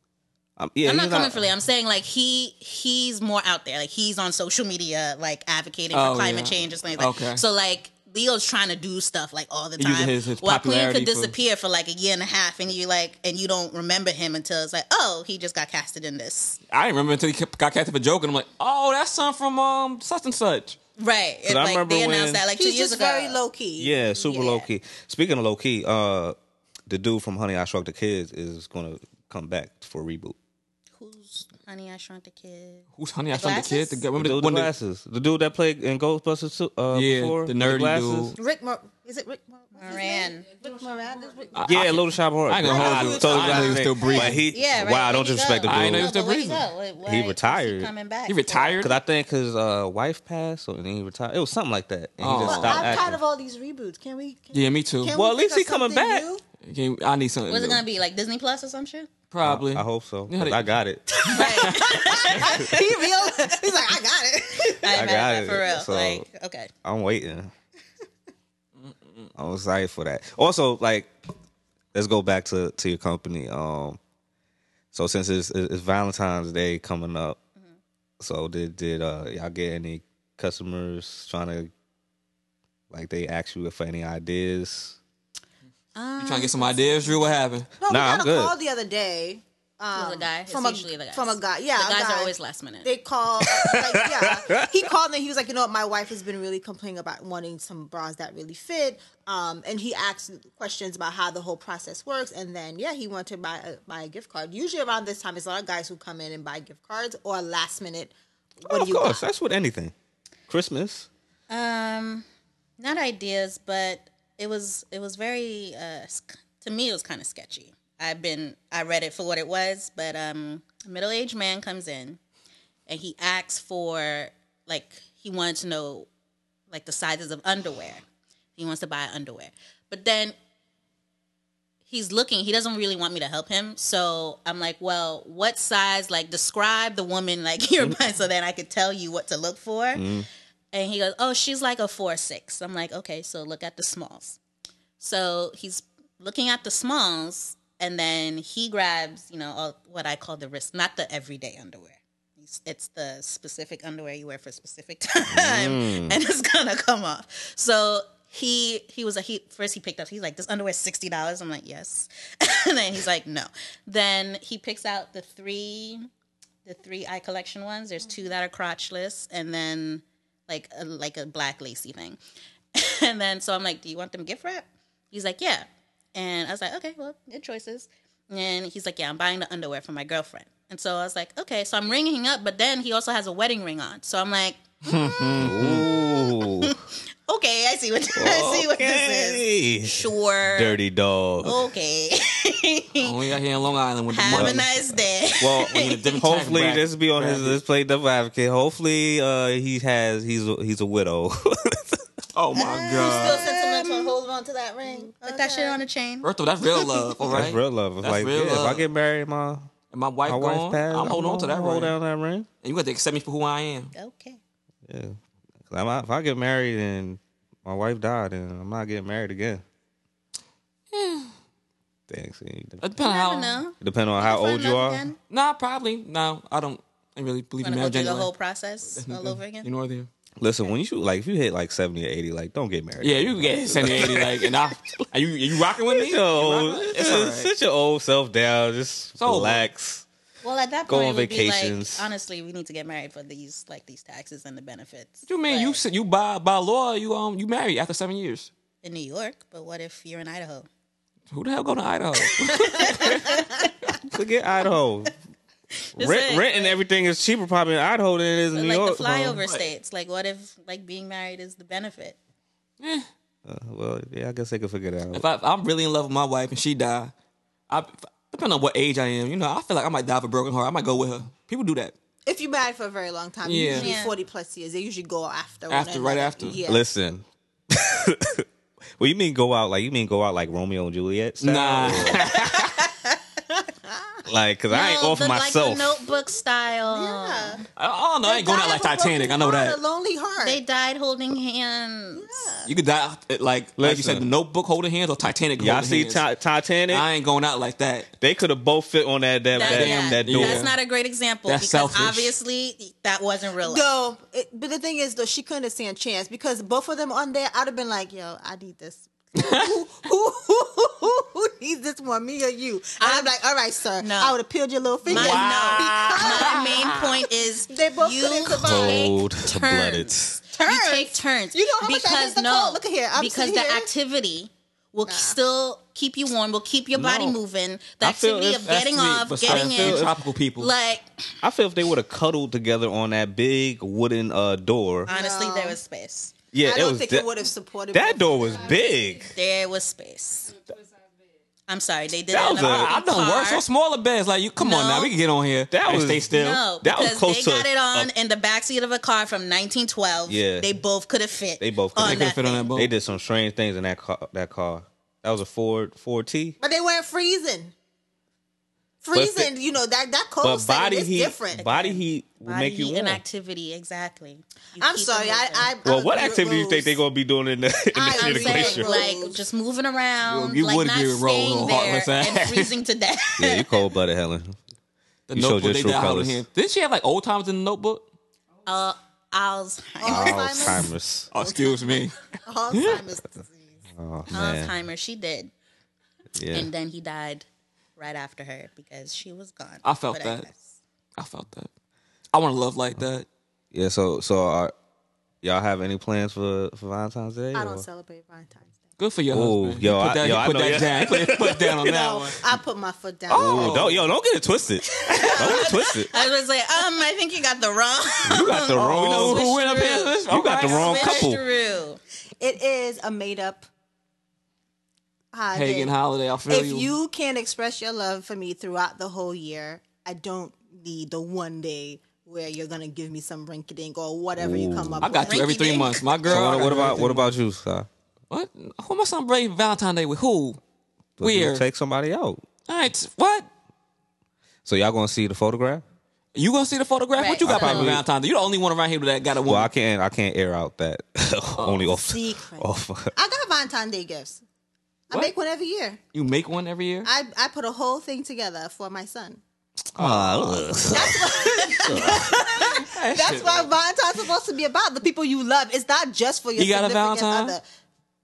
Speaker 2: Um, yeah,
Speaker 3: i'm not
Speaker 2: he's
Speaker 3: coming for leo i'm saying like he he's more out there like he's on social media like advocating
Speaker 1: Oh,
Speaker 3: for climate
Speaker 1: yeah.
Speaker 3: change and things like
Speaker 1: Okay.
Speaker 3: so like Leo's trying to do stuff like all the
Speaker 1: He uses
Speaker 3: time.
Speaker 1: his- his
Speaker 3: while Queen
Speaker 1: popularity
Speaker 3: could
Speaker 1: for-
Speaker 3: disappear for like a year and a half, and you like, and you don't remember him until it's like, oh, he just got casted in this,
Speaker 1: I didn't remember until he kept- got casted for Joker. And I'm like, oh, that's son from um such and such.
Speaker 3: right? And,
Speaker 2: I
Speaker 3: like
Speaker 2: remember
Speaker 3: they announced
Speaker 2: when-
Speaker 3: that like two
Speaker 4: He's
Speaker 3: years
Speaker 4: just
Speaker 3: ago.
Speaker 4: very low key.
Speaker 2: Yeah, super low key. Speaking of low key, uh, the dude from Honey I Shrunk the Kids is gonna come back for a reboot.
Speaker 3: Who's Honey I Shrunk the Kid?
Speaker 1: Who's honey? I shot the kid.
Speaker 3: glasses?
Speaker 1: The, guy-
Speaker 2: The
Speaker 1: remember
Speaker 2: dude
Speaker 1: the,
Speaker 2: with
Speaker 1: one
Speaker 2: the
Speaker 1: that-
Speaker 2: glasses, the dude that played in Ghostbusters too, uh,
Speaker 1: Yeah,
Speaker 2: before,
Speaker 1: the
Speaker 2: with
Speaker 1: nerdy
Speaker 2: glasses.
Speaker 1: dude.
Speaker 4: Rick Mor- is it Rick Mor- what's his
Speaker 3: Moran.
Speaker 4: name? Rick Moran. Is Rick-
Speaker 2: Yeah, Little Shop of Horrors.
Speaker 1: I ain't gonna hold you. I didn't know he was still breathing.
Speaker 2: But he,
Speaker 3: Yeah, right.
Speaker 2: Wow, don't
Speaker 3: Where'd he
Speaker 2: disrespect the
Speaker 3: go?
Speaker 1: I ain't know he
Speaker 2: dude.
Speaker 1: was still
Speaker 3: No, but where'd he
Speaker 1: breathing.
Speaker 3: go? Why- why
Speaker 2: He
Speaker 3: is
Speaker 2: retired.
Speaker 3: coming back.
Speaker 1: He retired.
Speaker 2: Because I think his uh, wife passed, or then he retired. It was something like that, and he
Speaker 1: Oh.
Speaker 2: just
Speaker 1: Well,
Speaker 2: stopped
Speaker 4: I'm
Speaker 2: acting.
Speaker 4: tired of all these reboots. Can we? Can
Speaker 1: Yeah, me too.
Speaker 4: can
Speaker 2: Well,
Speaker 4: we
Speaker 2: at least
Speaker 4: think
Speaker 2: he
Speaker 4: of
Speaker 2: coming
Speaker 4: something
Speaker 2: back.
Speaker 4: new?
Speaker 1: Can- I need something.
Speaker 3: Was it
Speaker 1: new.
Speaker 3: gonna be like Disney Plus or some shit?
Speaker 1: Probably.
Speaker 2: I hope so. 'cause
Speaker 1: Yeah, they-
Speaker 2: I got it.
Speaker 4: He real. He's like, I got it.
Speaker 3: I,
Speaker 2: got
Speaker 3: got
Speaker 2: it,
Speaker 3: it for real.
Speaker 2: so-
Speaker 3: Like okay,
Speaker 2: I'm waiting. I'm excited for that. Also, like, let's go back to to your company. Um, so since it's, it's Valentine's Day coming up, so did did uh y'all get any customers trying to like they ask you for any ideas?
Speaker 1: You trying to get some ideas, Drew? What happened?
Speaker 4: No, we
Speaker 2: Nah, I'm
Speaker 4: got a
Speaker 2: good.
Speaker 4: call the other day. Um,
Speaker 3: was a guy. It's
Speaker 4: from a
Speaker 3: usually the guys.
Speaker 4: from a guy. Yeah,
Speaker 3: the
Speaker 4: a
Speaker 3: guys
Speaker 4: guy.
Speaker 3: are always last minute.
Speaker 4: They call. Like, yeah, he called and he was like, you know what, my wife has been really complaining about wanting some bras that really fit. Um, and he asked questions about how the whole process works, and then yeah, he wanted to buy a, buy a gift card. Usually around this time, it's a lot of guys who come in and buy gift cards or last minute. What
Speaker 2: Oh,
Speaker 4: do
Speaker 2: of
Speaker 4: you
Speaker 2: course,
Speaker 4: got?
Speaker 2: that's with anything. Christmas.
Speaker 3: um, not ideas, but it was it was very uh sk- to me it was kind of sketchy. I've been I read it for what it was, but um, a middle aged man comes in and he asks for like he wanted to know like the sizes of underwear. He wants to buy underwear. But then he's looking, he doesn't really want me to help him. So I'm like, well, what size? Like, describe the woman like you're buying so then I could tell you what to look for. And he goes, oh, she's like a four six. I'm like, okay, so look at the smalls. So he's looking at the smalls and then he grabs, you know, all, what I call the wrist, not the everyday underwear. It's- It's the specific underwear you wear for a specific time, and it's gonna come off. So he he was like he first he picked up he's like this underwear sixty dollars. I'm like yes, and then he's like no. Then he picks out the three the three eye collection ones. There's two that are crotchless, and then like a, like a black lacy thing. and then so I'm like, do you want them gift wrap? He's like, yeah. And I was like, okay, well, good choices. And he's like, yeah, I'm buying the underwear for my girlfriend. And so I was like, okay. So I'm ringing up, but then he also has a wedding ring on. So I'm like,
Speaker 2: Ooh,
Speaker 3: okay, I see what I see what this
Speaker 2: okay.
Speaker 3: is. Sure. Oh,
Speaker 2: dirty dog.
Speaker 3: Okay.
Speaker 1: Only out here in Long Island with the
Speaker 3: Have a
Speaker 1: money.
Speaker 3: nice day.
Speaker 2: Well,
Speaker 1: a different
Speaker 2: hopefully
Speaker 1: tax bracket.
Speaker 2: this be on his this play devil advocate. Hopefully uh, he has he's a, he's a widow.
Speaker 1: Oh my
Speaker 3: Still
Speaker 1: god.
Speaker 3: sentimental. Hold on to that ring. Put that shit on a chain.
Speaker 1: First of all, that's real love, all right?
Speaker 2: That's real love. It's
Speaker 1: That's
Speaker 2: like
Speaker 1: real
Speaker 2: yeah,
Speaker 1: love.
Speaker 2: if I get married, my
Speaker 1: And my wife
Speaker 2: my
Speaker 1: gone,
Speaker 2: wife passed.
Speaker 1: I'm holding on to that
Speaker 2: gonna
Speaker 1: ring.
Speaker 2: Hold down that ring.
Speaker 1: And you got to accept me for who I am.
Speaker 3: Okay.
Speaker 2: Yeah. 'Cause I'm not- if I get married and my wife died, and I'm not getting married again. Thanks. It
Speaker 1: It depends
Speaker 3: I don't
Speaker 1: on how.
Speaker 3: know.
Speaker 2: depend on how
Speaker 3: Fall
Speaker 2: old
Speaker 3: in
Speaker 2: you
Speaker 3: love
Speaker 2: are.
Speaker 3: again?
Speaker 1: Nah, probably. No, I don't. I really believe in
Speaker 3: Wanna go
Speaker 1: marriage
Speaker 3: through the
Speaker 1: anyway.
Speaker 3: whole process all over
Speaker 1: You
Speaker 3: again?
Speaker 1: know what I mean?
Speaker 2: Listen, when you shoot, like if you hit like seventy or eighty, like don't get married.
Speaker 1: Yeah, you can get 70, 80, like, and I. Are you, are you rocking with me?
Speaker 2: Sit your old,
Speaker 1: It's
Speaker 2: sit-
Speaker 1: all right.
Speaker 2: sit your old self down. Just
Speaker 1: over.
Speaker 2: relax.
Speaker 3: Well, at that point,
Speaker 2: Go
Speaker 3: it
Speaker 2: on
Speaker 3: would be
Speaker 2: vacations.
Speaker 3: Like, honestly, we need to get married for these like these taxes and the benefits.
Speaker 1: You mean you
Speaker 3: But-
Speaker 1: sit- you by by law you um you marry after seven years?
Speaker 3: in New York? But what if you're in Idaho?
Speaker 1: Who the hell go to Idaho?
Speaker 2: Forget Idaho. Rent,
Speaker 3: it.
Speaker 2: rent and everything is cheaper probably in Idaho than it is in
Speaker 3: But,
Speaker 2: New
Speaker 3: like
Speaker 2: York.
Speaker 3: the flyover states. Like, what if like being married is the benefit?
Speaker 2: Uh, well, yeah, I guess they could figure it out.
Speaker 1: if, I, if I'm really in love with my wife and she die, I depending on what age I am, you know, I feel like I might die of a broken heart. I might go with her. People do that
Speaker 4: If you're married for a very long time,
Speaker 1: Yeah.
Speaker 4: usually
Speaker 3: Yeah.
Speaker 4: 40 plus years, they usually go after. one
Speaker 1: after, right
Speaker 4: another.
Speaker 1: after.
Speaker 4: Yeah.
Speaker 2: Listen. well, you mean go out like you mean go out like Romeo and Juliet? Style?
Speaker 1: Nah,
Speaker 2: like because I ain't
Speaker 3: No,
Speaker 2: off
Speaker 3: the,
Speaker 2: myself.
Speaker 3: Like the notebook style.
Speaker 4: Yeah.
Speaker 1: I don't know. I ain't going out
Speaker 4: Die
Speaker 1: like
Speaker 4: of a broken
Speaker 1: Titanic. I know
Speaker 4: heart,
Speaker 1: that.
Speaker 4: A lonely heart.
Speaker 3: They died holding hands.
Speaker 1: You could die at, like like you
Speaker 2: Listen.
Speaker 1: said, the Notebook holding hands or Titanic
Speaker 2: Y'all
Speaker 1: holding
Speaker 2: see
Speaker 1: hands.
Speaker 2: Ti- Titanic?
Speaker 1: I ain't going out like that.
Speaker 2: They could have both fit on that that
Speaker 3: That-
Speaker 2: that, that,
Speaker 3: yeah.
Speaker 2: door.
Speaker 1: Yeah.
Speaker 3: That's not a great example
Speaker 1: That's
Speaker 3: because
Speaker 1: selfish.
Speaker 3: obviously that wasn't real. life.
Speaker 4: No, it, but the thing is, though, she couldn't have seen a chance because both of them on there, I'd have been like, yo, I need this. who, who, who, who, who needs this one, me or you? And I'm, like, all right, sir.
Speaker 3: No.
Speaker 4: I would have peeled your little finger.
Speaker 3: My,
Speaker 4: Because-
Speaker 3: no. My main point is
Speaker 4: They both
Speaker 3: you
Speaker 4: couldn't survive.
Speaker 2: Cold
Speaker 3: take
Speaker 2: blooded.
Speaker 3: turns.
Speaker 4: Turns?
Speaker 3: You take turns.
Speaker 4: You know how much I hate
Speaker 3: because
Speaker 4: the
Speaker 3: no,
Speaker 4: cold. Look at here. I'm
Speaker 3: because
Speaker 4: sitting
Speaker 3: the
Speaker 4: here.
Speaker 3: activity will still keep you warm. Will keep your body
Speaker 2: No.
Speaker 3: moving. The
Speaker 2: I feel
Speaker 3: activity
Speaker 2: if-
Speaker 3: of getting
Speaker 1: That's me,
Speaker 3: off,
Speaker 1: but
Speaker 3: getting
Speaker 1: I feel
Speaker 3: in,
Speaker 1: tropical people.
Speaker 3: like
Speaker 2: I feel if they would have cuddled together on that big wooden uh door.
Speaker 3: honestly, there was space.
Speaker 2: yeah,
Speaker 4: I
Speaker 2: it
Speaker 4: don't
Speaker 2: was
Speaker 4: think
Speaker 2: that-
Speaker 4: it would have supported
Speaker 2: that
Speaker 4: both.
Speaker 2: door was big.
Speaker 3: There was space. I'm sorry, they did
Speaker 2: That
Speaker 3: it.
Speaker 2: was
Speaker 3: in a
Speaker 2: a-
Speaker 1: I,
Speaker 3: fucking
Speaker 1: I've done worse
Speaker 3: car.
Speaker 1: on smaller beds. Like you, come on
Speaker 3: No.
Speaker 1: now, we can get on here.
Speaker 2: That
Speaker 1: and
Speaker 2: was-
Speaker 1: stay still.
Speaker 3: No,
Speaker 2: That was
Speaker 3: because
Speaker 2: close
Speaker 3: they
Speaker 2: to
Speaker 3: got
Speaker 2: a-
Speaker 3: it on in the backseat of a car from 1912.
Speaker 2: Yeah.
Speaker 3: they both could have fit.
Speaker 2: They both could
Speaker 3: on
Speaker 2: have-
Speaker 1: they could
Speaker 3: that
Speaker 1: fit on
Speaker 3: thing.
Speaker 1: that boat.
Speaker 2: They did some strange things in that car. That car. That was a Ford Ford T.
Speaker 4: But they weren't freezing.
Speaker 2: the-
Speaker 4: Freezing, you know, that, that cold
Speaker 2: But
Speaker 4: setting
Speaker 2: body
Speaker 4: is
Speaker 2: heat,
Speaker 4: different.
Speaker 2: body heat will
Speaker 3: Body
Speaker 2: make you
Speaker 3: heat
Speaker 2: warm.
Speaker 3: and activity exactly. You
Speaker 4: I'm
Speaker 3: keep
Speaker 4: sorry.
Speaker 3: it
Speaker 4: I,
Speaker 3: moving.
Speaker 4: I, I
Speaker 2: well, what
Speaker 4: agree with
Speaker 2: activity you think
Speaker 4: Rose.
Speaker 2: they're gonna be doing in the in the,
Speaker 4: I'm
Speaker 2: in the
Speaker 4: saying,
Speaker 2: glacier?
Speaker 4: like-
Speaker 3: like just moving around,
Speaker 1: You- you
Speaker 3: like
Speaker 1: would
Speaker 3: not
Speaker 1: agree with Rose
Speaker 3: staying
Speaker 1: on
Speaker 3: there
Speaker 1: heartless
Speaker 3: and
Speaker 1: ass.
Speaker 3: freezing to death.
Speaker 2: yeah, you cold blooded, Helen.
Speaker 1: the
Speaker 2: you showed your
Speaker 1: they
Speaker 2: true
Speaker 1: died holding
Speaker 2: colours.
Speaker 1: hands. Didn't she have like old times in the Notebook?
Speaker 3: Uh, Alzheimer's.
Speaker 4: Alzheimer's.
Speaker 2: Alzheimer's.
Speaker 1: Oh, excuse me.
Speaker 4: Alzheimer's disease.
Speaker 2: Oh man.
Speaker 3: Alzheimer's. She did,
Speaker 2: Yeah.
Speaker 3: and then he died right after her because she was gone.
Speaker 1: I felt
Speaker 3: But
Speaker 1: that.
Speaker 3: guess-
Speaker 1: I felt that. I want to love like that.
Speaker 2: Yeah. So so are y'all have any plans for for Valentine's Day?
Speaker 4: I don't
Speaker 2: or-
Speaker 4: celebrate Valentine's Day.
Speaker 1: Good for your
Speaker 2: Ooh,
Speaker 1: husband.
Speaker 2: yo,
Speaker 1: he put
Speaker 2: I-
Speaker 1: that,
Speaker 2: yo,
Speaker 1: he
Speaker 2: I
Speaker 1: put
Speaker 2: know,
Speaker 1: that
Speaker 2: yeah.
Speaker 1: down. He put, he put down on that
Speaker 4: No,
Speaker 1: one.
Speaker 4: I put my foot down.
Speaker 2: Ooh, don't yo don't get it twisted. don't get it twisted.
Speaker 3: I was like, um, I think you got the wrong. Oh,
Speaker 2: You got the wrong.
Speaker 1: We know who went up
Speaker 3: through.
Speaker 1: here. This-
Speaker 2: You got the
Speaker 1: okay.
Speaker 2: wrong
Speaker 3: Switch
Speaker 2: couple.
Speaker 3: through.
Speaker 4: It is a made up holiday.
Speaker 1: pagan holiday. I feel
Speaker 4: if
Speaker 1: you.
Speaker 4: you can't express your love for me throughout the whole year, I don't need the one day where you're gonna give me some rink dink or whatever you come up
Speaker 1: I got
Speaker 4: with.
Speaker 1: you every three
Speaker 3: Rinky-dink.
Speaker 1: months. My girl.
Speaker 2: So
Speaker 1: I
Speaker 2: what,
Speaker 1: got
Speaker 2: Uh, what
Speaker 1: you
Speaker 2: about
Speaker 1: every
Speaker 2: what
Speaker 1: three
Speaker 2: about you, Si?
Speaker 1: months. what? Who am I celebrating Valentine's Day with? Who?
Speaker 2: Would you
Speaker 1: Weird.
Speaker 2: Take somebody out.
Speaker 1: All right. What?
Speaker 2: So y'all gonna see the photograph?
Speaker 1: You gonna see the photograph?
Speaker 3: Right.
Speaker 1: What you got
Speaker 3: I
Speaker 1: planned for
Speaker 2: probably-
Speaker 1: Valentine's Day? You the only one around here that got a
Speaker 2: Well,
Speaker 1: woman.
Speaker 2: I can't. I can't air out that only off.
Speaker 4: Secret.
Speaker 2: Off.
Speaker 4: I got Valentine's Day gifts. I
Speaker 1: What?
Speaker 4: make one every year.
Speaker 1: you make one every year.
Speaker 4: I, I put a whole thing together for my son.
Speaker 2: Uh,
Speaker 4: That's what Valentine's supposed to be about. The people you love. It's not just for your
Speaker 1: You got a
Speaker 4: significant
Speaker 1: Valentine?
Speaker 4: other.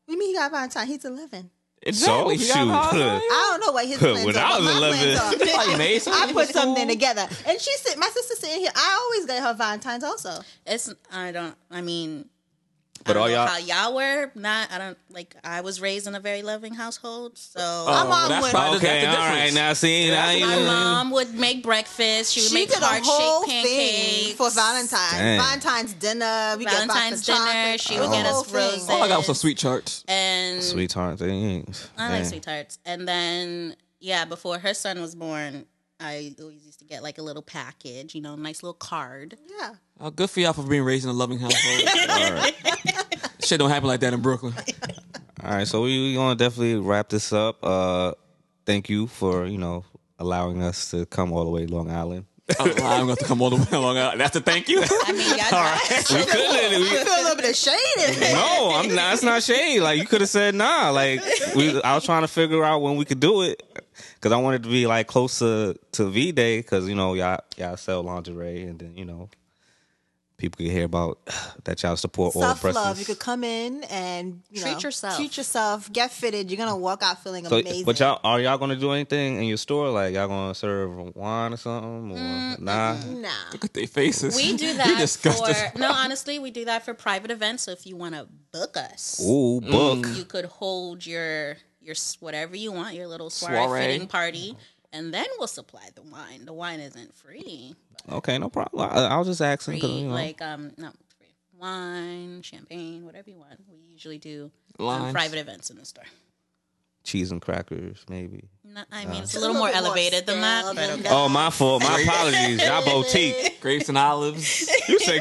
Speaker 4: We mean he got Valentine. He's eleven.
Speaker 1: Exactly.
Speaker 2: So,
Speaker 1: You got
Speaker 2: shoot.
Speaker 1: Valentine?
Speaker 4: I don't know what his plans are.
Speaker 2: When
Speaker 4: but
Speaker 2: I was
Speaker 4: my
Speaker 2: 11.
Speaker 4: plans are-
Speaker 1: Probably made
Speaker 4: I
Speaker 1: something
Speaker 4: put
Speaker 1: in school.
Speaker 4: something together, and she said, "My sister sitting here. I always get her Valentines also.
Speaker 3: It's I don't. I mean, I
Speaker 2: But
Speaker 3: don't
Speaker 2: all
Speaker 3: know
Speaker 2: y'all,
Speaker 3: how y'all were not. I don't like. I was raised in a very loving household, so
Speaker 2: Oh,
Speaker 4: I'm on
Speaker 1: Oh, that's
Speaker 4: one.
Speaker 1: probably-
Speaker 2: okay,
Speaker 1: that's the
Speaker 2: all right.
Speaker 1: difference.
Speaker 2: Now see, now
Speaker 1: that's
Speaker 2: you.
Speaker 1: my
Speaker 3: my mom would make breakfast. She would
Speaker 4: She
Speaker 3: make
Speaker 4: did a
Speaker 3: heart
Speaker 4: whole
Speaker 3: shaped
Speaker 4: thing
Speaker 3: pancakes
Speaker 4: for Valentine's.
Speaker 2: Dang.
Speaker 4: Valentine's dinner. We get
Speaker 3: Valentine's
Speaker 4: box of
Speaker 3: dinner.
Speaker 4: chocolates,
Speaker 3: She
Speaker 4: the
Speaker 3: would get
Speaker 4: whole
Speaker 3: us
Speaker 4: thing. Oh,
Speaker 3: roses.
Speaker 1: All I got was some sweet charts.
Speaker 3: and
Speaker 2: Sweetheart, things.
Speaker 3: I like sweet tarts. And then yeah, before her son was born, I always used to get like a little package, you know, nice little card.
Speaker 4: Yeah.
Speaker 1: Oh, good for y'all for being raised in a loving household.
Speaker 2: All right.
Speaker 1: Shit don't happen like that in Brooklyn.
Speaker 2: All right, so we we gonna definitely wrap this up. Uh, thank you for you know allowing us to come all the way Long Island.
Speaker 1: I'm gonna have to come all the way along. out. That's a thank you.
Speaker 3: I mean, y'all
Speaker 2: We couldn't.
Speaker 4: I feel a little bit of shade in it.
Speaker 2: no, I'm not. It's not shade. Like you could have said nah. Like we, I was trying to figure out when we could do it because I wanted to be like closer to V Day because you know y'all y'all sell lingerie and then you know people could hear about that y'all support all
Speaker 4: Self love.
Speaker 2: breasts.
Speaker 4: You could come in and you
Speaker 3: Treat
Speaker 4: know,
Speaker 3: yourself.
Speaker 4: Treat yourself. Get fitted. You're gonna walk out feeling
Speaker 2: So,
Speaker 4: amazing.
Speaker 2: but y'all are y'all gonna do anything in your store? Like y'all gonna serve wine or something? Or
Speaker 3: Mm,
Speaker 2: nah.
Speaker 4: Nah.
Speaker 1: Look at their faces.
Speaker 3: We do
Speaker 1: You
Speaker 3: that
Speaker 1: disgusting.
Speaker 3: for no, honestly, we do that for private events. So if you want to book us,
Speaker 2: Ooh, book.
Speaker 3: you could hold your your s- whatever you want, your little soiree,
Speaker 1: Soiree.
Speaker 3: fitting party, and then we'll supply the wine. The wine isn't free,
Speaker 2: Okay, no problem. I, I was just asking.
Speaker 3: free
Speaker 2: 'cause, you know.
Speaker 3: like um no free wine, champagne, whatever you want. We usually do um,
Speaker 1: Lines.
Speaker 3: private events in the store.
Speaker 2: cheese and crackers, maybe.
Speaker 3: No, I mean, it's a little, more elevated than that. But okay.
Speaker 2: Oh, my fault. My apologies. Y'all boutique.
Speaker 1: Grapes and olives.
Speaker 2: You said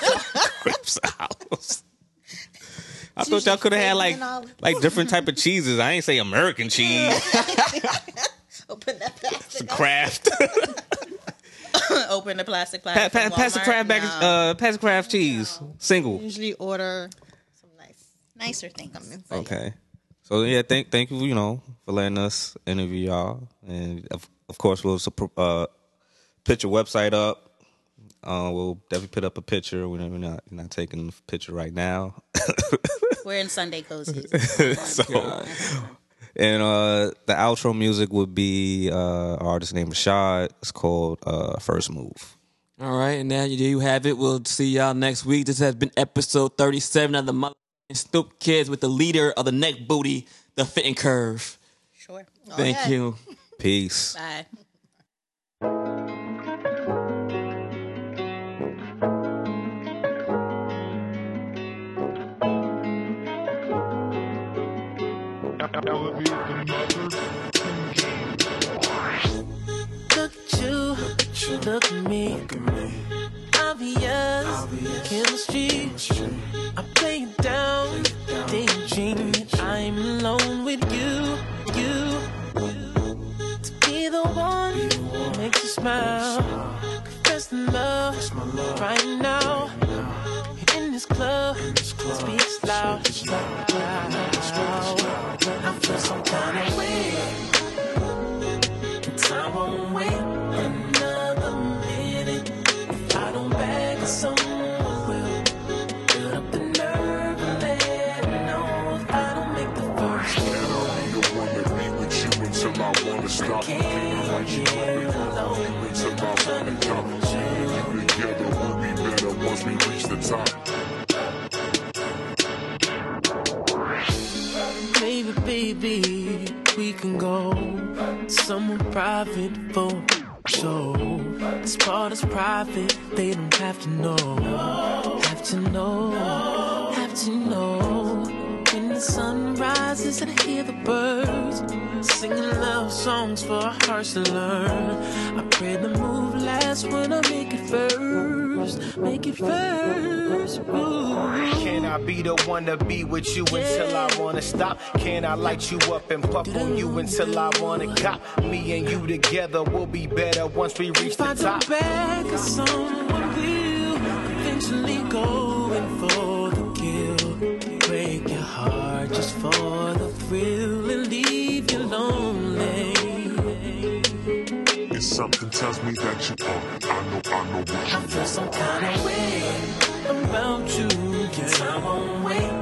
Speaker 2: grapes olives. I thought y'all could have had like
Speaker 4: and olives.
Speaker 2: like different type of cheeses. I ain't say American cheese,
Speaker 3: open that plastic.
Speaker 2: craft.
Speaker 3: open the plastic
Speaker 2: Pa-
Speaker 3: plastic.
Speaker 2: pa- pass the craft back. Uh, pass the craft cheese. Single.
Speaker 4: Usually order.
Speaker 3: some nice, nicer things.
Speaker 2: Okay. So yeah, thank thank you, you know, for letting us interview y'all, and of, of course we'll sup- uh, put your website up. Uh, we'll definitely put up a picture. We're not we're not, we're not taking a picture right now,
Speaker 3: We're in Sunday cozy.
Speaker 2: so and uh, the outro music would be uh, our artist named Rashad. It's called uh, First Move.
Speaker 1: All right, and now you- there you have it. We'll see y'all next week. This has been episode 37 of the Mother Snoop Kids with the leader of the neck booty, the fitting curve.
Speaker 3: sure.
Speaker 1: Thank
Speaker 4: yeah.
Speaker 1: you.
Speaker 2: Peace.
Speaker 3: Bye.
Speaker 5: elevate the mother.
Speaker 6: Look at you, look at me. Obvious, chemistry. I play it down, daydream. I'm alone with you, you. To be the one makes you smile. Confess the love right now. In this club, speaks loud. I feel some kind of way. I won't wait another minute. If I don't back it, someone will build up the nerve and let me know if I don't make the first move.
Speaker 5: Be the one to be with you until I wanna stop. Be the one you wanna love you until I wanna die. So when we Together we'll be better once we reach the top.
Speaker 6: Maybe, baby, we can go somewhere private for show. This part is private, they don't have to know. Have to know, have to know. When the sun rises, and I hear the birds singing love songs for our hearts to learn. I pray the move lasts when I make it first, make it first. Ooh.
Speaker 7: Can I be the one to be with you until I wanna stop? Can I light you up and puff on you until I wanna cop? Me and you together will be better once we reach
Speaker 6: If I
Speaker 7: the top.
Speaker 6: don't back, or someone will eventually go in for the kill. Break your heart just for the thrill and leave you lonely.
Speaker 5: It's something tells me that you are. I know, I know what you
Speaker 6: I feel
Speaker 5: want.
Speaker 6: some kind of way about you. Yeah. I won't wait